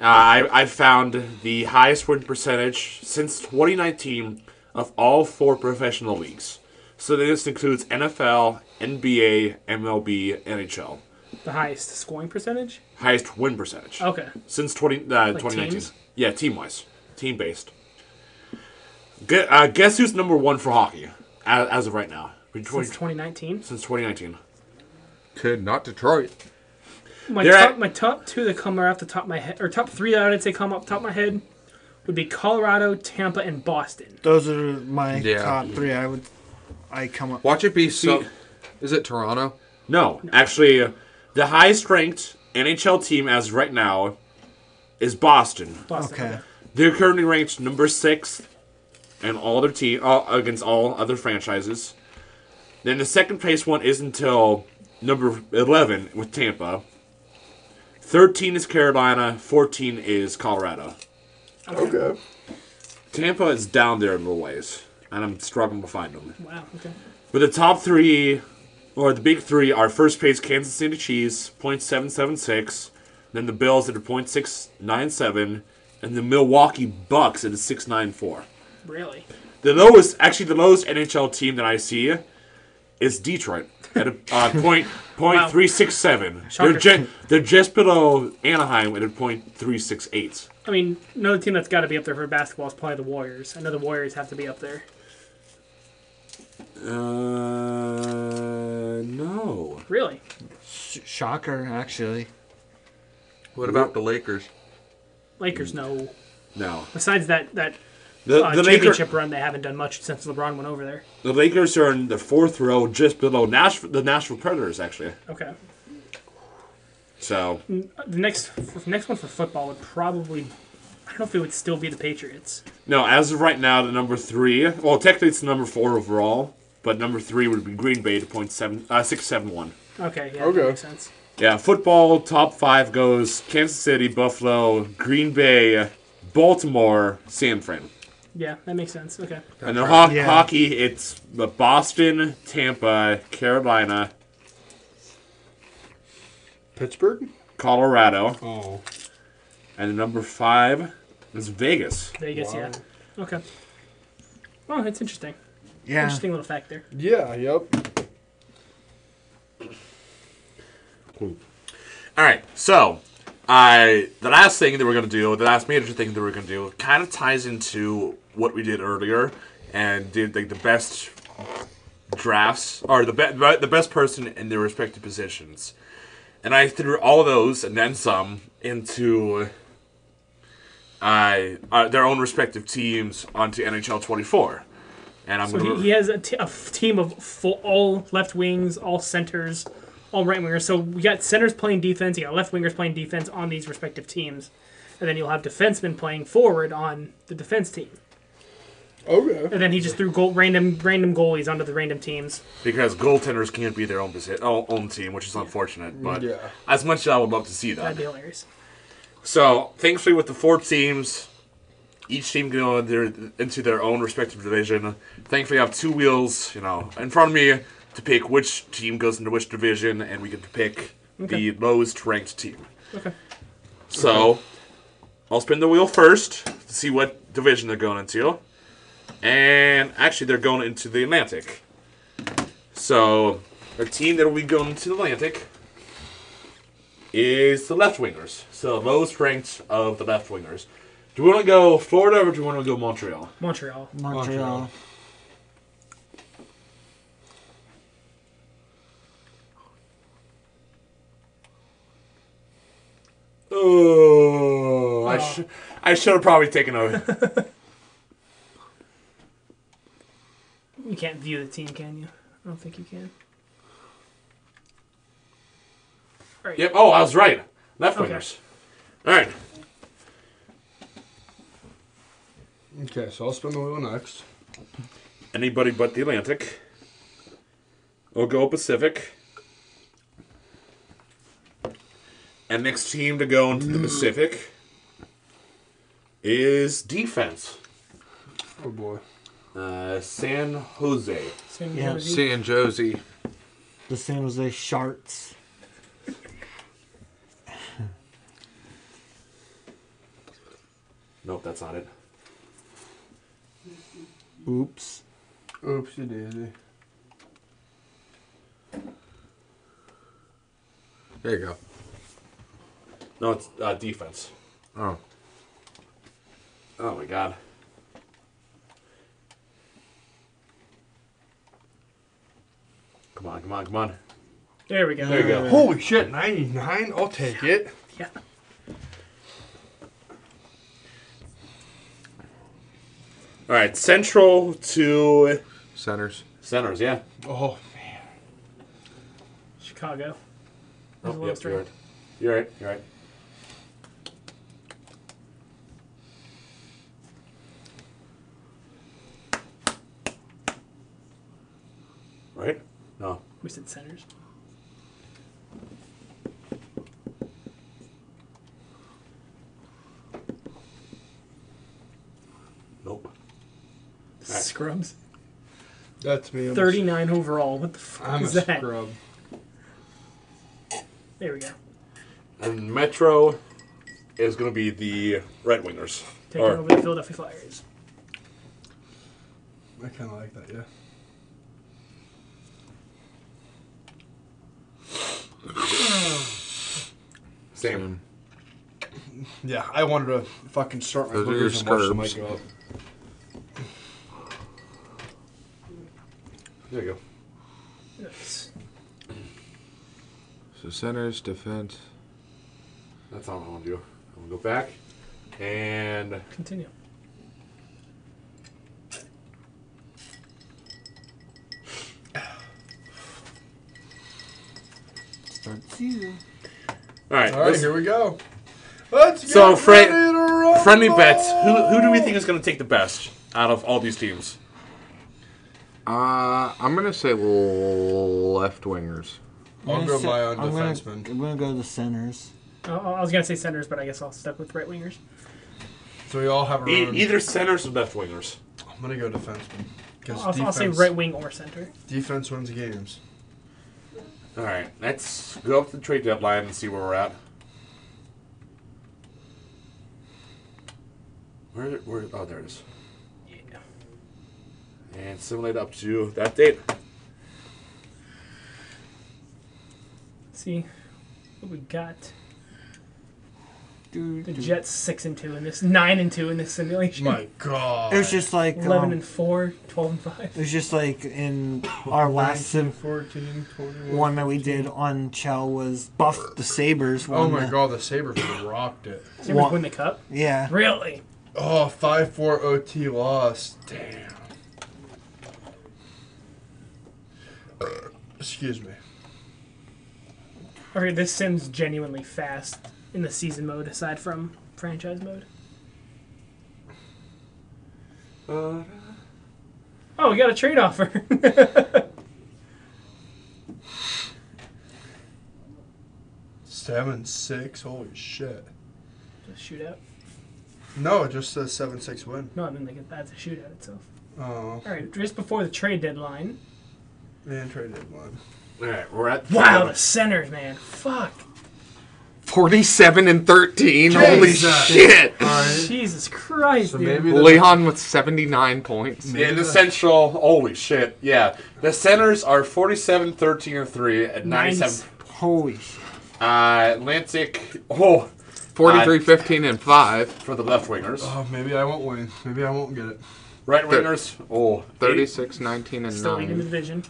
[SPEAKER 2] I I found the highest win percentage since 2019 of all four professional leagues. So this includes NFL, NBA, MLB, NHL.
[SPEAKER 4] The highest scoring percentage?
[SPEAKER 2] Highest win percentage
[SPEAKER 4] Okay.
[SPEAKER 2] since 20, uh, 2019.
[SPEAKER 4] Oh. teams?
[SPEAKER 2] Yeah, team wise, team based. Gu- uh, guess who's number one for hockey as, as of right now?
[SPEAKER 4] Since 2019.
[SPEAKER 2] since 2019.
[SPEAKER 5] Could not Detroit.
[SPEAKER 4] My
[SPEAKER 2] They're
[SPEAKER 4] top,
[SPEAKER 2] at-
[SPEAKER 4] my top two that come right off the top of my head, or top three that I'd say come off the top of my head, would be Colorado, Tampa, and Boston.
[SPEAKER 3] Those are my
[SPEAKER 5] Yeah.
[SPEAKER 3] top three. I would. I come up.
[SPEAKER 5] Watch it be so.
[SPEAKER 2] See-
[SPEAKER 5] Is it Toronto?
[SPEAKER 2] No, actually, uh, the highest ranked NHL team as of right now is Boston.
[SPEAKER 4] Boston.
[SPEAKER 3] Okay.
[SPEAKER 2] They're currently ranked number six, and all their team uh, against all other franchises. Then the second place one is until number eleven with Tampa. Thirteen is Carolina. Fourteen is Colorado.
[SPEAKER 1] Okay.
[SPEAKER 2] Tampa is down there in little ways, and I'm struggling to find them.
[SPEAKER 4] Wow. Okay.
[SPEAKER 2] But the top three, or the big three, are first place Kansas City Chiefs, .776, then the Bills at a .697, and the Milwaukee Bucks at a .694.
[SPEAKER 4] Really?
[SPEAKER 2] The lowest, actually the lowest NHL team that I see is Detroit at a uh, point, point
[SPEAKER 4] Wow.
[SPEAKER 2] three six seven.
[SPEAKER 4] Shocker.
[SPEAKER 2] They're, ju- they're just below Anaheim at a point three six eight.
[SPEAKER 4] I mean, another team that's got to be up there for basketball is probably the Warriors. I know the Warriors have to be up there.
[SPEAKER 2] Uh, no.
[SPEAKER 4] Really?
[SPEAKER 3] Shocker, actually.
[SPEAKER 5] What about the Lakers?
[SPEAKER 4] Lakers, no.
[SPEAKER 10] No.
[SPEAKER 4] Besides that that
[SPEAKER 10] The,
[SPEAKER 4] uh,
[SPEAKER 10] the,
[SPEAKER 4] championship
[SPEAKER 10] Lakers,
[SPEAKER 4] run, they haven't done much since LeBron went over there.
[SPEAKER 10] the Lakers are in the fourth row, just below Nashville, the Nashville Predators, actually.
[SPEAKER 4] Okay. Uh,
[SPEAKER 10] So
[SPEAKER 4] The next f next one for football would probably I don't know if it would still be the Patriots.
[SPEAKER 10] no, as of right now, the number three. Well, technically it's number four overall, but number three would be Green Bay to point seven uh, six seven one.
[SPEAKER 4] Okay, yeah,
[SPEAKER 1] Okay.
[SPEAKER 4] that makes sense.
[SPEAKER 10] Yeah, football top five goes Kansas City, Buffalo, Green Bay, Baltimore, San Fran.
[SPEAKER 4] Yeah, that makes sense. Okay.
[SPEAKER 10] And the ho-
[SPEAKER 3] Yeah.
[SPEAKER 10] hockey, it's the Boston, Tampa, Carolina,
[SPEAKER 1] Pittsburgh?
[SPEAKER 10] Colorado,
[SPEAKER 1] Oh.
[SPEAKER 10] and the number five is Vegas.
[SPEAKER 4] Vegas, yeah. Okay. Oh, that's interesting.
[SPEAKER 5] Yeah.
[SPEAKER 4] Interesting little fact there.
[SPEAKER 1] Yeah, yep.
[SPEAKER 2] All right, so I the last thing that we're gonna do, the last major thing that we're gonna do, kind of ties into what we did earlier and did like the best drafts or the be- the best person in their respective positions, and I threw all those and then some into. I uh, their own respective teams onto NHL 24, and I'm
[SPEAKER 4] So
[SPEAKER 2] gonna
[SPEAKER 4] he, he has a, t- a f- team of full, all left wings, all centers, all right wingers. So we got centers playing defense, you got left wingers playing defense on these respective teams, and then you'll have defensemen playing forward on the defense team.
[SPEAKER 1] Okay.
[SPEAKER 4] And then he just threw goal, random random goalies onto the random teams.
[SPEAKER 2] because goaltenders can't be their own posi- own own team, which is unfortunate. But
[SPEAKER 1] Yeah.
[SPEAKER 2] as much as I would love to see that,
[SPEAKER 4] That'd be hilarious.
[SPEAKER 2] So thankfully, with the four teams, each team going their, into their own respective division. Thankfully, I have two wheels, you know, in front of me to pick which team goes into which division, and we can pick the lowest ranked team.
[SPEAKER 4] Okay.
[SPEAKER 2] So I'll spin the wheel first to see what division they're going into, and actually, they're going into the Atlantic. So the team that will be going into the Atlantic is the left wingers. So lowest ranked of the left wingers. Do we want to go Florida or do we want to go Montreal?
[SPEAKER 4] Montreal.
[SPEAKER 3] Montreal.
[SPEAKER 2] Oh, I, sh- I should have probably taken a.
[SPEAKER 4] You can't view the team, can you? I don't think you can.
[SPEAKER 2] yep. Oh, I was right. Left wingers. All right.
[SPEAKER 1] Okay, so I'll spin the wheel next.
[SPEAKER 2] Anybody but the Atlantic. We'll go Pacific. And next team to go into the Pacific is defense.
[SPEAKER 1] Oh boy.
[SPEAKER 2] Uh, San Jose.
[SPEAKER 4] San
[SPEAKER 3] Yeah.
[SPEAKER 4] Jose.
[SPEAKER 5] San Josie.
[SPEAKER 3] The San Jose Sharks.
[SPEAKER 2] Nope, that's not it.
[SPEAKER 3] Oops.
[SPEAKER 1] Oopsie daisy.
[SPEAKER 5] There you go.
[SPEAKER 2] No, it's uh, defense.
[SPEAKER 5] Oh.
[SPEAKER 2] Oh my god. Come on, come on, come on.
[SPEAKER 4] There we go.
[SPEAKER 2] There you go.
[SPEAKER 1] Holy shit, 99? I'll take it.
[SPEAKER 4] Yeah.
[SPEAKER 2] All right, central to
[SPEAKER 5] Centers.
[SPEAKER 2] centers. Yeah.
[SPEAKER 1] Oh,
[SPEAKER 4] Chicago.
[SPEAKER 2] Oh,
[SPEAKER 4] There's a
[SPEAKER 2] yep,
[SPEAKER 4] lowest
[SPEAKER 2] you're right.
[SPEAKER 4] ranked.
[SPEAKER 2] You're right. You're right. Right? No.
[SPEAKER 4] We said centers.
[SPEAKER 2] Nope. Alright.
[SPEAKER 4] Scrubs.
[SPEAKER 1] that's me. I'm a-
[SPEAKER 4] 39 overall. What the fuck
[SPEAKER 1] I'm a
[SPEAKER 4] is that?
[SPEAKER 1] scrub.
[SPEAKER 4] There we go.
[SPEAKER 2] And Metro is going to be the right wingers.
[SPEAKER 4] Taking
[SPEAKER 2] Or-
[SPEAKER 4] over the Philadelphia Flyers.
[SPEAKER 1] I kind of like that, yeah.
[SPEAKER 2] Same.
[SPEAKER 1] Yeah, I wanted to fucking start my
[SPEAKER 5] Those are your
[SPEAKER 1] boogers and watch the
[SPEAKER 5] scrubs.
[SPEAKER 1] mic go up.
[SPEAKER 2] There you go.
[SPEAKER 4] Nice.
[SPEAKER 5] So centers, defense.
[SPEAKER 2] That's all I want to do. I'm going to go back.
[SPEAKER 11] And
[SPEAKER 4] Continue.
[SPEAKER 3] Start the season.
[SPEAKER 2] All right,
[SPEAKER 1] All right,
[SPEAKER 2] let's-
[SPEAKER 1] here we go. Let's
[SPEAKER 2] So,
[SPEAKER 1] get
[SPEAKER 2] Fran-
[SPEAKER 1] ready to rumble.
[SPEAKER 2] friendly bets. Who, who do we think is going to take the best out of all these teams?
[SPEAKER 5] Uh, I'm gonna say left wingers.
[SPEAKER 1] I'll
[SPEAKER 3] I'm
[SPEAKER 1] go
[SPEAKER 3] gonna
[SPEAKER 1] my
[SPEAKER 3] sit-
[SPEAKER 1] own
[SPEAKER 3] I'm gonna-
[SPEAKER 1] defenseman.
[SPEAKER 3] I'm gonna go to the centers.
[SPEAKER 4] I- I was gonna say centers, but I guess I'll stuck with right wingers.
[SPEAKER 1] So we all have our
[SPEAKER 2] E-
[SPEAKER 1] own.
[SPEAKER 2] either centers or left wingers.
[SPEAKER 1] I'm gonna go defenseman because
[SPEAKER 4] I'll, I'll say right wing or center.
[SPEAKER 1] defense wins games.
[SPEAKER 2] All right, let's go up to the trade deadline and see where we're at. Where, where? Oh, there it is.
[SPEAKER 4] Yeah.
[SPEAKER 2] And simulate up to that date.
[SPEAKER 4] See what we got.
[SPEAKER 3] Dude,
[SPEAKER 4] The Jets six and two in this, nine and two in this simulation.
[SPEAKER 1] My God.
[SPEAKER 3] it was just like
[SPEAKER 4] Eleven
[SPEAKER 3] um,
[SPEAKER 4] and four, 12 and five.
[SPEAKER 3] It was just like in our last sim
[SPEAKER 1] 14, 21.
[SPEAKER 3] one that we did on Chell was Buff the Sabers.
[SPEAKER 1] Oh
[SPEAKER 3] won
[SPEAKER 1] my
[SPEAKER 3] the-
[SPEAKER 1] God, the Sabres rocked it.
[SPEAKER 4] Sabres
[SPEAKER 3] Wa-
[SPEAKER 4] win the cup.
[SPEAKER 3] Yeah,
[SPEAKER 4] Really?
[SPEAKER 1] Oh, 5 4 OT loss. Damn. Excuse me.
[SPEAKER 4] Okay, this sim's genuinely fast in the season mode, aside from franchise mode. Oh, we got a trade offer.
[SPEAKER 1] Seven six. Holy shit.
[SPEAKER 4] shootout.
[SPEAKER 1] No, it just says seven six win.
[SPEAKER 4] No, I mean like that's a shootout itself.
[SPEAKER 1] Oh,
[SPEAKER 4] All right, just before the trade deadline.
[SPEAKER 1] man, traded one.
[SPEAKER 2] All right, we're at
[SPEAKER 4] Wow, the centers, man. Fuck.
[SPEAKER 5] Forty-seven and thirteen. Holy
[SPEAKER 1] Jesus.
[SPEAKER 5] shit!
[SPEAKER 4] Uh, Jesus Christ,
[SPEAKER 1] So
[SPEAKER 4] dude.
[SPEAKER 1] maybe the-
[SPEAKER 5] Leon with seventy-nine points.
[SPEAKER 2] In the central, holy shit, yeah. The centers are 47, 13, and 3 at
[SPEAKER 4] Nice.
[SPEAKER 2] 97.
[SPEAKER 3] holy shit.
[SPEAKER 2] Uh, Atlantic, oh,
[SPEAKER 5] 43, 15, and five.
[SPEAKER 2] for the left wingers.
[SPEAKER 1] Oh, maybe I won't win. Maybe I won't get it.
[SPEAKER 2] Right wingers, oh, 30.
[SPEAKER 5] 36, 19, and
[SPEAKER 4] Still leading the
[SPEAKER 5] nine.
[SPEAKER 4] division.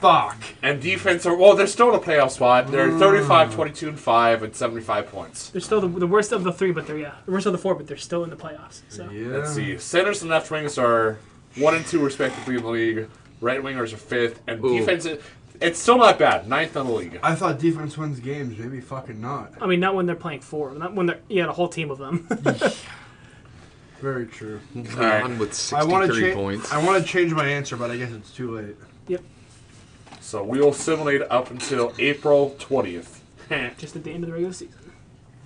[SPEAKER 1] Fuck.
[SPEAKER 2] And defense are, well, they're still in a playoff spot.
[SPEAKER 3] Mm.
[SPEAKER 2] They're 35, 22, and 5 at 75 points.
[SPEAKER 4] They're still the, the worst of the three, but they're yeah, the worst of the four, but they're still in the playoffs. So
[SPEAKER 1] Yeah.
[SPEAKER 2] Let's see. Centers and left wingers are 1 and 2, respectively, in the league. Right wingers are 5th. And
[SPEAKER 5] Ooh.
[SPEAKER 2] defense, it's still not bad. Ninth in the league.
[SPEAKER 1] I thought defense wins games. Maybe fucking not.
[SPEAKER 4] I mean, not when they're playing four, not when they're you had a whole team of them.
[SPEAKER 1] Very true.
[SPEAKER 5] Leon with
[SPEAKER 1] I want to
[SPEAKER 5] sixty-three
[SPEAKER 1] change.
[SPEAKER 5] points.
[SPEAKER 1] I want to change my answer, but I guess it's too late.
[SPEAKER 2] So we will simulate up until April 20th.
[SPEAKER 4] just at the end of the regular season.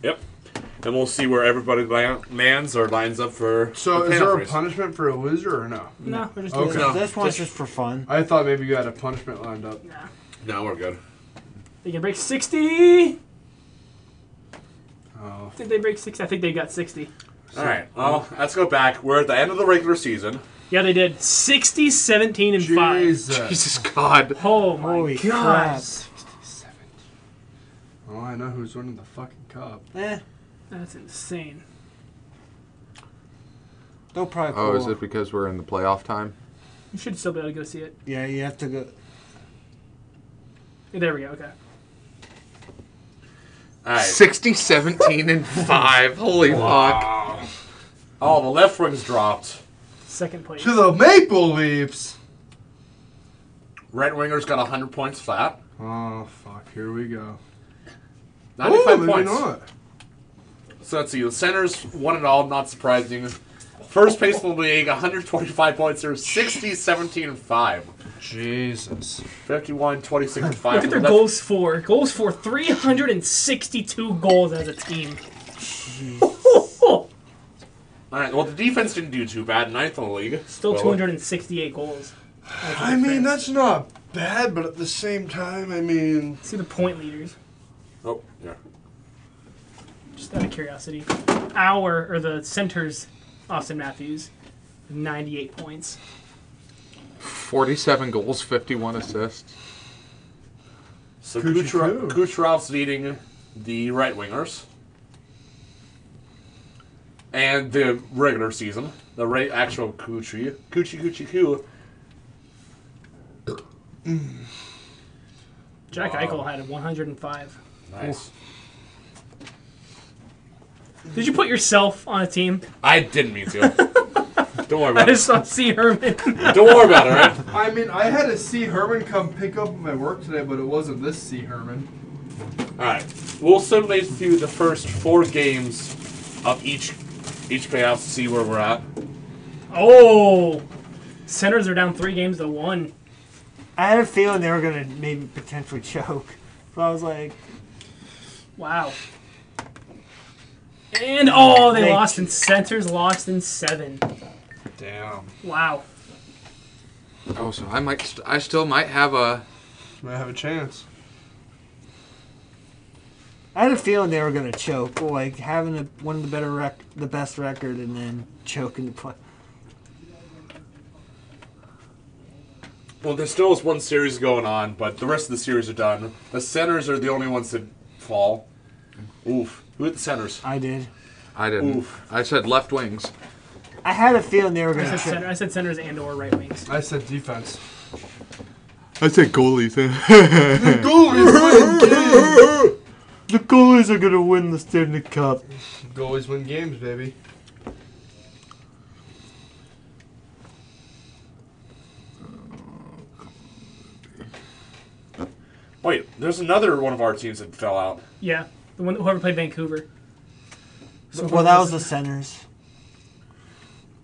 [SPEAKER 2] Yep. And we'll see where everybody lan- lands or lines up for.
[SPEAKER 1] So,
[SPEAKER 2] the
[SPEAKER 1] is
[SPEAKER 2] playoff
[SPEAKER 1] there a
[SPEAKER 2] race.
[SPEAKER 1] punishment for a loser or no?
[SPEAKER 4] No, we're just
[SPEAKER 1] Okay.
[SPEAKER 4] doing
[SPEAKER 2] No.
[SPEAKER 3] This one's just for fun.
[SPEAKER 1] I thought maybe you had a punishment lined up.
[SPEAKER 4] Nah.
[SPEAKER 2] No, we're good.
[SPEAKER 4] They can break sixty.
[SPEAKER 1] Oh,
[SPEAKER 4] Did they break sixty? I think they got sixty.
[SPEAKER 2] All right. Well, let's go back. We're at the end of the regular season.
[SPEAKER 4] Yeah, they did. 60, 17, and five.
[SPEAKER 1] Jesus.
[SPEAKER 5] Jesus God.
[SPEAKER 4] Oh my
[SPEAKER 3] Holy
[SPEAKER 4] God.
[SPEAKER 1] Oh, I know who's winning the fucking cup.
[SPEAKER 3] crap! Eh,
[SPEAKER 4] That's insane.
[SPEAKER 3] they'll probably.
[SPEAKER 5] Oh, is
[SPEAKER 3] pull-
[SPEAKER 5] it because we're in the playoff time?
[SPEAKER 4] You should still be able to go see it.
[SPEAKER 3] Yeah, you have to go.
[SPEAKER 4] There we go. Okay.
[SPEAKER 2] All right.
[SPEAKER 5] 60, 17, and 5. Holy fuck.
[SPEAKER 2] Oh, the left wing's dropped.
[SPEAKER 4] Second place.
[SPEAKER 1] To the Maple Leafs.
[SPEAKER 2] Right winger's got 100 points flat.
[SPEAKER 1] Oh fuck! Here we go.
[SPEAKER 2] 95
[SPEAKER 1] Ooh, maybe
[SPEAKER 2] points.
[SPEAKER 1] not.
[SPEAKER 2] So let's see. The centers, one and all, not surprising. First place in the league, 125 points. They're 60, 17, and 5.
[SPEAKER 1] Jesus.
[SPEAKER 2] 51, 26, and 5.
[SPEAKER 4] Look at their
[SPEAKER 2] That's-
[SPEAKER 4] goals for. Goals for 362 goals as a team.
[SPEAKER 2] All right. Well, the defense didn't do too bad. Ninth in the league.
[SPEAKER 4] Still
[SPEAKER 2] Well,
[SPEAKER 4] 268 goals.
[SPEAKER 1] I mean, that's not bad, but at the same time, I mean,
[SPEAKER 4] See the point leaders.
[SPEAKER 2] Oh, yeah.
[SPEAKER 4] Just out of curiosity. Our, or the center's, Austin Matthews, 98 points.
[SPEAKER 5] 47 goals, 51 assists.
[SPEAKER 2] So
[SPEAKER 1] Kucherov-
[SPEAKER 2] Kucherov, Kucherov's leading the right wingers. And the regular season, the right actual Kuchi, Kuchi Kuchi Ku.
[SPEAKER 4] Jack Eichel had a 105.
[SPEAKER 2] Nice.
[SPEAKER 4] Did you put yourself on a team?
[SPEAKER 2] I didn't mean to. Don't worry
[SPEAKER 4] I
[SPEAKER 2] about
[SPEAKER 4] just
[SPEAKER 2] it.
[SPEAKER 4] saw C. Herman.
[SPEAKER 2] Don't worry about it. all Right?
[SPEAKER 1] I mean, I had a C Herman come pick up my work today, but it wasn't this C Herman.
[SPEAKER 2] All right. We'll simulate through the first four games of each each playoff to see where we're at.
[SPEAKER 4] Oh, centers are down three games to one.
[SPEAKER 3] I had a feeling they were gonna maybe potentially choke, so I was like,
[SPEAKER 4] Wow. And oh, they
[SPEAKER 3] Thank
[SPEAKER 4] lost in centers, lost in seven.
[SPEAKER 1] Damn.
[SPEAKER 4] Wow.
[SPEAKER 5] Oh, so I might, st- I still might have a.
[SPEAKER 1] Might have a chance.
[SPEAKER 3] I had a feeling they were gonna choke, like having a, one of the better rec, the best record, and then choking the play.
[SPEAKER 2] Well, there still is one series going on, but the rest of the series are done. The centers are the only ones that fall. Oof. Who hit the centers?
[SPEAKER 3] I did.
[SPEAKER 5] I didn't.
[SPEAKER 2] Oof.
[SPEAKER 5] I said left wings.
[SPEAKER 3] I had a feeling they were
[SPEAKER 4] I
[SPEAKER 3] gonna
[SPEAKER 4] said,
[SPEAKER 3] choke.
[SPEAKER 4] center, I said centers and or right wings.
[SPEAKER 1] I said defense.
[SPEAKER 5] I said goalies.
[SPEAKER 3] The goalies are gonna win the Stanley Cup.
[SPEAKER 1] Goalies win games, baby.
[SPEAKER 2] Wait, there's another one of our teams that fell out.
[SPEAKER 4] Yeah, the one whoever played Vancouver. So
[SPEAKER 3] Well, that was the centers.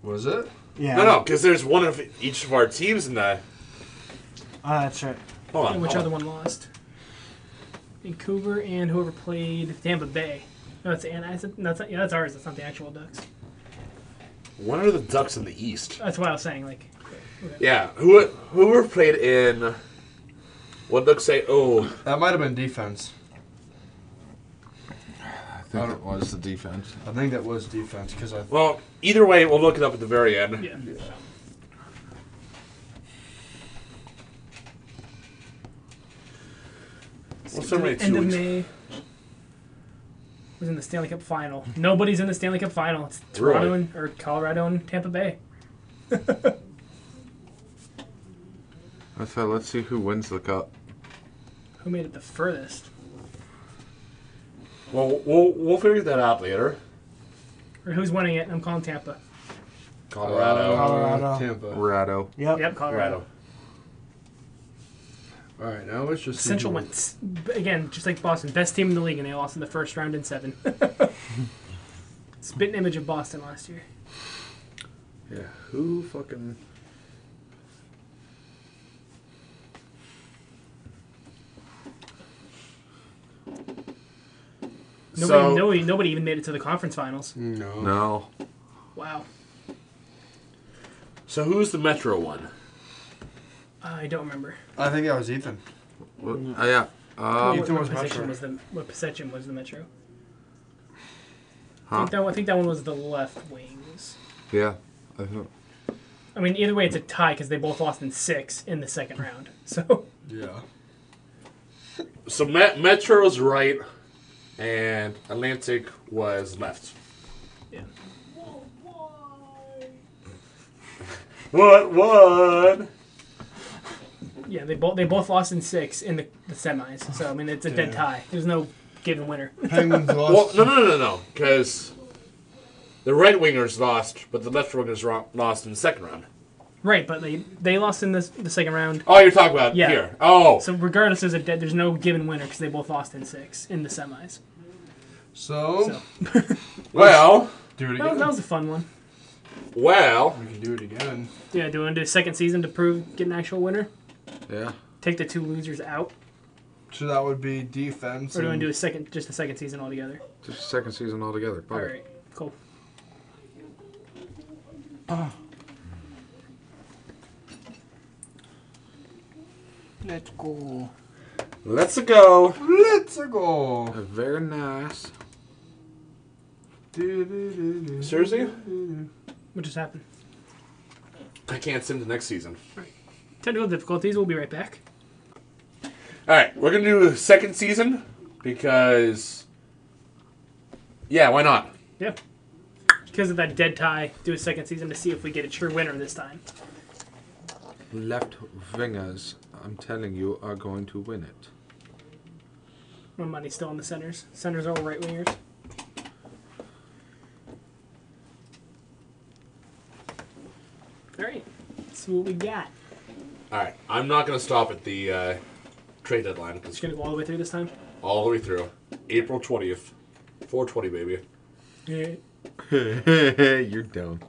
[SPEAKER 1] Was it?
[SPEAKER 3] Yeah.
[SPEAKER 2] No, no, because there's one of each of our teams in that.
[SPEAKER 3] Oh, that's right.
[SPEAKER 2] Hold on.
[SPEAKER 4] And which
[SPEAKER 2] hold
[SPEAKER 4] other
[SPEAKER 2] on.
[SPEAKER 4] one lost? Vancouver and whoever played Tampa Bay. No, that's and I said no, that's yeah, that's ours. That's not the actual Ducks.
[SPEAKER 2] When are the Ducks in the East?
[SPEAKER 4] That's what I was saying. Like,
[SPEAKER 2] Yeah, who who were played in? What Ducks say? Oh,
[SPEAKER 1] That might have been defense.
[SPEAKER 5] I think it was the defense.
[SPEAKER 1] I think that was defense because I.
[SPEAKER 2] well. Either way, we'll look it up at the very end.
[SPEAKER 4] yeah.
[SPEAKER 2] We'll simulate
[SPEAKER 4] end
[SPEAKER 2] two
[SPEAKER 4] of
[SPEAKER 2] weeks.
[SPEAKER 4] May was in the Stanley Cup final. Nobody's in the Stanley Cup final. It's
[SPEAKER 2] Really?
[SPEAKER 4] Toronto and, or Colorado and Tampa Bay.
[SPEAKER 5] I said, let's see who wins the cup.
[SPEAKER 4] Who made it the furthest?
[SPEAKER 2] Well, we'll we'll figure that out later.
[SPEAKER 4] Or who's winning it? I'm calling Tampa.
[SPEAKER 2] Colorado,
[SPEAKER 3] Colorado.
[SPEAKER 1] Tampa.
[SPEAKER 5] Rado.
[SPEAKER 3] Yep.
[SPEAKER 4] Yep, Colorado.
[SPEAKER 2] Colorado.
[SPEAKER 1] All right, now let's just. see
[SPEAKER 4] Central
[SPEAKER 1] who-
[SPEAKER 4] went s- b- again, just like Boston, best team in the league, and they lost in the first round in seven. Spitting image of Boston last year.
[SPEAKER 5] Yeah. Who fucking?
[SPEAKER 4] Nobody,
[SPEAKER 2] So- Mm.
[SPEAKER 4] nobody, nobody even made it to the conference finals.
[SPEAKER 1] No.
[SPEAKER 5] No.
[SPEAKER 4] Wow,
[SPEAKER 2] So who's the Metro one?
[SPEAKER 4] I don't remember.
[SPEAKER 1] I think that was Ethan.
[SPEAKER 5] Well, uh, yeah. Um,
[SPEAKER 4] what,
[SPEAKER 1] Ethan
[SPEAKER 4] what
[SPEAKER 1] was
[SPEAKER 4] position
[SPEAKER 1] Metro.
[SPEAKER 4] was the what position was the Metro? I,
[SPEAKER 5] Huh?
[SPEAKER 4] think that, one- I think that one was the left wings.
[SPEAKER 5] yeah. I think-
[SPEAKER 4] I mean, either way, it's a tie because they both lost in six in the second round. So
[SPEAKER 1] Yeah.
[SPEAKER 2] So Met- Metro's right, and Atlantic was left.
[SPEAKER 4] Yeah.
[SPEAKER 2] What what?
[SPEAKER 4] yeah, they both they both lost in six in the, the semis. So I mean, it's a dead tie. There's no given winner.
[SPEAKER 1] Penguins
[SPEAKER 2] Well,
[SPEAKER 1] lost.
[SPEAKER 2] no, no, no, no, no, because the right wingers lost, but the left wingers ro- lost in the second round.
[SPEAKER 4] right, but they they lost in this, the second round.
[SPEAKER 2] Oh, you're talking about
[SPEAKER 4] Yeah.
[SPEAKER 2] here. Oh,
[SPEAKER 4] So regardless, there's a dead. There's no given winner because they both lost in six in the semis.
[SPEAKER 1] So,
[SPEAKER 4] So
[SPEAKER 2] well,
[SPEAKER 1] do it
[SPEAKER 4] that was, that
[SPEAKER 1] again.
[SPEAKER 4] was a fun one.
[SPEAKER 2] well.
[SPEAKER 1] We can do it again.
[SPEAKER 4] Yeah, do you want to do a second season to prove get an actual winner?
[SPEAKER 5] yeah.
[SPEAKER 4] Take the two losers out,
[SPEAKER 1] So that would be defense.
[SPEAKER 4] or do you want
[SPEAKER 1] and-
[SPEAKER 4] to do a second just a second season altogether?
[SPEAKER 5] Just the second season altogether.
[SPEAKER 4] All
[SPEAKER 5] Fuck it.
[SPEAKER 4] right, cool.
[SPEAKER 3] Let's go.
[SPEAKER 2] Let's go.
[SPEAKER 1] Let's go.
[SPEAKER 5] Uh, Very nice.
[SPEAKER 2] Seriously,
[SPEAKER 4] What just happened?
[SPEAKER 2] I can't sim to next season.
[SPEAKER 4] Technical difficulties. We'll be right back.
[SPEAKER 2] All right, we're gonna do a second season because, yeah, why not?
[SPEAKER 4] Yeah. Because of that dead tie, do a second season to see if we get a true winner this time.
[SPEAKER 5] Left wingers, I'm telling you, are going to win it.
[SPEAKER 4] My money's still on the centers. Centers are all right wingers. see what we got.
[SPEAKER 2] All right, I'm not going to stop at the uh, trade deadline because
[SPEAKER 4] Just gonna go all the way through this time.
[SPEAKER 2] all the way through April 20th, 420, baby.
[SPEAKER 5] You're down.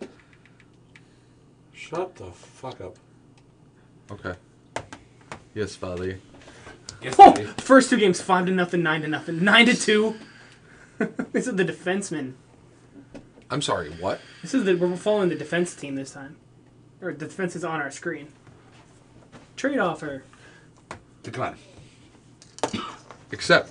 [SPEAKER 2] Shut the fuck up.
[SPEAKER 5] Okay. Yes, father.
[SPEAKER 2] Yes,
[SPEAKER 4] Oh,
[SPEAKER 2] baby.
[SPEAKER 4] first two games five to nothing, nine to nothing, nine to two. this is the defenseman.
[SPEAKER 5] I'm sorry. What?
[SPEAKER 4] This is the we're following the defense team this time, or the defense is on our screen. Trade offer.
[SPEAKER 2] Decline.
[SPEAKER 5] Except.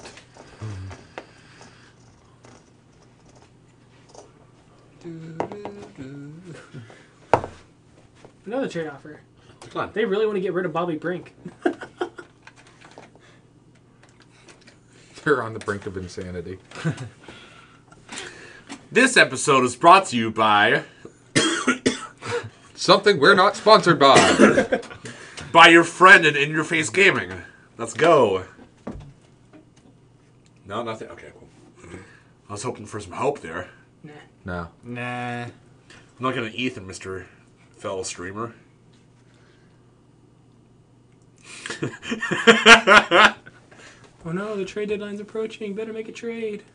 [SPEAKER 4] Another trade offer.
[SPEAKER 2] Decline.
[SPEAKER 4] They really want to get rid of Bobby Brink.
[SPEAKER 5] They're on the brink of insanity.
[SPEAKER 8] This episode is brought to you by
[SPEAKER 5] Something we're not sponsored by.
[SPEAKER 8] by your friend and in your face gaming. Let's go.
[SPEAKER 2] No, nothing. Okay, cool.
[SPEAKER 8] I was hoping for some hope there.
[SPEAKER 4] Nah.
[SPEAKER 5] no.
[SPEAKER 3] Nah.
[SPEAKER 8] I'm not gonna Ethan, Mister Fellow Streamer.
[SPEAKER 4] Oh no, the trade deadline's approaching. Better make a trade.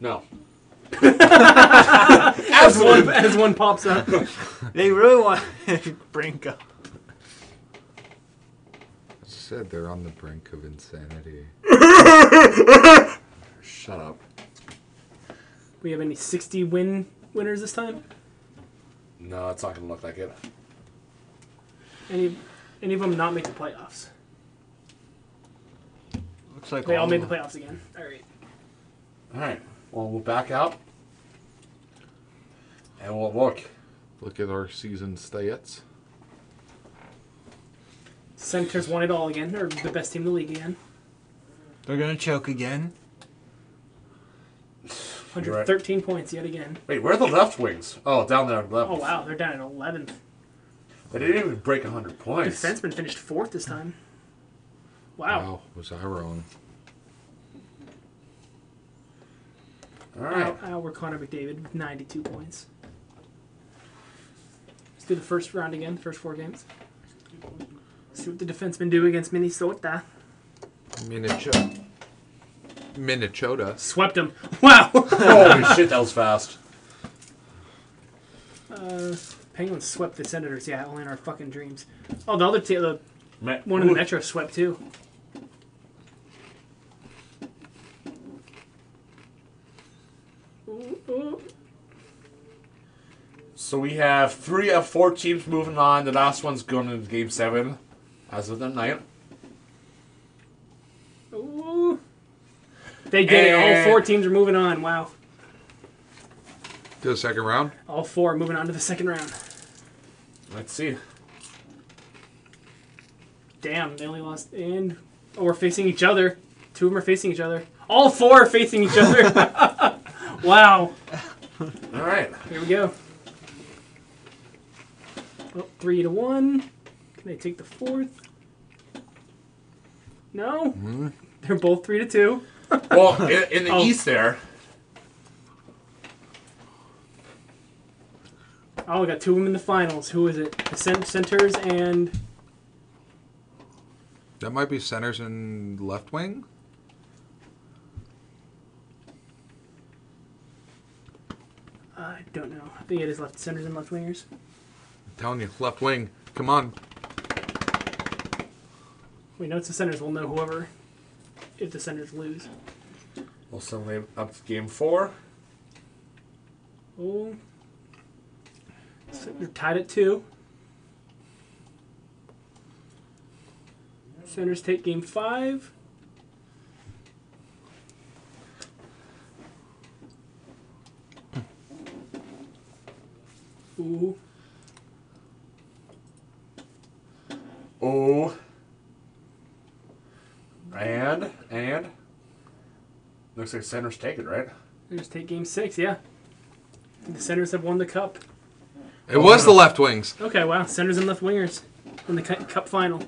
[SPEAKER 2] No.
[SPEAKER 4] As one as one pops up.
[SPEAKER 3] They really want Brink up.
[SPEAKER 5] Said they're on the brink of insanity.
[SPEAKER 8] Shut up.
[SPEAKER 4] we have any sixty win winners this time?
[SPEAKER 2] No, it's not going to look like it.
[SPEAKER 4] Any any of them not make the playoffs?
[SPEAKER 3] Looks like
[SPEAKER 4] They all made the
[SPEAKER 3] of
[SPEAKER 4] playoffs again. All right.
[SPEAKER 2] All right. Well, we'll back out. And we'll look.
[SPEAKER 5] Look at our season stats.
[SPEAKER 4] Senators won it all again, or the best team in the league again.
[SPEAKER 3] them. They're gonna choke again.
[SPEAKER 4] 113 points yet again.
[SPEAKER 2] Wait, where are the left wings? Oh, down there. Left.
[SPEAKER 4] Oh wow, they're down at 11th.
[SPEAKER 2] They didn't even break 100 points.
[SPEAKER 4] Defenseman finished fourth this time. Wow.
[SPEAKER 5] Wow, was I wrong?
[SPEAKER 2] All right.
[SPEAKER 4] Out, out were Connor McDavid with 92 points. Let's do the first round again, first four games. See what the defensemen do against Minnesota.
[SPEAKER 5] Minnesota. Minnesota.
[SPEAKER 4] Swept them. Wow.
[SPEAKER 2] Holy shit, that was fast.
[SPEAKER 4] Uh, Penguins swept the Senators. Yeah, only in our fucking dreams. Oh, the other team, the
[SPEAKER 2] Ma-
[SPEAKER 4] one in the Metro swept too. Ooh, ooh.
[SPEAKER 2] So we have three of four teams moving on. The last one's going to game seven as of tonight.
[SPEAKER 4] Ooh. They did it. All
[SPEAKER 2] And-
[SPEAKER 4] four teams are moving on. Wow.
[SPEAKER 5] To the second round.
[SPEAKER 4] All four are moving on to the second round.
[SPEAKER 2] Let's see.
[SPEAKER 4] Damn, they only lost. And oh, we're facing each other. Two of them are facing each other. All four are facing each other. wow.
[SPEAKER 2] All right.
[SPEAKER 4] Here we go. Well, three to one. Can they take the fourth? No. They're both three to two.
[SPEAKER 2] Well, in, in the
[SPEAKER 4] Oh.
[SPEAKER 2] east there,
[SPEAKER 4] Oh, we got two of them in the finals. Who is it? The cent- centers and
[SPEAKER 5] That might be centers and left wing.
[SPEAKER 4] uh, I don't know. I think it is left centers and left wingers.
[SPEAKER 5] I'm telling you, left wing. Come on.
[SPEAKER 4] We know it's the centers. We'll know whoever if the centers lose.
[SPEAKER 2] we'll suddenly up to game four.
[SPEAKER 4] Oh. So you're tied at two. Centers take game five. Ooh.
[SPEAKER 2] Oh. And, and. Looks like center's taken, right?
[SPEAKER 4] Centers take game six, yeah. The centers have won the cup.
[SPEAKER 5] It was the left wings.
[SPEAKER 4] Okay, wow. Centers and left wingers in the cu- cup final.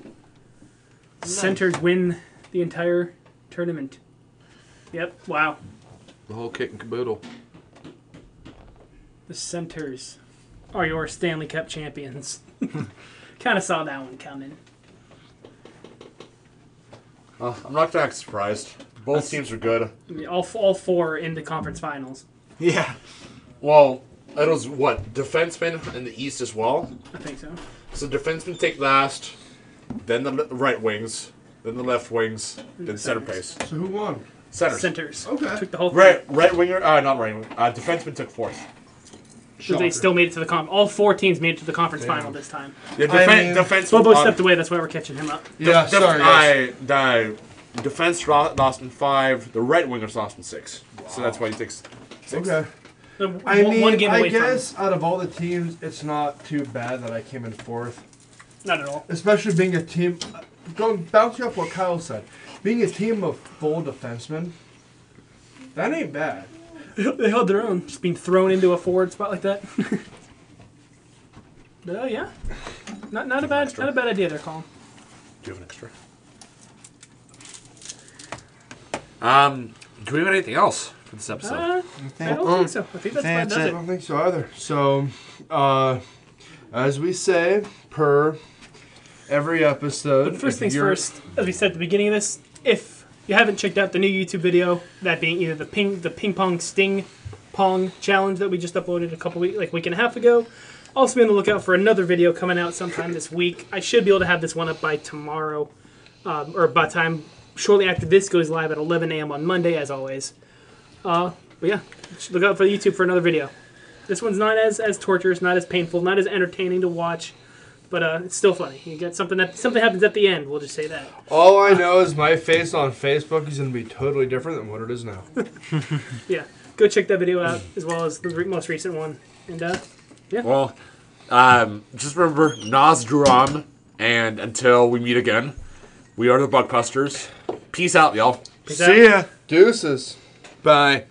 [SPEAKER 4] Centers win the entire tournament. Yep, wow.
[SPEAKER 5] The whole kit and caboodle.
[SPEAKER 4] The Centers are your Stanley Cup champions. Kind of saw that one coming.
[SPEAKER 2] Uh, I'm not that surprised. Both teams are good.
[SPEAKER 4] I mean, all, f- all four in the conference finals.
[SPEAKER 3] Yeah.
[SPEAKER 2] Well, it was what defensemen in the East as well.
[SPEAKER 4] I think so.
[SPEAKER 2] So defensemen take last, then the le- right wings, then the left wings, then center pace.
[SPEAKER 1] So who won?
[SPEAKER 2] Centers.
[SPEAKER 4] Centers.
[SPEAKER 1] Okay.
[SPEAKER 4] Took the whole thing.
[SPEAKER 2] Right, right winger. Uh, not right winger. Uh, defenseman took fourth.
[SPEAKER 4] So they still made it to the conf. All four teams made it to the conference final this time.
[SPEAKER 2] Yeah,
[SPEAKER 1] I mean-
[SPEAKER 2] defen- defenseman.
[SPEAKER 4] Bobo
[SPEAKER 2] uh,
[SPEAKER 4] stepped away. That's why we're catching him up.
[SPEAKER 2] def-
[SPEAKER 1] Yeah,
[SPEAKER 2] def-
[SPEAKER 1] sorry. guys.
[SPEAKER 2] I, the defense ro- lost in five. The right winger's lost in six. So that's why he takes six.
[SPEAKER 1] Okay.
[SPEAKER 4] So w-
[SPEAKER 1] I
[SPEAKER 4] one-
[SPEAKER 1] mean,
[SPEAKER 4] one game
[SPEAKER 1] I
[SPEAKER 4] away
[SPEAKER 1] guess out of all the teams, it's not too bad that I came in fourth.
[SPEAKER 4] from not at all.
[SPEAKER 1] especially being a team. Going bouncing off what Kyle said, being a team of full defensemen, that ain't bad.
[SPEAKER 4] They held their own. Just being thrown into a forward spot like that. Oh yeah, not not a bad not a bad idea there, Colin.
[SPEAKER 2] Do you have an extra? Um, do we have anything else for this episode?
[SPEAKER 4] Uh, I don't think so. I think that's,
[SPEAKER 3] That's
[SPEAKER 4] that does
[SPEAKER 1] I
[SPEAKER 4] it.
[SPEAKER 3] it.
[SPEAKER 1] don't think so either. So, uh, as we say, per every episode.
[SPEAKER 4] But first
[SPEAKER 1] if
[SPEAKER 4] things
[SPEAKER 1] you're-
[SPEAKER 4] first, as we said at the beginning of this, if you haven't checked out the new YouTube video, that being either the ping the ping pong sting pong challenge that we just uploaded a couple weeks like week and a half ago. Also be on the lookout for another video coming out sometime this week. I should be able to have this one up by tomorrow, um, or by time shortly after this goes live at 11 a.m. on Monday, as always. Uh, but yeah, just look out for YouTube for another video. This one's not as as torturous, not as painful, not as entertaining to watch but uh, it's still funny. You get something that something happens at the end. We'll just say that.
[SPEAKER 1] All I know is my face on Facebook is going to be totally different than what it is now.
[SPEAKER 4] Yeah, go check that video out as well as the re- most recent one. And uh,
[SPEAKER 2] Well, um, just remember Nas Duram, and until we meet again, we are the Buckbusters. Peace out, y'all.
[SPEAKER 4] peace out.
[SPEAKER 1] Deuces. Bye.